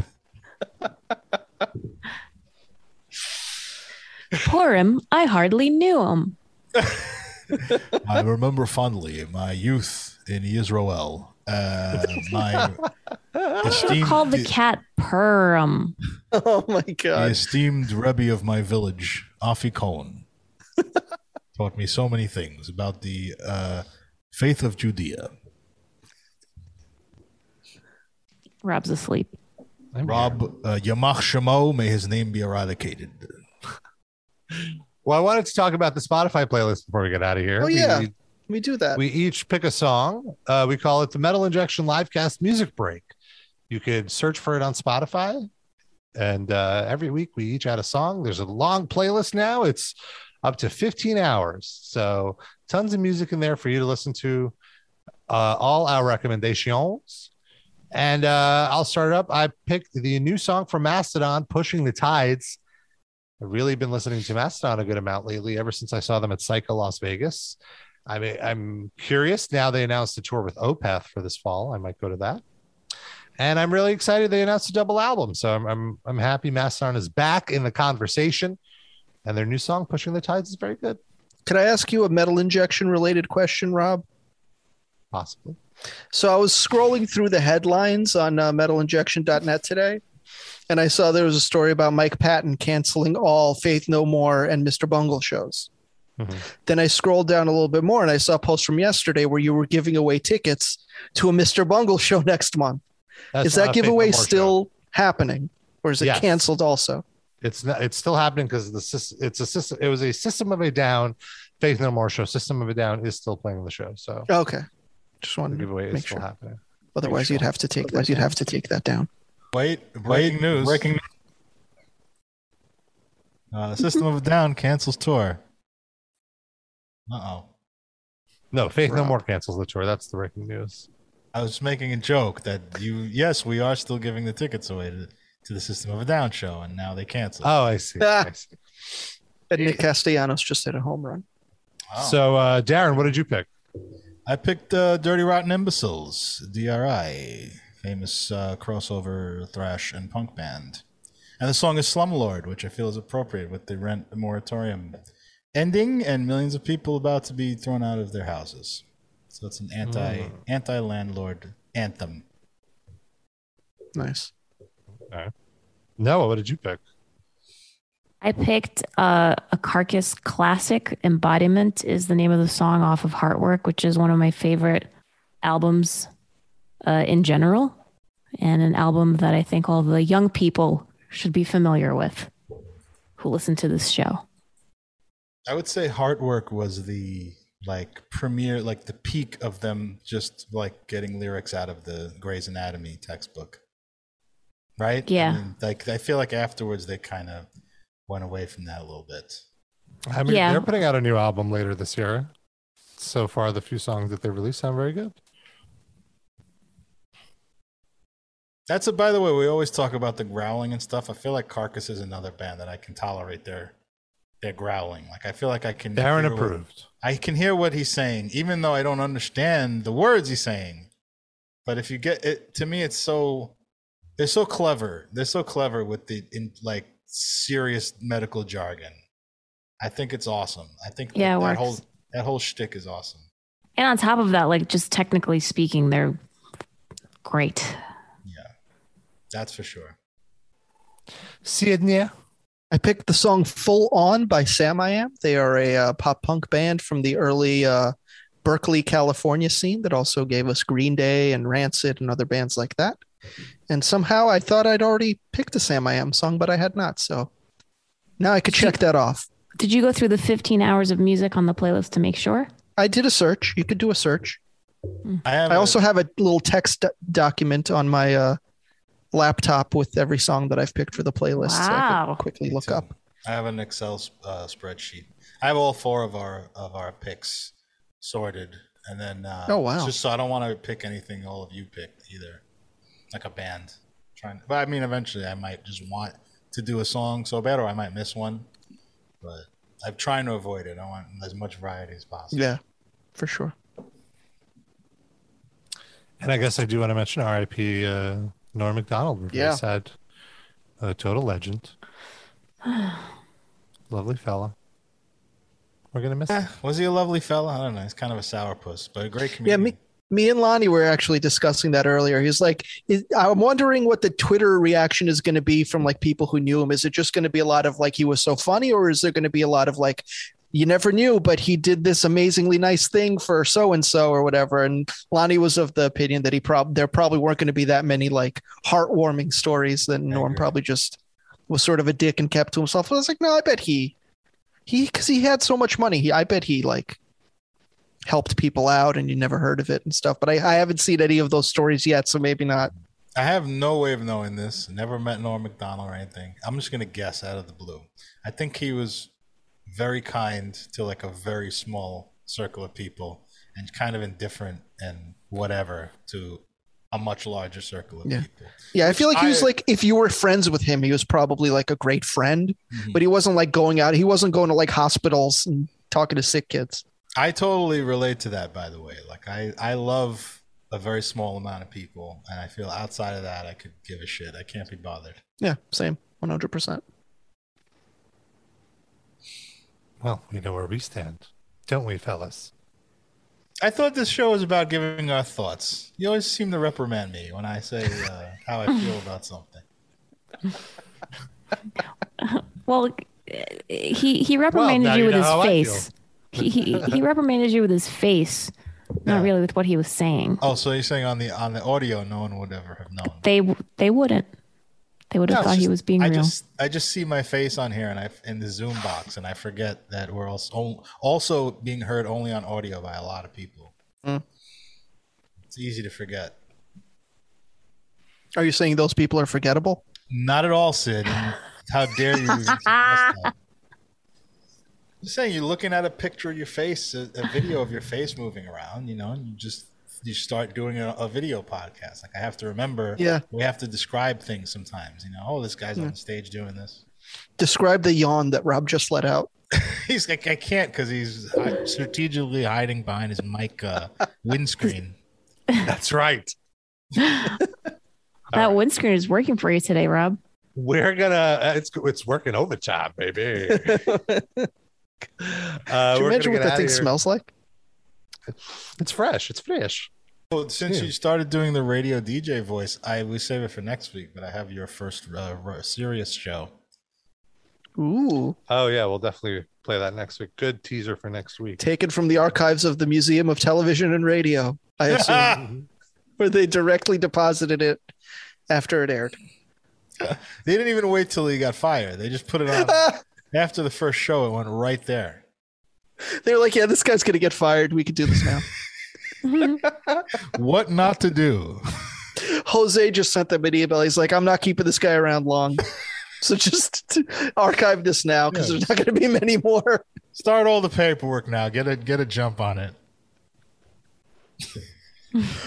Speaker 4: Purim, I hardly knew him.
Speaker 5: I remember fondly my youth in Israel. Uh, my
Speaker 4: Should have
Speaker 5: esteemed,
Speaker 4: called the cat Purim.
Speaker 3: Oh my
Speaker 5: the
Speaker 3: god.
Speaker 5: esteemed Rebbe of my village, Afi Cohen, taught me so many things about the uh, faith of Judea.
Speaker 4: Rob's asleep.
Speaker 5: Rob uh, Yamach Shamo, may his name be eradicated.
Speaker 2: Well, I wanted to talk about the Spotify playlist before we get out of here.
Speaker 3: Oh,
Speaker 2: We-
Speaker 3: yeah.
Speaker 2: we-
Speaker 3: We do that.
Speaker 2: we each pick a song. Uh, we call it the Metal Injection Livecast Music Break. You could search for it on Spotify. And uh, every week we each add a song. There's a long playlist now, it's up to 15 hours. So tons of music in there for you to listen to. Uh, all our recommendations. And uh, I'll start it up. I picked the new song from Mastodon, Pushing the Tides. I've really been listening to Mastodon a good amount lately, ever since I saw them at Psycho Las Vegas. I mean, I'm curious now. They announced a tour with Opeth for this fall. I might go to that. And I'm really excited they announced a double album. So I'm I'm, I'm happy Mastodon is back in the conversation. And their new song, Pushing the Tides, is very good,
Speaker 3: Could I ask you a metal injection related question, Rob?
Speaker 2: possibly.
Speaker 3: So I was scrolling through the headlines on uh, metalinjection.net today, and I saw there was a story about Mike Patton canceling all Faith No More and Mr. Bungle shows.
Speaker 2: Mhm.
Speaker 3: Then I scrolled down a little bit more and I saw a post from yesterday where you were giving away tickets to a Mr. Bungle show next month.
Speaker 2: That's
Speaker 3: is
Speaker 2: not a
Speaker 3: that
Speaker 2: Faith No
Speaker 3: giveaway
Speaker 2: More show.
Speaker 3: still happening or is it
Speaker 2: Yes.
Speaker 3: canceled also?
Speaker 2: It's not. It's still happening because the sys- it's a system. It was a System of a Down, Faith No More show. System of a Down is still playing the show. So
Speaker 3: Okay. Just
Speaker 2: the
Speaker 3: wanted to
Speaker 2: giveaway is
Speaker 3: Mm-hmm. make
Speaker 2: still
Speaker 3: sure.
Speaker 2: happening.
Speaker 3: Otherwise you'd have to take that you'd have to take that down.
Speaker 5: Wait,
Speaker 6: Breaking news.
Speaker 5: Breaking news. Uh, System of a Down cancels tour. Uh oh.
Speaker 2: No, Faith No
Speaker 3: Rob.
Speaker 2: More cancels the tour. That's the breaking news.
Speaker 5: I was making a joke that you, yes, we are still giving the tickets away to, to the System of a Down show, and now they cancel.
Speaker 2: Oh, I see.
Speaker 3: Ah.
Speaker 2: I see.
Speaker 3: And Nick Castellanos just hit a home run.
Speaker 5: Wow.
Speaker 2: So, uh, Darren, what did you pick?
Speaker 5: I picked uh, Dirty Rotten Imbeciles, DRI, famous uh, crossover thrash and punk band. And the song is Slumlord, which I feel is appropriate with the rent moratorium ending and millions of people about to be thrown out of their houses. So it's an anti anti landlord anthem.
Speaker 3: Nice.
Speaker 2: Noah, what did you pick?
Speaker 4: I picked uh, a Carcass classic. Embodiment is the name of the song off of Heartwork, which is one of my favorite albums uh, in general, and an album that I think all the young people should be familiar with who listen to this show.
Speaker 5: I would say Heartwork was the like premiere, like the peak of them just like getting lyrics out of the Grey's Anatomy textbook, right? I
Speaker 4: Yeah.
Speaker 5: mean, like I feel like afterwards they kind of went away from that a little bit.
Speaker 2: I mean,
Speaker 4: Yeah.
Speaker 2: they're putting out a new album later this year. So far, the few songs that they released sound very good.
Speaker 5: That's a, by the way, we always talk about the growling and stuff. I feel like Carcass is another band that I can tolerate their they're growling. Like I feel like I can.
Speaker 2: Darren
Speaker 5: hear what-
Speaker 2: approved.
Speaker 5: I can hear what he's saying, even though I don't understand the words he's saying. But if you get it, to me, it's so they're so clever. They're so clever with the in like serious medical jargon. I think it's awesome. I think
Speaker 4: Yeah, it
Speaker 5: that, that
Speaker 4: works.
Speaker 5: whole that whole shtick is awesome.
Speaker 4: And on top of that, like just technically speaking, they're great.
Speaker 5: That's for sure.
Speaker 2: Sydney.
Speaker 3: I picked the song Full On by Sam I Am. They are a uh, pop punk band from the early uh, Berkeley, California scene that also gave us Green Day and Rancid and other bands like that. And somehow I thought I'd already picked a Sam I Am song, but I had not. So now I could check that off.
Speaker 4: Did you go through the 15 hours of music on the playlist to make sure?
Speaker 3: I did a search. You could do a search.
Speaker 5: I, have
Speaker 3: also have a little text do- document on my uh, laptop with every song that I've picked for the playlist. So I
Speaker 5: Wow.
Speaker 3: could quickly look up.
Speaker 5: I have an Excel uh, spreadsheet. I have all four of our of our picks sorted, and then uh,
Speaker 3: Oh, wow.
Speaker 5: just so I don't want to pick anything all of you picked either, like a band. Trying, but I mean, eventually I might just want to do a song so bad, or I might miss one. But I'm trying to avoid it. I want as much variety as possible.
Speaker 3: Yeah, for sure.
Speaker 2: And I guess I do want to mention R.I.P. Uh, Norm Macdonald. We're very
Speaker 3: Yeah.
Speaker 2: sad. A total legend. Lovely fella. We're gonna miss.
Speaker 5: Eh, was he a lovely fella? I don't know. He's kind of a sourpuss, but a great
Speaker 3: Yeah,
Speaker 5: comedian.
Speaker 3: me, me and Lonnie were actually discussing that earlier. He was like, is, I'm wondering what the Twitter reaction is going to be from like people who knew him. Is it just going to be a lot of like, he was so funny, or is there going to be a lot of like, you never knew, but he did this amazingly nice thing for so and so or whatever. And Lonnie was of the opinion that he probably there probably weren't going to be that many like heartwarming stories. Then Norm probably just was sort of a dick and kept to himself. I was like, no, I bet he he because he had so much money. He, I bet he like helped people out and you never heard of it and stuff. But I, I haven't seen any of those stories yet, so maybe not.
Speaker 5: I have no way of knowing this. Never met Norm McDonald or anything. I'm just gonna guess out of the blue. I think he was very kind to like a very small circle of people and kind of indifferent and whatever to a much larger circle of
Speaker 3: Yeah.
Speaker 5: people.
Speaker 3: Yeah, I feel like he was
Speaker 5: I-
Speaker 3: like if you were friends with him, he was probably like a great friend, but he wasn't like going out. He wasn't going to like hospitals and talking to sick kids.
Speaker 5: I totally relate to that by the way. Like I I love a very small amount of people and I feel outside of that I could give a shit. I can't be bothered.
Speaker 3: Yeah, same, one hundred percent.
Speaker 2: Well, we know where we stand, don't we, fellas?
Speaker 5: I thought this show was about giving our thoughts. You always seem to reprimand me when I say uh, how I feel about something.
Speaker 4: Well, he he reprimanded
Speaker 5: now
Speaker 4: you
Speaker 5: you
Speaker 4: with
Speaker 5: know
Speaker 4: his
Speaker 5: how I
Speaker 4: face. He, he he reprimanded you with his face, not really with what he was saying.
Speaker 5: Oh, so you're saying on the on the audio, no one would ever have known.
Speaker 4: They they wouldn't. They would have
Speaker 5: No, it's
Speaker 4: thought he
Speaker 5: just-
Speaker 4: was being
Speaker 5: I
Speaker 4: real.
Speaker 5: Just, I just see my face on here and I in the Zoom box, and I forget that we're also also being heard only on audio by a lot of people.
Speaker 3: Mm.
Speaker 5: It's easy to forget.
Speaker 3: Are you saying those people are forgettable?
Speaker 5: Not at all, Sid. How dare you? even suggest that. Just saying, you're looking at a picture of your face, a, a video of your face moving around, you know, and you just you start doing a, a video podcast. Like I have to remember,
Speaker 3: Yeah.
Speaker 5: we have to describe things sometimes. You know, oh, this guy's on stage doing this.
Speaker 3: Describe the yawn that Rob just let out.
Speaker 5: He's like, I can't because he's hi- strategically hiding behind his mic uh, windscreen.
Speaker 2: That's right.
Speaker 4: that windscreen is working for you today, Rob.
Speaker 2: We're gonna. uh, It's it's working overtime, baby. uh,
Speaker 3: Can you
Speaker 2: we're gonna
Speaker 3: imagine
Speaker 2: get
Speaker 3: what that
Speaker 2: outta
Speaker 3: thing
Speaker 2: here.
Speaker 3: smells like?
Speaker 2: It's fresh. It's fresh.
Speaker 5: Well, since you started doing the radio DJ voice, I we save it for next week. But I have your first uh, r- serious show.
Speaker 3: Ooh,
Speaker 2: Oh yeah, we'll definitely play that next week. Good teaser for next week.
Speaker 3: taken from the archives of the Museum of Television and Radio, I assume, where they directly deposited it after it aired.
Speaker 5: They didn't even wait till he got fired. They just put it on after the first show. It went right there.
Speaker 3: They're like, yeah, this guy's gonna get fired. We could do this now.
Speaker 5: What not to do?
Speaker 3: Jose just sent them an email. He's like, I'm not keeping this guy around long. So just archive this now because there's not going to be many more.
Speaker 5: Start all the paperwork now. Get a get a jump on it.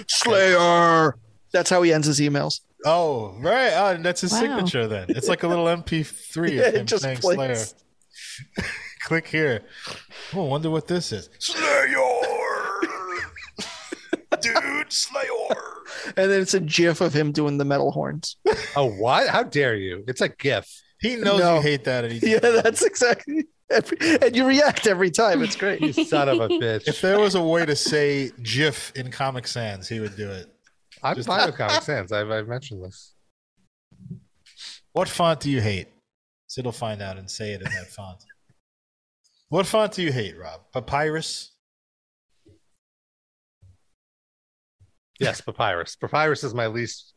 Speaker 3: Slayer. That's how he ends his emails.
Speaker 5: Oh, right. Oh, that's his
Speaker 3: Wow.
Speaker 5: signature then. It's like a little MP3
Speaker 3: Yeah,
Speaker 5: of
Speaker 3: it
Speaker 5: him
Speaker 3: just
Speaker 5: saying
Speaker 3: plays.
Speaker 5: Slayer. Click here. Oh, wonder what this is. Slayor, dude, Slayor.
Speaker 3: And then it's a GIF of him doing the metal horns.
Speaker 2: Oh, what? How dare you? It's a GIF.
Speaker 5: He knows you hate that. And
Speaker 3: yeah, that's exactly. Every, and you react every time. It's great.
Speaker 2: You son of a bitch.
Speaker 5: If there was a way to say GIF in Comic Sans, he would do it.
Speaker 2: I'm fine with Comic Sans. I've, I've mentioned this.
Speaker 5: What font do you hate? Sid will find out and say it in that font. What font do you hate, Rob? Papyrus?
Speaker 2: Yes, Papyrus. Papyrus is my least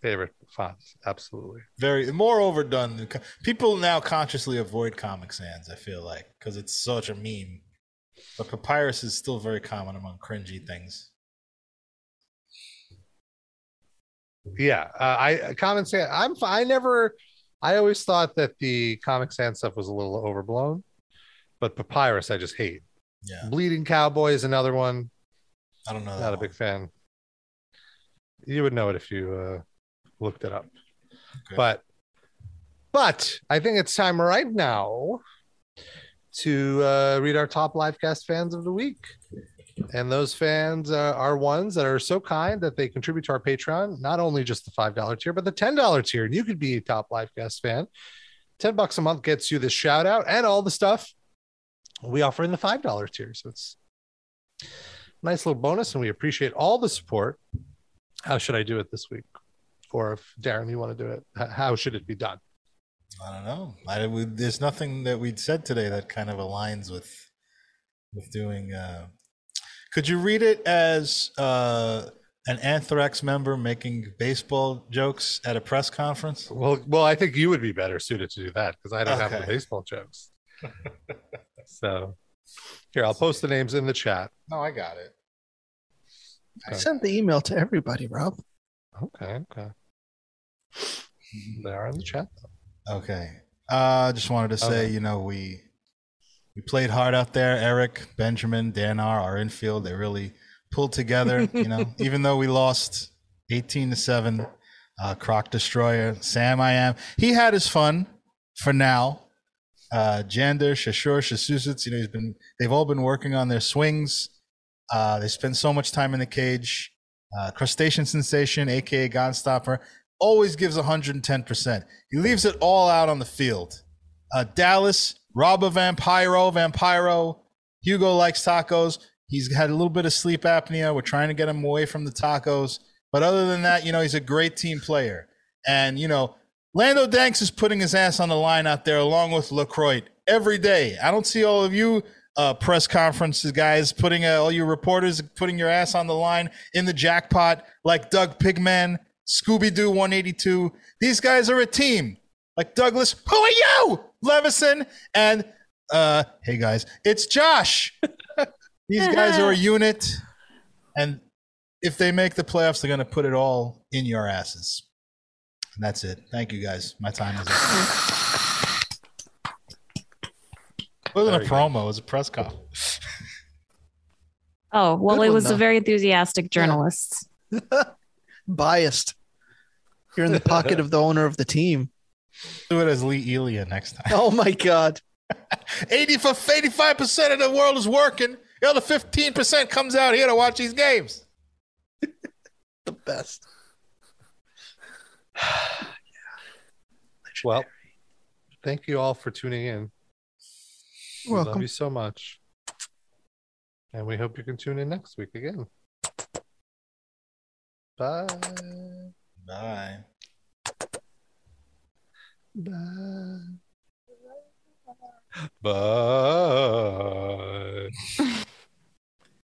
Speaker 2: favorite font. Absolutely.
Speaker 5: Very more overdone. than co- People now consciously avoid Comic Sans. I feel like because it's such a meme. But papyrus is still very common among cringy things.
Speaker 2: Yeah. Uh, I Comic Sans. I'm. fi- I never. I always thought that the Comic Sans stuff was a little overblown, but Papyrus I just hate.
Speaker 5: Yeah.
Speaker 2: Bleeding Cowboy is another one.
Speaker 5: I don't know.
Speaker 2: Not a big fan. You would know it if you uh, looked it up. But but I think it's time right now to uh, read our top livecast fans of the week. And those fans uh, are ones that are so kind that they contribute to our Patreon, not only just the $5 tier, but the $10 tier. And you could be a top livecast fan. 10 bucks a month gets you the shout out and all the stuff we offer in the $5 tier. So it's a nice little bonus. And we appreciate all the support. How should I do it this week? Or if Darren, you want to do it, h- how should it be done?
Speaker 5: I don't know. I, we, there's nothing that we'd said today that kind of aligns with with doing. Uh, could you read it as uh, an Anthrax member making baseball jokes at a press conference?
Speaker 2: Well, well, I think you would be better suited to do that because I don't have
Speaker 5: Okay.
Speaker 2: the baseball jokes. so here, I'll post the names in the chat.
Speaker 5: No, I got it.
Speaker 3: I sent the email to everybody, Rob.
Speaker 2: Okay, okay. They are in the chat. Though.
Speaker 5: Okay. Uh, just wanted to say,
Speaker 2: Okay.
Speaker 5: you know, we we played hard out there. Eric, Benjamin, Danar, our infield, they really pulled together. You know, even though we lost eighteen to seven, uh, Croc Destroyer, Sam, I am. He had his fun for now. Uh, Jander, Shashur, Shasusets, you know, he's been. They've all been working on their swings. Uh, they spend so much time in the cage. Uh, crustacean sensation, aka Gonstopper, always gives 110%. He leaves it all out on the field. Uh, Dallas, Roba Vampiro, Vampiro, Hugo likes tacos. He's had a little bit of sleep apnea. We're trying to get him away from the tacos. But other than that, you know, he's a great team player. And, you know, Lando Danks is putting his ass on the line out there along with LaCroix every day. I don't see all of you uh, press conferences guys putting uh, all your reporters putting your ass on the line in the jackpot like Doug Pigman, Scooby Doo 182. These guys are a team like Douglas. Who are you, Levison? And uh, hey guys, it's Josh. These guys are a unit, and if they make the playoffs, they're going to put it all in your asses. And that's it. Thank you guys. My time is up. It wasn't
Speaker 2: Very
Speaker 5: a
Speaker 2: good.
Speaker 5: promo. It was a press conference.
Speaker 4: Oh, well,
Speaker 3: Good
Speaker 4: it
Speaker 3: one,
Speaker 4: was a
Speaker 3: though.
Speaker 4: very enthusiastic journalist.
Speaker 3: Biased. You're in the pocket of the owner of the team.
Speaker 5: Do it as Lee Elia next time.
Speaker 3: Oh my God.
Speaker 5: 80 for 85% of the world is working. The other 15% comes out here to watch these games.
Speaker 3: The best.
Speaker 2: Well, thank you all for tuning in.
Speaker 3: You're
Speaker 2: we love
Speaker 3: welcome.
Speaker 2: you so much. And we hope you can tune in next week again. Bye.
Speaker 5: Bye.
Speaker 2: Bye. Bye.